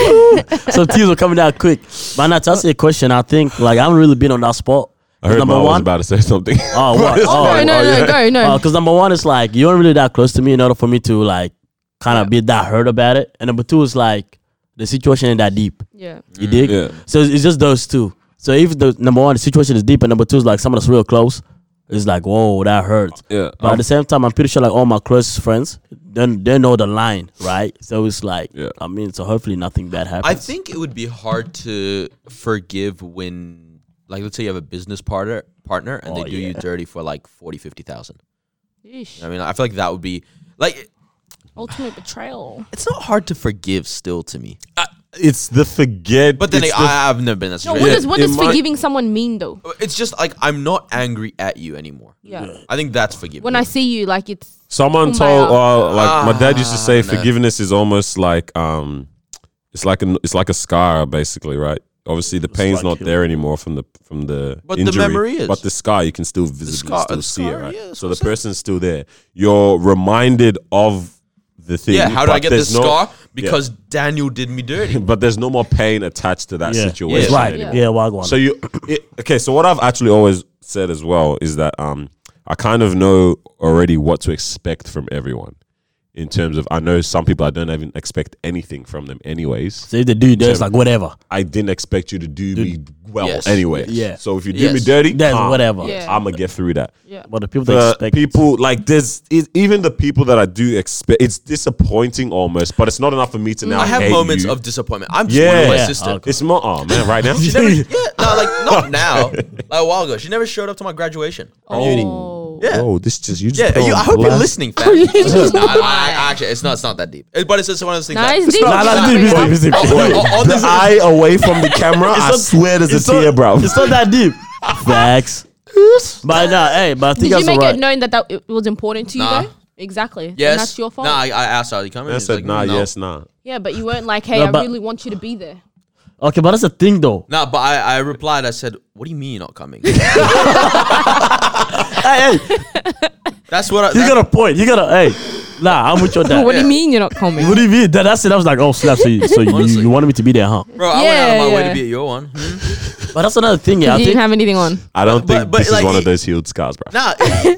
Speaker 5: [LAUGHS]
Speaker 4: some tears were coming out quick. But now to answer your question, I think like I haven't really been on that spot.
Speaker 3: I heard
Speaker 4: number
Speaker 3: Mom was
Speaker 4: one,
Speaker 3: about to say something.
Speaker 4: oh what?
Speaker 5: Oh,
Speaker 4: Oh,
Speaker 5: no, no, no, go, no.
Speaker 4: because number one is like you aren't really that close to me in order for me to like kind of be that hurt about it. And number two is like the situation ain't that deep.
Speaker 5: yeah.
Speaker 4: You
Speaker 3: [LAUGHS]
Speaker 4: dig?
Speaker 3: Mm, Yeah.
Speaker 4: So it's it's just those two. So if the number one the situation is deep, and number two is like someone that's real close, it's like whoa that hurts.
Speaker 3: Yeah. Um,
Speaker 4: But at the same time, I'm pretty sure like all my closest friends, then they know the line, right? So it's like,
Speaker 3: Yeah.
Speaker 4: I mean, so hopefully nothing bad happens.
Speaker 2: I think it would be hard to forgive when, like, let's say you have a business partner, partner, and
Speaker 4: Oh,
Speaker 2: they do you dirty for like 40, 50,000.
Speaker 5: Yeesh.
Speaker 2: I mean, I feel like that would be like
Speaker 5: Ultimate betrayal.
Speaker 2: it's not hard to forgive still to me.
Speaker 3: it's the forget.
Speaker 2: But then
Speaker 3: it's
Speaker 2: I, I, have never been that.
Speaker 5: No,
Speaker 2: situation.
Speaker 5: what does what
Speaker 3: it
Speaker 5: does
Speaker 3: might-
Speaker 5: forgiving someone mean though?
Speaker 2: It's just like I'm not angry at you anymore.
Speaker 5: Yeah.
Speaker 2: I think that's forgiving.
Speaker 5: When I see you, like it's
Speaker 3: Someone
Speaker 5: Kumbaya.
Speaker 3: told, uh, like my dad used to
Speaker 2: Ah,
Speaker 3: say,
Speaker 2: no.
Speaker 3: forgiveness is almost like, um, it's like an, it's like a scar, basically, right? Obviously, the pain's
Speaker 4: like
Speaker 3: not
Speaker 4: healing.
Speaker 3: there anymore from the from the
Speaker 2: But the
Speaker 3: injury,
Speaker 2: memory is.
Speaker 3: But the scar, you can still visibly
Speaker 2: scar-
Speaker 3: still
Speaker 2: the
Speaker 3: see
Speaker 2: scar,
Speaker 3: it, right?
Speaker 2: yeah, that's
Speaker 3: so
Speaker 2: what
Speaker 3: the
Speaker 2: I'm saying.
Speaker 3: person's still there. You're reminded of the thing.
Speaker 2: yeah, how did I
Speaker 3: but
Speaker 2: get
Speaker 3: there's
Speaker 2: this
Speaker 3: no-
Speaker 2: scar?
Speaker 3: yeah.
Speaker 2: Because Daniel did me dirty.
Speaker 3: [LAUGHS] but there's no more pain attached to that
Speaker 4: yeah.
Speaker 3: situation.
Speaker 4: It's right.
Speaker 5: Yeah.
Speaker 4: Yeah, wagwan.
Speaker 3: So you it, okay? So what I've actually always said as well is that um, I kind of know already what to expect from everyone in terms of I know some people I don't even expect anything from them anyways.
Speaker 4: So if they do that, it's like whatever.
Speaker 3: I didn't expect you to do me well
Speaker 2: Yes.
Speaker 3: anyway.
Speaker 4: Yeah.
Speaker 3: So if you do me
Speaker 2: Yes.
Speaker 3: dirty,
Speaker 4: That's whatever.
Speaker 5: Yeah.
Speaker 3: I'm gonna get through that.
Speaker 5: yeah.
Speaker 4: But the people that
Speaker 3: The
Speaker 4: expect
Speaker 3: people like there's it, even the people that I do expect. It's disappointing almost, but it's not enough for me to now.
Speaker 2: Mm, I have
Speaker 3: hate
Speaker 2: moments
Speaker 3: you.
Speaker 2: of disappointment. I'm just
Speaker 3: yeah.
Speaker 2: one with my sister.
Speaker 3: [LAUGHS]
Speaker 4: okay.
Speaker 3: It's more oh man
Speaker 2: [LAUGHS]
Speaker 3: right now.
Speaker 2: She never, yeah, no, like
Speaker 3: [LAUGHS]
Speaker 2: not now. Like a while ago, she never showed up to my graduation.
Speaker 5: Oh.
Speaker 2: Yeah.
Speaker 3: Oh, this just you just
Speaker 2: Yeah,
Speaker 3: put
Speaker 2: you,
Speaker 3: on
Speaker 2: I hope you're
Speaker 3: blast. [LAUGHS]
Speaker 2: listening, fam. It's not- I- I- actually, it's not. It's not that deep. It- but it's just one of those things.
Speaker 5: Nah,
Speaker 2: that-
Speaker 5: it's deep.
Speaker 4: Nah, nah, deep, it's
Speaker 2: [LAUGHS]
Speaker 4: deep, it's deep.
Speaker 2: Oh,
Speaker 4: Wait.
Speaker 2: oh, oh, this
Speaker 3: the
Speaker 2: is-
Speaker 3: eye away from the camera. I
Speaker 4: not-
Speaker 3: swear there's a
Speaker 4: it's not-
Speaker 3: tear, bro.
Speaker 4: It's not that deep. [LAUGHS] Facts. But nah, hey, but I think
Speaker 5: Did you
Speaker 4: that's
Speaker 5: make
Speaker 4: alright.
Speaker 5: it known that that it was important to you
Speaker 2: Nah.
Speaker 5: though? Exactly. And
Speaker 2: yes.
Speaker 5: that's your fault.
Speaker 2: Nah, I, I asked her, "Are you coming?"
Speaker 3: I
Speaker 2: She's
Speaker 3: said
Speaker 2: like,
Speaker 3: nah,
Speaker 2: no.
Speaker 3: yes, nah.
Speaker 5: yeah, but you weren't like, hey,
Speaker 4: No,
Speaker 5: I
Speaker 4: but-
Speaker 5: really want you to be there.
Speaker 4: Okay, but that's the thing though.
Speaker 2: Nah, but I, I replied. I said, "What do you mean you're not
Speaker 3: [LAUGHS]
Speaker 2: coming?"
Speaker 4: hey, hey,
Speaker 2: That's what I.
Speaker 4: you
Speaker 2: that-
Speaker 4: got a point. You got a hey. Nah, I'm with your dad.
Speaker 5: What do
Speaker 2: Yeah.
Speaker 5: you mean you're not coming?
Speaker 4: What do you mean? That, that's it. I was like, oh snap. So you, so you,
Speaker 2: Honestly.
Speaker 4: you wanted me to be there, huh?
Speaker 2: Bro, I went out of my
Speaker 5: Yeah,
Speaker 2: way
Speaker 5: yeah.
Speaker 2: to be at your one. Hmm?
Speaker 4: But that's another thing. Yeah, I
Speaker 5: you
Speaker 4: think
Speaker 5: didn't have anything on.
Speaker 3: I don't
Speaker 2: But-
Speaker 3: think
Speaker 2: but
Speaker 3: this is
Speaker 2: like
Speaker 3: one
Speaker 2: it-
Speaker 3: of those healed scars, bro.
Speaker 2: Nah,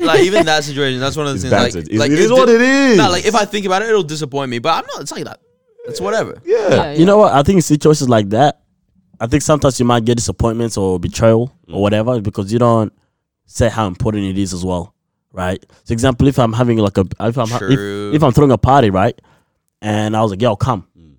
Speaker 2: like even that situation, that's one of the
Speaker 3: It's
Speaker 2: things. Like,
Speaker 3: battered. It-
Speaker 2: like,
Speaker 3: it is
Speaker 2: di-
Speaker 3: what it is.
Speaker 2: Nah, like if I think about it, it'll disappoint me. But I'm not. It's like that. It's whatever. Yeah.
Speaker 5: Yeah,
Speaker 4: you know what? I think in situations like that, I think sometimes you might get disappointments or betrayal or whatever because you don't say how important it is as well, right? For example, if I'm having like a if I'm ha-
Speaker 2: True.
Speaker 4: if, if I'm throwing a party, right, and I was like, "Yo, come,"
Speaker 2: Mm.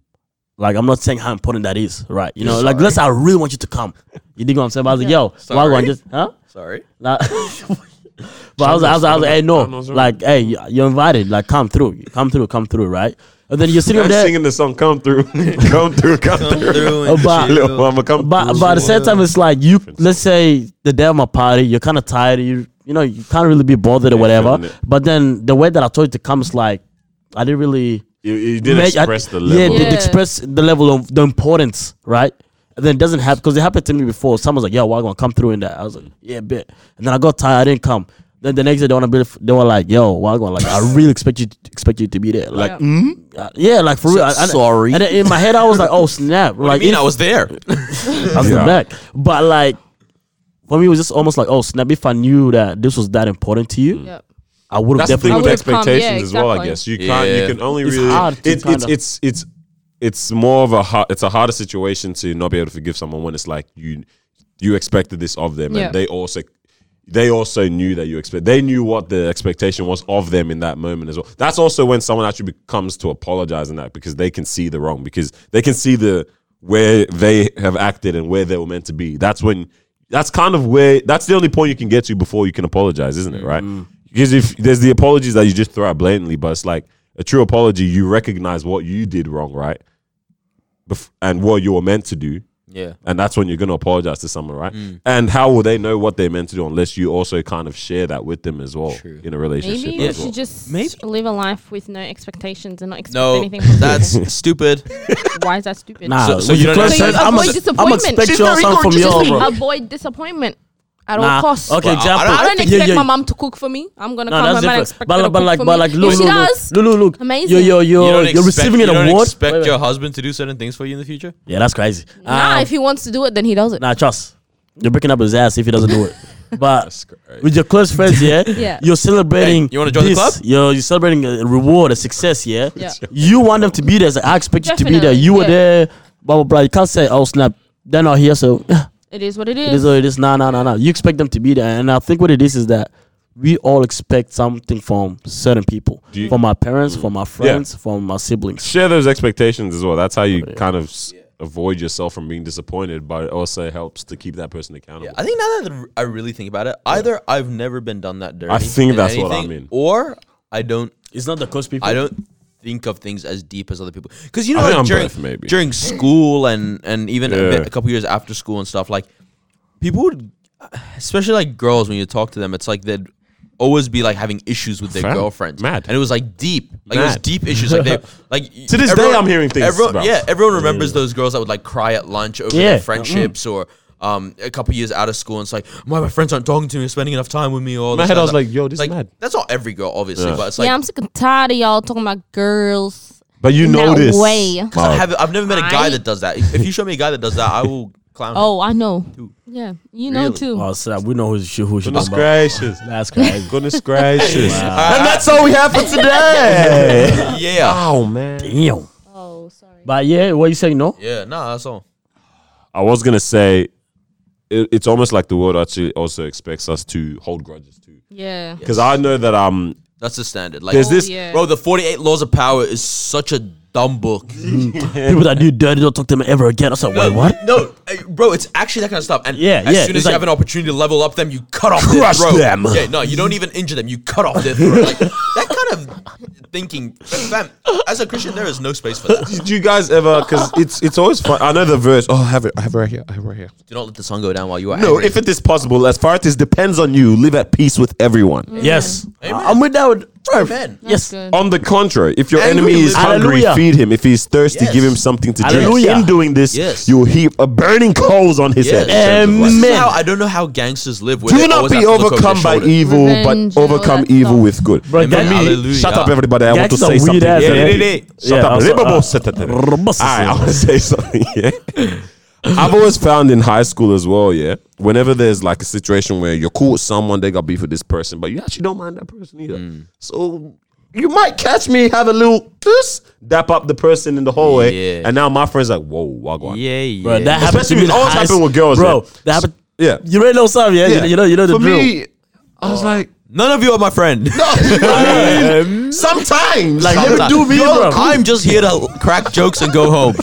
Speaker 4: like I'm not saying how important that is, right? You know, like let's say I really want you to come. You dig what I'm saying? But I was like, "Yo, why go
Speaker 2: Sorry.
Speaker 4: and just huh?"
Speaker 3: [LAUGHS]
Speaker 2: Sorry.
Speaker 4: Nah. [LAUGHS] but I was, I was, I was, hey, no, like, hey, you- you're invited, like, come through, come through, come through, right? And then you're sitting
Speaker 3: [LAUGHS]
Speaker 4: over
Speaker 3: I'm
Speaker 4: there,
Speaker 3: singing the song "Come
Speaker 2: [LAUGHS]
Speaker 3: Through, Come Through, Come
Speaker 2: Come
Speaker 3: Through."
Speaker 2: through and
Speaker 4: But-
Speaker 2: chill.
Speaker 3: Little mama, come
Speaker 4: But
Speaker 3: through.
Speaker 4: but at the same time, it's like you. Let's say the day of my party, you're kind of tired. You you know you can't really be bothered or
Speaker 3: feeling
Speaker 4: whatever.
Speaker 3: it.
Speaker 4: But then the way that I told you to come is like I didn't really
Speaker 3: you, you didn't
Speaker 4: make- I-
Speaker 3: express the
Speaker 4: Yeah,
Speaker 3: level.
Speaker 4: did
Speaker 5: Yeah.
Speaker 4: express the level of the importance, right? And then it doesn't happen because it happened to me before. Someone's like, "Yo, why gonna come through in that?" I was like, "Yeah, bit." And then I got tired. I didn't come. Then the next day they want to be. They were like, "Yo, why gonna like? I really expect you to, expect you to be there." Like,
Speaker 5: Yeah.
Speaker 4: uh, yeah, like for real. I- I-
Speaker 2: Sorry.
Speaker 4: And then in my head, I was like,
Speaker 2: [LAUGHS]
Speaker 4: "Oh snap!"
Speaker 2: I
Speaker 4: like,
Speaker 2: mean,
Speaker 4: if-
Speaker 2: I was there.
Speaker 4: as the
Speaker 3: Yeah.
Speaker 4: back. But like for me, it was just almost like, oh snap! If I knew that this was that important to you,
Speaker 5: Yep.
Speaker 4: I would have
Speaker 3: That's the thing with
Speaker 4: definitely.
Speaker 5: I would've come,
Speaker 3: expectations
Speaker 5: yeah,
Speaker 3: as well. I
Speaker 5: exactly.
Speaker 3: guess you can't.
Speaker 2: Yeah.
Speaker 3: You can only
Speaker 4: It's
Speaker 3: really.
Speaker 4: hard to
Speaker 3: it- it's
Speaker 4: kinda-
Speaker 3: it's it's it's more of a hard, it's a harder situation to not be able to forgive someone when it's like you you expected this of them
Speaker 5: Yeah.
Speaker 3: and they also they also knew that you expect they knew what the expectation was of them in that moment as well. That's also when someone actually comes to apologize and that because they can see the wrong because they can see the where they have acted and where they were meant to be. That's when that's kind of where that's the only point you can get to before you can apologize, isn't it? Right? Because if there's the apologies that you just throw out blatantly, but it's like a true apology, you recognize what you did wrong, right? Bef- and what you were meant to do,
Speaker 2: Yeah.
Speaker 3: and that's when you're going to apologize to someone, right?
Speaker 2: Mm.
Speaker 3: And how will they know what they're meant to do unless you also kind of share that with them as well
Speaker 2: True.
Speaker 3: in a relationship?
Speaker 5: Maybe
Speaker 3: as
Speaker 5: you
Speaker 3: well.
Speaker 5: should just
Speaker 2: Maybe-
Speaker 5: live a life with no expectations and not expect
Speaker 2: No,
Speaker 5: anything. From
Speaker 2: that's
Speaker 5: [LAUGHS]
Speaker 2: stupid.
Speaker 5: people. why is that stupid?
Speaker 4: Nah,
Speaker 2: So- so
Speaker 4: when
Speaker 2: you don't
Speaker 4: close
Speaker 5: so you
Speaker 4: friends,
Speaker 5: avoid
Speaker 4: I'm ex- I'm
Speaker 5: disappointment.
Speaker 4: expect your son from your Oh, bro.
Speaker 5: Avoid disappointment at all
Speaker 4: Nah,
Speaker 5: costs.
Speaker 4: okay,
Speaker 2: Well, I-
Speaker 4: example.
Speaker 5: I don't
Speaker 2: think-
Speaker 4: yeah,
Speaker 5: expect
Speaker 4: yeah.
Speaker 5: my mom to cook for me. I'm gonna
Speaker 4: No,
Speaker 5: come home
Speaker 4: that's
Speaker 5: and expect
Speaker 4: different. But,
Speaker 5: her to
Speaker 4: but
Speaker 5: cook
Speaker 4: like,
Speaker 5: for
Speaker 4: but
Speaker 5: me.
Speaker 4: like,
Speaker 5: If
Speaker 4: look,
Speaker 5: she
Speaker 4: look,
Speaker 5: does,
Speaker 4: look, look, look.
Speaker 5: Amazing.
Speaker 4: You're, you're,
Speaker 2: You
Speaker 4: you're,
Speaker 2: don't
Speaker 4: you're receiving
Speaker 2: expect-
Speaker 4: an
Speaker 2: you don't
Speaker 4: award.
Speaker 2: Expect
Speaker 4: Wait, wait.
Speaker 2: your husband to do certain things for you in the future.
Speaker 4: Yeah, that's crazy.
Speaker 5: nah.
Speaker 4: Um,
Speaker 5: If he wants to do it, then he does it.
Speaker 4: Nah, trust. You're breaking up his ass if he doesn't
Speaker 2: [LAUGHS]
Speaker 4: do it. But with your close friends, yeah,
Speaker 5: [LAUGHS] Yeah.
Speaker 4: you're celebrating.
Speaker 2: Hey, you wanna join the
Speaker 4: this,
Speaker 2: club?
Speaker 4: You're, you're celebrating a reward, a success, yeah.
Speaker 5: Yeah.
Speaker 4: You want them to be there. so I expect you to be there.
Speaker 5: Definitely,
Speaker 4: You were
Speaker 5: yeah.
Speaker 4: there, blah blah blah. You can't say, "Oh snap, they're not here," so
Speaker 5: It is what it is.
Speaker 4: It is what it is. Nah, nah, nah, nah. You expect them to be there, and I think what it is is that we all expect something from certain people,
Speaker 3: Do you-
Speaker 4: from our parents, from our friends, from our siblings.
Speaker 3: share those expectations as well. That's how you kind of s avoid yourself from being disappointed, but it also helps to keep that person accountable.
Speaker 2: Yeah, I think now that r- I really think about it, either I've never been done that dirty.
Speaker 3: think
Speaker 2: in
Speaker 3: that's what I mean.
Speaker 2: Or I don't.
Speaker 4: It's not the cause people.
Speaker 2: I don't think of things as deep as other people. Because you know,
Speaker 3: I think
Speaker 2: like,
Speaker 3: I'm
Speaker 2: during
Speaker 3: both, maybe.
Speaker 2: during school and and even a, bit,
Speaker 3: Yeah.
Speaker 2: a couple years after school and stuff, like people would, especially like girls, when you talk to them, it's like they'd always be like having issues with their
Speaker 3: Fam,
Speaker 2: girlfriends.
Speaker 3: mad.
Speaker 2: and it was like deep, like it was
Speaker 3: Mad.
Speaker 2: deep issues. Like
Speaker 3: [LAUGHS]
Speaker 2: they like
Speaker 3: To this day, I'm hearing things
Speaker 2: Everyone,
Speaker 3: about.
Speaker 2: yeah, everyone remembers those girls that would like cry at lunch over
Speaker 4: Yeah.
Speaker 2: their friendships or. Um, a couple years out of school, and it's like my, my friends aren't talking to me, or spending enough time with me. Or
Speaker 3: In my head, I was like, yo, this is
Speaker 2: like,
Speaker 3: mad.
Speaker 2: That's not every girl, obviously,
Speaker 3: Yeah.
Speaker 2: but it's like
Speaker 5: yeah, I'm sick and tired of y'all talking about girls.
Speaker 3: but you
Speaker 5: in
Speaker 3: know
Speaker 5: that
Speaker 3: this.
Speaker 5: way. 'Cause
Speaker 2: I [LAUGHS]
Speaker 3: Mark.
Speaker 2: have, I've never met a guy
Speaker 5: I-
Speaker 2: that does that. If if you show me a guy that does that, I will clown. him.
Speaker 5: Oh, I know. Yeah, you know
Speaker 2: Really?
Speaker 5: too.
Speaker 4: Oh, snap. We know who she, who she
Speaker 3: Goodness
Speaker 4: talking about.
Speaker 3: gracious.
Speaker 4: That's crazy.
Speaker 2: [LAUGHS]
Speaker 3: Goodness gracious.
Speaker 2: I-
Speaker 3: And that's all we have for today.
Speaker 2: Uh, yeah,
Speaker 3: oh, man.
Speaker 4: [LAUGHS] Damn.
Speaker 5: Oh, sorry.
Speaker 4: But yeah, what you saying? No.
Speaker 2: yeah, nah, that's all.
Speaker 3: I was going to say, it, it's almost like the world actually also expects us to hold grudges too.
Speaker 5: Yeah.
Speaker 3: Because I know that um,
Speaker 2: That's the standard. Like,
Speaker 3: there's this.
Speaker 5: yeah.
Speaker 2: bro, the Forty-Eight Laws of Power is such a dumb book.
Speaker 4: People that do dirty don't talk to them ever again. I was like, wait, what?
Speaker 2: No, eh, bro, it's actually that kind of stuff. And
Speaker 4: Yeah,
Speaker 2: as
Speaker 4: yeah,
Speaker 2: soon
Speaker 4: it's
Speaker 2: as you
Speaker 4: like-
Speaker 2: have an opportunity to level up them, you cut off
Speaker 4: Crush
Speaker 2: their throat.
Speaker 4: them.
Speaker 2: Yeah, no, you don't even injure them. You cut off their throat. Like, that kind of thinking, fam. As a Christian, there is no space for that.
Speaker 3: Did you guys ever? Because it's it's always fun. I know the verse. Oh, I have it. I have it right here. I have it right here.
Speaker 2: Do not let the sun go down while you are
Speaker 3: No,
Speaker 2: angry.
Speaker 3: if it is possible, as far as it depends on you, live at peace with everyone.
Speaker 4: Yes. I- I'm with that. With, bro.
Speaker 2: Amen.
Speaker 4: Yes. Oh.
Speaker 5: Good.
Speaker 3: On the contrary, if your
Speaker 2: Angry
Speaker 3: enemy is
Speaker 2: with-
Speaker 3: hungry,
Speaker 4: Hallelujah.
Speaker 3: feed him. If he's thirsty,
Speaker 2: Yes.
Speaker 3: give him something to drink.
Speaker 4: Hallelujah.
Speaker 3: In doing this,
Speaker 2: Yes.
Speaker 3: you'll heap a burning coals on his
Speaker 2: Yes.
Speaker 3: head.
Speaker 4: Amen.
Speaker 2: This is how I don't know how gangsters live. Where
Speaker 3: Do
Speaker 2: they
Speaker 3: not
Speaker 2: always
Speaker 3: be
Speaker 2: have to look over
Speaker 3: overcome
Speaker 2: their
Speaker 3: by
Speaker 2: shoulder.
Speaker 3: evil,
Speaker 5: Revenge
Speaker 3: but
Speaker 5: and all
Speaker 3: overcome
Speaker 5: that
Speaker 3: evil
Speaker 5: stuff.
Speaker 3: with good.
Speaker 4: Bro,
Speaker 2: Amen.
Speaker 4: that me-
Speaker 2: Hallelujah.
Speaker 3: Shut up, everybody. I want to
Speaker 4: Gangsters
Speaker 3: say
Speaker 4: are
Speaker 3: something.
Speaker 4: weird ass,
Speaker 2: Yeah,
Speaker 4: eh?
Speaker 2: yeah, yeah.
Speaker 3: Shut
Speaker 4: Yeah,
Speaker 3: up.
Speaker 4: also,
Speaker 3: Liberal
Speaker 4: uh,
Speaker 3: set it.
Speaker 4: Robust
Speaker 3: All right, I
Speaker 4: system.
Speaker 3: want to say something. Yeah. I've always found in high school as well, yeah. Whenever there's like a situation where you're cool with someone, they got beef with this person, but you actually don't mind that person either.
Speaker 4: Mm.
Speaker 3: So you might catch me have a little this, dap up the person in the hallway,
Speaker 2: Yeah.
Speaker 3: and now my friend's like, "Whoa, wagwan."
Speaker 2: Yeah, yeah.
Speaker 4: Bro, that happened to
Speaker 3: Especially
Speaker 4: me.
Speaker 3: with-
Speaker 4: in
Speaker 3: always
Speaker 4: high
Speaker 3: happen with
Speaker 4: school.
Speaker 3: girls,
Speaker 4: bro.
Speaker 3: yeah.
Speaker 4: That happened.
Speaker 3: Yeah.
Speaker 4: You already know something, yeah.
Speaker 3: Yeah.
Speaker 4: You, know, you know the
Speaker 3: For
Speaker 4: drill.
Speaker 3: me, I was like,
Speaker 2: None of you are my
Speaker 3: [LAUGHS]
Speaker 2: friend. [LAUGHS]
Speaker 3: sometimes,
Speaker 4: Like, let me
Speaker 2: Sometimes.
Speaker 4: do me,
Speaker 2: Yo,
Speaker 4: bro.
Speaker 2: I'm just here to crack jokes and go
Speaker 3: [LAUGHS]
Speaker 2: home.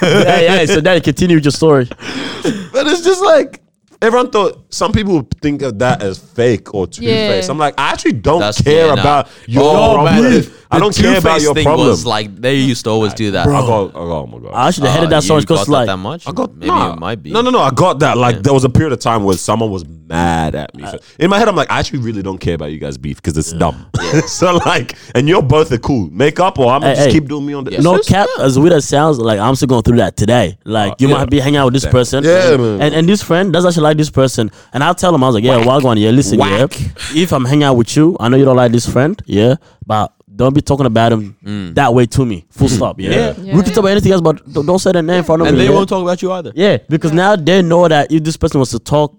Speaker 4: yeah, yeah. So then continue with your story.
Speaker 3: But it's just like everyone thought. Some people think of that as fake or two faced.
Speaker 5: Yeah.
Speaker 3: I'm like, I actually don't
Speaker 2: That's
Speaker 3: care
Speaker 2: yeah, nah.
Speaker 3: about your
Speaker 2: Oh, man,
Speaker 3: problem.
Speaker 2: the-
Speaker 3: I
Speaker 2: the
Speaker 3: don't care about
Speaker 2: two-face
Speaker 3: your
Speaker 2: thing
Speaker 3: problem.
Speaker 2: Was like they used to always do that.
Speaker 3: I
Speaker 2: Bro,
Speaker 3: got, I got, oh my god.
Speaker 4: I should have headed that so much because, like,
Speaker 2: Uh, that much.
Speaker 3: I got
Speaker 2: maybe
Speaker 3: nah.
Speaker 2: it might be.
Speaker 3: No, no, no. I got that. Like there was a period of time where someone was mad at me. So, in my head, I'm like, I actually really don't care about you guys' beef because it's dumb. [LAUGHS] so like, and you're both are cool. Make up, or I'm gonna
Speaker 4: Hey,
Speaker 3: just
Speaker 4: hey.
Speaker 3: keep doing me on the.
Speaker 4: no cap, as weird as sounds, like I'm still going through that today. Like
Speaker 2: Uh,
Speaker 4: you
Speaker 3: yeah.
Speaker 4: might be hanging out with this person,
Speaker 3: Yeah, man.
Speaker 4: and and this friend does actually like this person, and I'll tell him I was like, yeah, Wagwan, yeah, listen, yeah,
Speaker 3: Whack.
Speaker 4: if I'm hanging out with you, I know you don't like this friend, yeah, but don't be talking about him
Speaker 2: Mm.
Speaker 4: that way to me.
Speaker 2: [LAUGHS]
Speaker 4: Full stop. Yeah.
Speaker 5: Yeah.
Speaker 4: we can talk about anything else, but don't don't say their name in front of
Speaker 2: and
Speaker 4: me.
Speaker 2: they
Speaker 4: yeah?
Speaker 2: won't talk about you either.
Speaker 4: Yeah, because now they know that if this person was to talk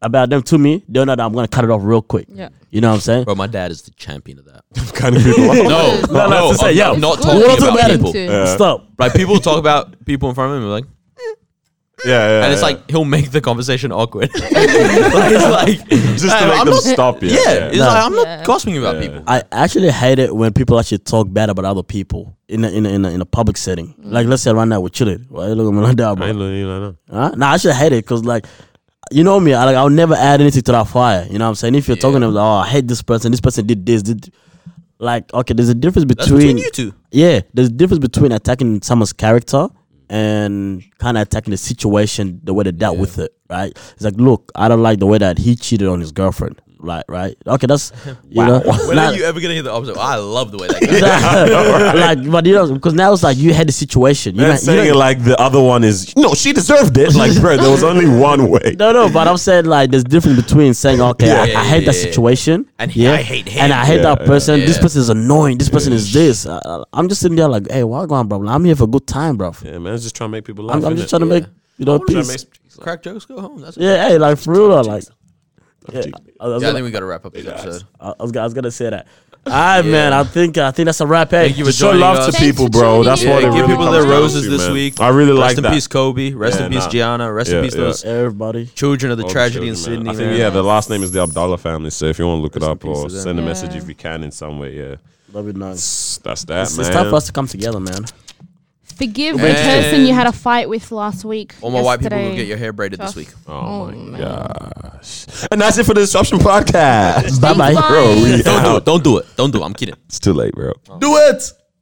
Speaker 4: about them to me, they'll know that I'm gonna cut it off real quick.
Speaker 5: Yeah.
Speaker 4: You know what I'm saying?
Speaker 2: Bro, my dad is the champion of that.
Speaker 3: [LAUGHS] kind of [LAUGHS] people.
Speaker 2: [LAUGHS] No,
Speaker 5: No,
Speaker 4: no,
Speaker 2: no,
Speaker 4: to say,
Speaker 2: I'm
Speaker 4: yo,
Speaker 2: not
Speaker 5: it's good.
Speaker 2: talking
Speaker 4: We're
Speaker 2: about
Speaker 4: not
Speaker 2: people.
Speaker 5: talking
Speaker 4: Stop.
Speaker 2: Like people talk about people in front of him, like,
Speaker 3: yeah, yeah.
Speaker 2: and it's
Speaker 3: yeah.
Speaker 2: like he'll make the conversation
Speaker 3: [LAUGHS]
Speaker 2: awkward. [LAUGHS] like, it's like,
Speaker 3: just to
Speaker 2: "Hey,
Speaker 3: make
Speaker 2: I'm
Speaker 3: them
Speaker 2: not-
Speaker 3: stop. Yeah,
Speaker 2: Yeah, it's
Speaker 4: Nah.
Speaker 2: like I'm
Speaker 5: Yeah.
Speaker 2: not gossiping about
Speaker 3: Yeah.
Speaker 2: people.
Speaker 4: I actually hate it when people actually talk bad about other people in a, in a, in, a, in a public setting. Like let's say right now we're chilling. Why you looking at me [LAUGHS] like that, bro? Huh? Nah, I should hate it because like. You know me, I, like I'll never add anything to that fire. You know what I'm saying? If you're talking about, oh, I hate this person, this person did this, did like, okay, there's a difference
Speaker 2: That's
Speaker 4: between,
Speaker 2: between you two.
Speaker 4: Yeah, there's a difference between attacking someone's character and kind of attacking the situation the way they dealt with it, right? It's like, look, I don't like the way that he cheated on his girlfriend, right? Right? Okay, that's you know,
Speaker 2: When
Speaker 4: not-
Speaker 2: are you ever gonna hear the opposite? I love the way
Speaker 3: [LAUGHS]
Speaker 2: that guy.
Speaker 4: [LAUGHS] like, but you know, because now it's like you had the situation. You
Speaker 3: And
Speaker 4: know, you
Speaker 3: saying
Speaker 4: know-
Speaker 3: it like the other one is no, she deserved it. Like, bro, there was
Speaker 4: [LAUGHS]
Speaker 3: only one way.
Speaker 4: no, no, but I'm saying like there's difference between saying okay, I,
Speaker 2: Yeah,
Speaker 4: I hate that
Speaker 2: yeah, yeah.
Speaker 4: situation,
Speaker 2: And he-
Speaker 4: yeah,
Speaker 2: I hate him.
Speaker 4: and I hate
Speaker 3: Yeah,
Speaker 4: that person. This
Speaker 2: yeah.
Speaker 4: person is annoying. This person is this. I, I- I'm just sitting there like, hey, why going, bro? I'm here for a good time, bro.
Speaker 3: Yeah, man, it's just trying to make people laugh.
Speaker 4: I'm, I'm
Speaker 3: innit?
Speaker 4: just trying to make you know
Speaker 3: Trying to
Speaker 4: peace.
Speaker 3: make-
Speaker 2: Crack jokes, go home. That's
Speaker 4: Yeah, hey, like for real, like. Yeah, I, I was
Speaker 2: Yeah, I
Speaker 4: gonna,
Speaker 2: think we gotta wrap up this episode.
Speaker 4: I was, gonna- I was gonna say that. All right, man. I think I think that's a wrap. Hey,
Speaker 2: Thank you for
Speaker 3: Show
Speaker 2: joining
Speaker 3: love
Speaker 2: us.
Speaker 3: to
Speaker 5: Thanks
Speaker 3: people,
Speaker 5: for
Speaker 3: bro.
Speaker 5: tuning
Speaker 3: That's
Speaker 5: in.
Speaker 3: what
Speaker 2: Yeah, give
Speaker 3: it really
Speaker 2: people
Speaker 3: comes
Speaker 2: their
Speaker 3: down to,
Speaker 2: roses this
Speaker 3: man.
Speaker 2: week.
Speaker 3: I really
Speaker 2: Rest
Speaker 3: like
Speaker 2: in
Speaker 3: that.
Speaker 2: peace, Kobe. Rest
Speaker 3: Yeah,
Speaker 2: in peace,
Speaker 3: nah.
Speaker 2: Gianna. Rest
Speaker 3: Yeah,
Speaker 2: in peace,
Speaker 3: yeah.
Speaker 2: those
Speaker 4: everybody.
Speaker 2: children of the
Speaker 3: All
Speaker 2: tragedy in
Speaker 3: children,
Speaker 2: Sydney.
Speaker 3: man. I think
Speaker 2: man.
Speaker 3: yeah, the last name is the Abdallah family. So if you want to look it
Speaker 2: Rest in
Speaker 3: up
Speaker 2: peace
Speaker 3: or
Speaker 2: to them.
Speaker 3: send a
Speaker 5: Yeah.
Speaker 3: message if you can in some way, yeah,
Speaker 4: That'd be nice.
Speaker 3: that's that's that,
Speaker 4: It's,
Speaker 3: man.
Speaker 4: it's tough for us to come together, man.
Speaker 5: Forgive the
Speaker 2: And-
Speaker 5: person you had a fight with last week.
Speaker 2: All my white people will
Speaker 5: yesterday.
Speaker 2: get your hair braided this
Speaker 3: [LAUGHS]
Speaker 5: Tough.
Speaker 2: week.
Speaker 3: Oh my
Speaker 5: man.
Speaker 3: gosh! And that's it for the Disruption Podcast.
Speaker 4: Bye
Speaker 5: Thanks,
Speaker 4: bye.
Speaker 5: bye.
Speaker 3: Bro, we
Speaker 2: Don't do
Speaker 3: out.
Speaker 2: it. Don't do it. Don't do it. I'm kidding.
Speaker 3: It's too late, bro.
Speaker 2: Do it.